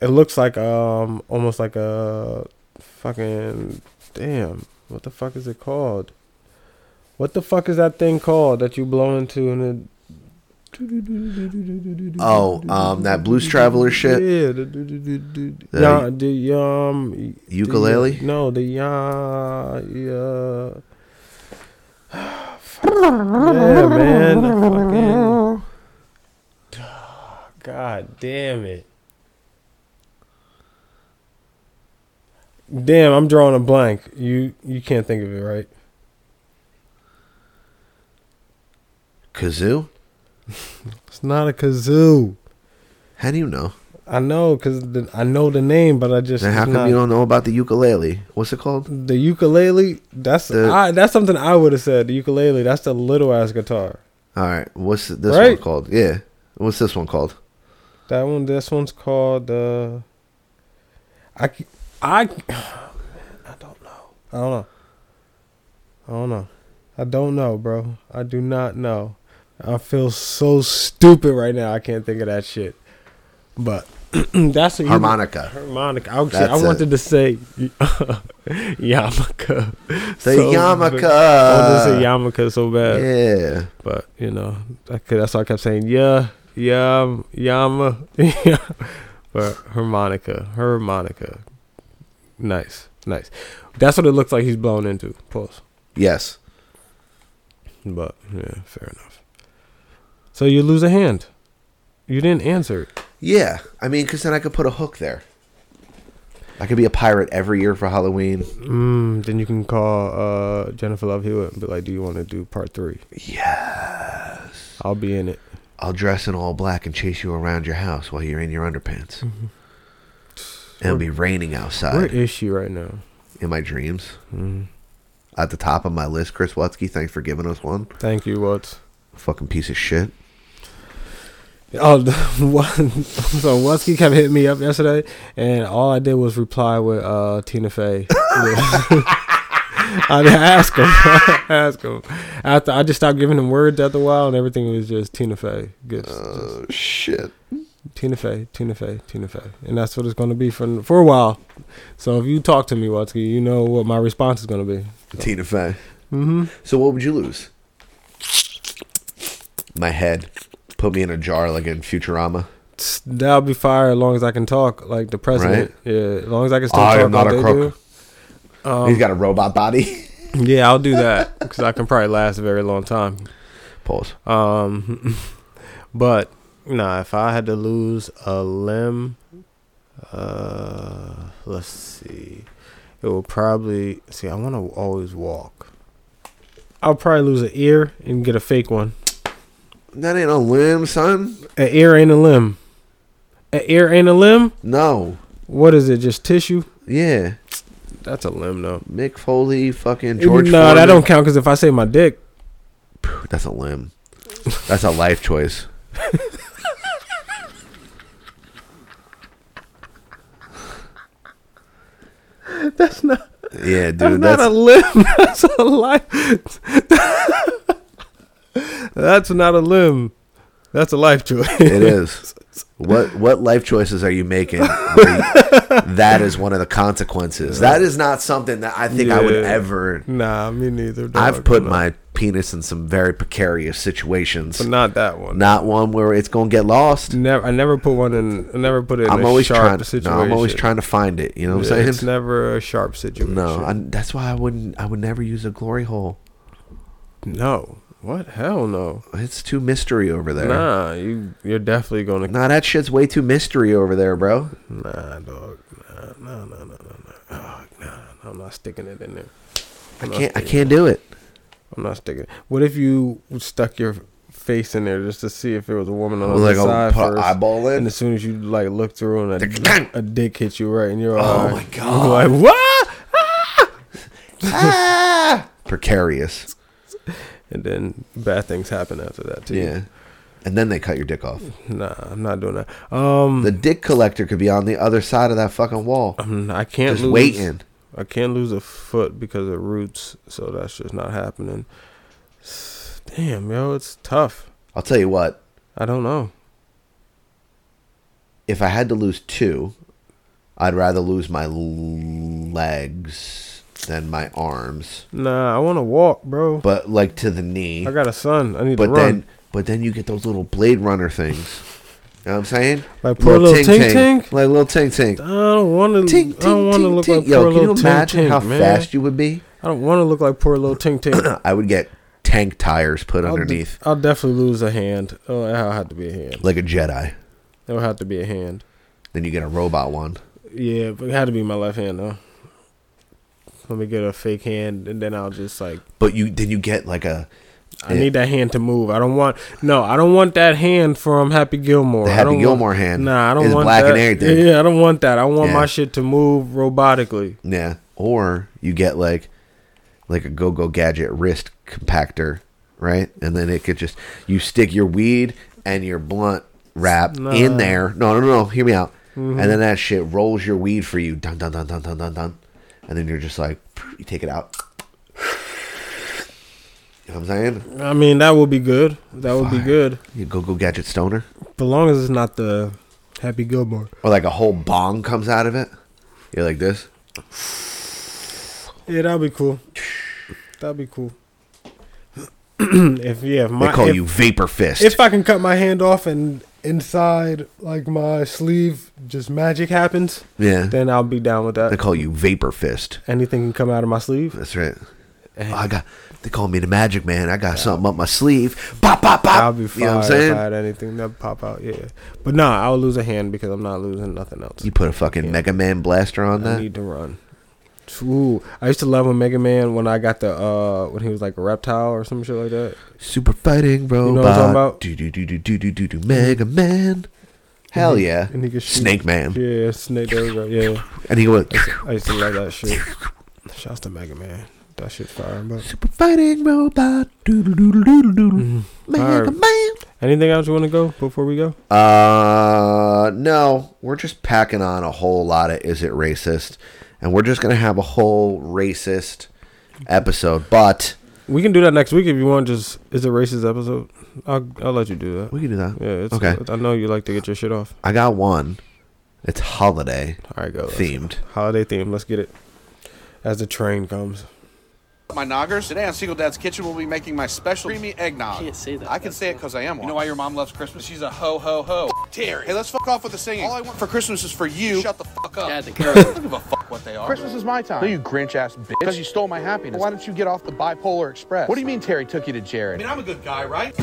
S7: It looks like um almost like a fucking damn. What the fuck is it called? What the fuck is that thing called that you blow into and it?
S4: Oh, um, that blues traveler shit.
S7: Yeah, the, the, the, the,
S4: The-
S7: yeah, the um
S4: Ukulele?
S7: The, no, the yeah, yeah. [SIGHS] Yeah, man. the fucking- [SIGHS] God damn it. Damn, I'm drawing a blank. You you can't think of it, right?
S4: Kazoo?
S7: It's not a kazoo.
S4: How do you know?
S7: I know cuz I know the name, but I just
S4: Then how
S7: it's
S4: come
S7: not-
S4: you don't know about the ukulele? What's it called?
S7: The ukulele, that's
S4: The-
S7: I, that's something I would have said. The ukulele, that's the little ass guitar.
S4: All right. What's this one
S7: Right?
S4: called? Yeah. What's this one called?
S7: That one, this one's called. Uh, I, c- I, c- [SIGHS] I don't know. I don't know. I don't know, bro. I do not know. I feel so stupid right now. I can't think of that shit. But [CLEARS THROAT] that's a
S4: Harmonica.
S7: Harmonica. I, was-
S4: That's
S7: I
S4: it.
S7: wanted to say [LAUGHS] yarmulke. The
S4: yarmulke.
S7: I wanted to say yarmulke so bad.
S4: Uh, Yeah.
S7: But you know, I could, that's why I kept saying yeah, yeah, yama, [LAUGHS] yeah. But harmonica, harmonica. Nice, nice. That's what it looks like he's blown into. Pause.
S4: Yes.
S7: But yeah, fair enough. So you lose a hand. You didn't answer. it.
S4: Yeah. I mean, because then I could put a hook there. I could be a pirate every year for Halloween.
S7: Mm, then you can call uh, Jennifer Love Hewitt and be like, "Do you want to do part three? Yes. I'll be in it.
S4: I'll dress in all black and chase you around your house while you're in your underpants.
S7: Mm-hmm.
S4: It'll be raining outside.
S7: Where is she right now?
S4: in my dreams.
S7: Mm-hmm.
S4: At the top of my list, Chris Watsky, thanks for giving us one.
S7: Thank you, Watts.
S4: Fucking piece of shit.
S7: Oh, [LAUGHS] the one- so Wutsky kept hitting me up yesterday, and all I did was reply with uh,
S4: [LAUGHS]
S7: Tina Fey. [LAUGHS] I didn't ask him. [LAUGHS] I ask him. After I just stopped giving him words after a while, and everything was just Tina Fey. Just,
S4: Uh.
S7: oh
S4: shit!
S7: Tina Fey, Tina Fey, Tina Fey, and that's what it's going to be for for a while. So if you talk to me, Wutsky, you know what my response is going to be.
S4: Tina Fey.
S7: Mm-hmm.
S4: So what would you lose? My head. Put me in a jar like in Futurama.
S7: That'll be fire as long as I can talk, like the president. Yeah, as long as I can still
S4: I
S7: talk.
S4: am not
S7: like
S4: a
S7: they
S4: crook.
S7: do. Um,
S4: He's got a robot
S7: [LAUGHS]
S4: body.
S7: Yeah, I'll do that because I can probably last a very long time.
S4: Pause.
S7: Um, [LAUGHS] but nah, if I had to lose a limb, uh, let's see, it would probably see. I want to always walk. I'll probably lose an ear and get a fake one.
S4: That ain't a limb, son.
S7: An ear ain't a limb. An ear ain't a limb.
S4: No.
S7: What is it? Just tissue?
S4: Yeah.
S7: That's a limb, though.
S4: Mick Foley, fucking George.
S7: no, that
S4: Foreman.
S7: don't count because if I say my dick,
S4: That's a limb. That's a life choice.
S7: that's not.
S4: Yeah, dude.
S7: That's not a limb. [LAUGHS] That's a life. that's not a limb. That's a life choice. [LAUGHS]
S4: It is. What what life choices are you making? where you- that is one of the consequences. That is not something that I think I would
S7: Yeah.
S4: ever.
S7: Nah, me neither.
S4: I've
S7: dog.
S4: put my penis in some very precarious situations.
S7: But not that one.
S4: Not one where it's gonna get lost.
S7: Never. I never put one in. I never put it. In
S4: I'm
S7: a
S4: always
S7: sharp
S4: trying.
S7: Situation.
S4: No, I'm always trying to find it. You know what
S7: Yeah,
S4: I'm
S7: It's
S4: saying?
S7: never a sharp situation.
S4: No, I, that's why I wouldn't. I would never use a glory hole.
S7: No. What? Hell no.
S4: It's too mystery over there.
S7: Nah, you you're definitely gonna.
S4: Nah, that shit's way too mystery over there, bro.
S7: Nah, dog. Nah, nah, nah, nah, nah, nah. Oh, nah. I'm not sticking it in there.
S4: I
S7: I'm not
S4: can't. I
S7: sticking
S4: can't do it.
S7: I'm not sticking. What if you stuck your face in there just to see if it was a woman on the
S4: Like
S7: other
S4: a
S7: side
S4: pu-
S7: first,
S4: eyeball in?
S7: And as soon as you like look through and a, a dick hit you right, and you're all
S4: Oh, my
S7: like,
S4: God.
S7: you're like what?
S4: Precarious.
S7: And then bad things happen after that too.
S4: Yeah. And then they cut your dick off.
S7: Nah, I'm not doing that. Um,
S4: The dick collector could be on the other side of that fucking wall.
S7: I'm- I can't
S4: Just
S7: lose.
S4: waiting.
S7: I can't lose a foot because of roots, so that's just not happening. Damn, yo, it's tough.
S4: I'll tell you what.
S7: I don't know.
S4: if I had to lose two, I'd rather lose my legs than my arms.
S7: Nah, I want to walk, bro.
S4: But like to the knee.
S7: I got a son. I need
S4: but
S7: to run.
S4: then but then you get those little Blade Runner things. You know what I'm saying?
S7: Like poor little Tink Tink?
S4: Like little Tink Tink.
S7: I don't want to. I don't want to look like
S4: Yo,
S7: poor
S4: can you
S7: little Tink
S4: imagine
S7: Tink,
S4: how
S7: man.
S4: fast you would be?
S7: I don't want to look like poor little
S4: [COUGHS]
S7: Tink Tink.
S4: I would get tank tires put
S7: I'll de-
S4: underneath
S7: I'll definitely lose a hand. Oh, it'll have to be a hand.
S4: like a Jedi.
S7: It'll have to be a hand.
S4: Then you get a robot one.
S7: Yeah, but it had to be my left hand though. Let me get a fake hand, and then I'll just like.
S4: But you then you get like a
S7: I need that hand to move. I don't want no. I don't want that hand from Happy Gilmore.
S4: The
S7: I
S4: Happy
S7: don't
S4: Gilmore
S7: want,
S4: hand
S7: Nah, I don't
S4: is
S7: want
S4: black
S7: that.
S4: and everything.
S7: Yeah, I don't want that. I want
S4: Yeah.
S7: my shit to move robotically.
S4: Yeah. Or you get like like a go go gadget wrist compactor, right? And then it could just you stick your weed and your blunt wrap
S7: Nah.
S4: in there. No, no, no, hear me out.
S7: Mhm.
S4: And then that shit rolls your weed for you. Dun dun dun dun dun dun dun. And then you're just like you take it out. You know what I'm saying?
S7: I mean, that would be good. That would be good,
S4: You go go gadget stoner.
S7: but long as it's not the Happy Gilmore.
S4: Or like a whole bong comes out of it. You're like this.
S7: Yeah, that'd be cool. That'd be cool. [CLEARS THROAT] if yeah, if my
S4: they call
S7: if-
S4: you vapor fist.
S7: If I can cut my hand off and inside like my sleeve just magic happens,
S4: Yeah.
S7: then I'll be down with that.
S4: they call you vapor fist.
S7: Anything can come out of my sleeve.
S4: That's right. Oh, I got. They call me the Magic Man. I got something up my sleeve. Pop, pop, pop.
S7: I'll be fine
S4: Ah, You know what I'm
S7: if I
S4: saying?
S7: had anything that pop out. Yeah, but nah, I'll lose a hand because I'm not losing nothing else.
S4: You put a fucking Mega Man blaster on
S7: I
S4: that.
S7: need to run. Ooh, I used to love when Mega Man when I got the uh when he was like a reptile or some shit like that.
S4: Super fighting robot.
S7: You know what I'm talking about?
S4: Do do do do do do do do. Mega Man. Hell
S7: And he-
S4: yeah.
S7: and he could shoot.
S4: Snake Man.
S7: Yeah, Snake. There we go. Yeah.
S4: And he went.
S7: I used [LAUGHS] to- I used to love
S4: [LAUGHS]
S7: that shit. Shouts to Mega Man. That shit fire, bro.
S4: Super fighting robot. Do do do do do
S7: Mm-hmm.
S4: do. Mega
S7: Alright.
S4: Man.
S7: Anything else you want to go before we go?
S4: Uh, no, we're just packing on a whole lot of is it racist, and we're just gonna have a whole racist episode. But
S7: We can do that next week if you want. Just is it racist episode? I'll I'll let you do that.
S4: We can do that.
S7: Yeah. It's,
S4: Okay.
S7: I know you like to get your shit off.
S4: I got one. It's holiday.
S7: All right, go. let's go.
S4: Themed.
S7: holiday theme. Let's get it. As the train comes.
S14: My noggers. Today on Single Dad's Kitchen, we'll be making my special creamy eggnog. can't say that. I can say it because I am one. You know why your mom loves Christmas? She's a ho ho ho. Terry. Hey, let's fuck off with the singing. All I want for Christmas is for you. Shut the fuck up. Dad, the girl. I don't give a fuck what they are. Christmas is my time. No, you Grinch ass bitch. Because you stole my happiness. Why don't you get off the bipolar express? What do you mean Terry took you to Jared? I mean, I'm a good guy, right?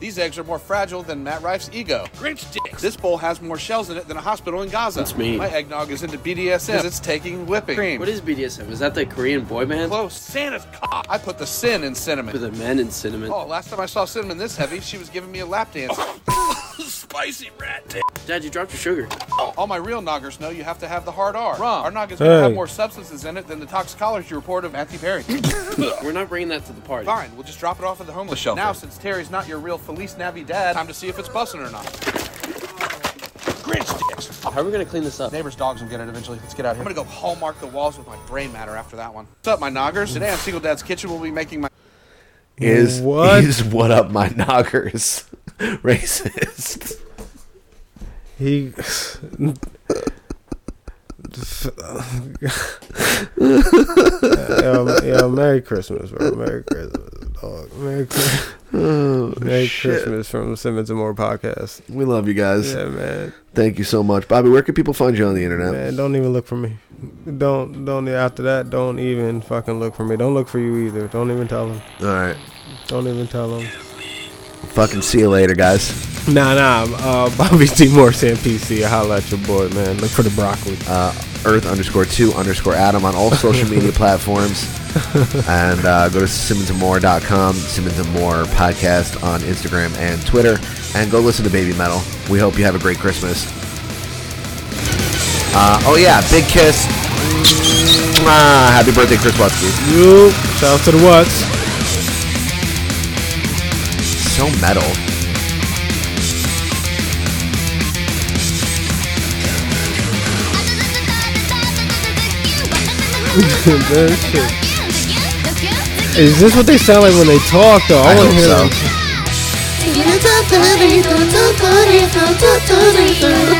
S14: These eggs are more fragile than Matt Rife's ego. Grinch dicks. This bowl has more shells in it than a hospital in Gaza.
S16: That's mean.
S14: My eggnog is into BDSM. It's taking whipping.
S16: What is BDSM? Is that the Korean boy band?
S14: Close. Santa's cock. I put the sin in cinnamon.
S16: For the men in cinnamon.
S14: Oh, last time I saw Cinnamon this heavy, she was giving me a
S16: [LAUGHS]
S14: lap dance. Spicy rat dick.
S16: Dad, you dropped your sugar.
S14: Oh, all my real noggers know you have to have the hard R. Rum. Our noggers gonna have
S16: Hey.
S14: more substances in it than the toxicology report of
S16: [LAUGHS]
S14: Matthew Perry.
S16: We're not bringing that to the party.
S14: Fine, we'll just drop it off at the homeless shelter. Now, since Terry's not your real Felice Navidad, time to see if it's busting or not. Grinch dicks. How are we gonna clean this up? Neighbor's dogs will get it eventually. Let's get out of here. I'm gonna go hallmark the walls with my brain matter after that one. What's up, my noggers? Today on Single Dad's Kitchen, we'll be making my.
S4: Is
S7: What?
S4: is what up my knockers? [LAUGHS] racist.
S7: He. [LAUGHS] yeah, yeah, Merry Christmas, bro. Merry Christmas, dog. Merry Christmas.
S4: Oh,
S7: Merry
S4: shit.
S7: Christmas from Simmons and More podcast.
S4: We love you guys.
S7: Yeah, man.
S4: Thank you so much, Bobby. Where can people find you on the internet?
S7: Man, don't even look for me. Don't don't after that. Don't even fucking look for me. Don't look for you either. Don't even tell him.
S4: All right.
S7: Don't even tell him.
S4: Fucking see you later, guys.
S7: Nah, nah. I'm, Uh, Bobby [LAUGHS] T. Morse and PC. Holla at your boy, man. Look for the broccoli.
S4: Uh, Earth underscore two underscore Adam on all social media platforms. And uh, go to simmonsandmore.com, Simmons and More podcast on Instagram and Twitter. And go listen to Baby Metal. We hope you have a great Christmas. Uh, oh, yeah. Big kiss. Mwah. Happy birthday, Chris Watsky.
S7: You. Shout out to the Watts.
S4: So metal.
S7: That shit. Is this what they sound like when they talk, though? I, want to hear them.
S8: Thank you. Tootsie Fruit, Tootsie Fruit.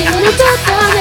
S8: Give me the Tootsie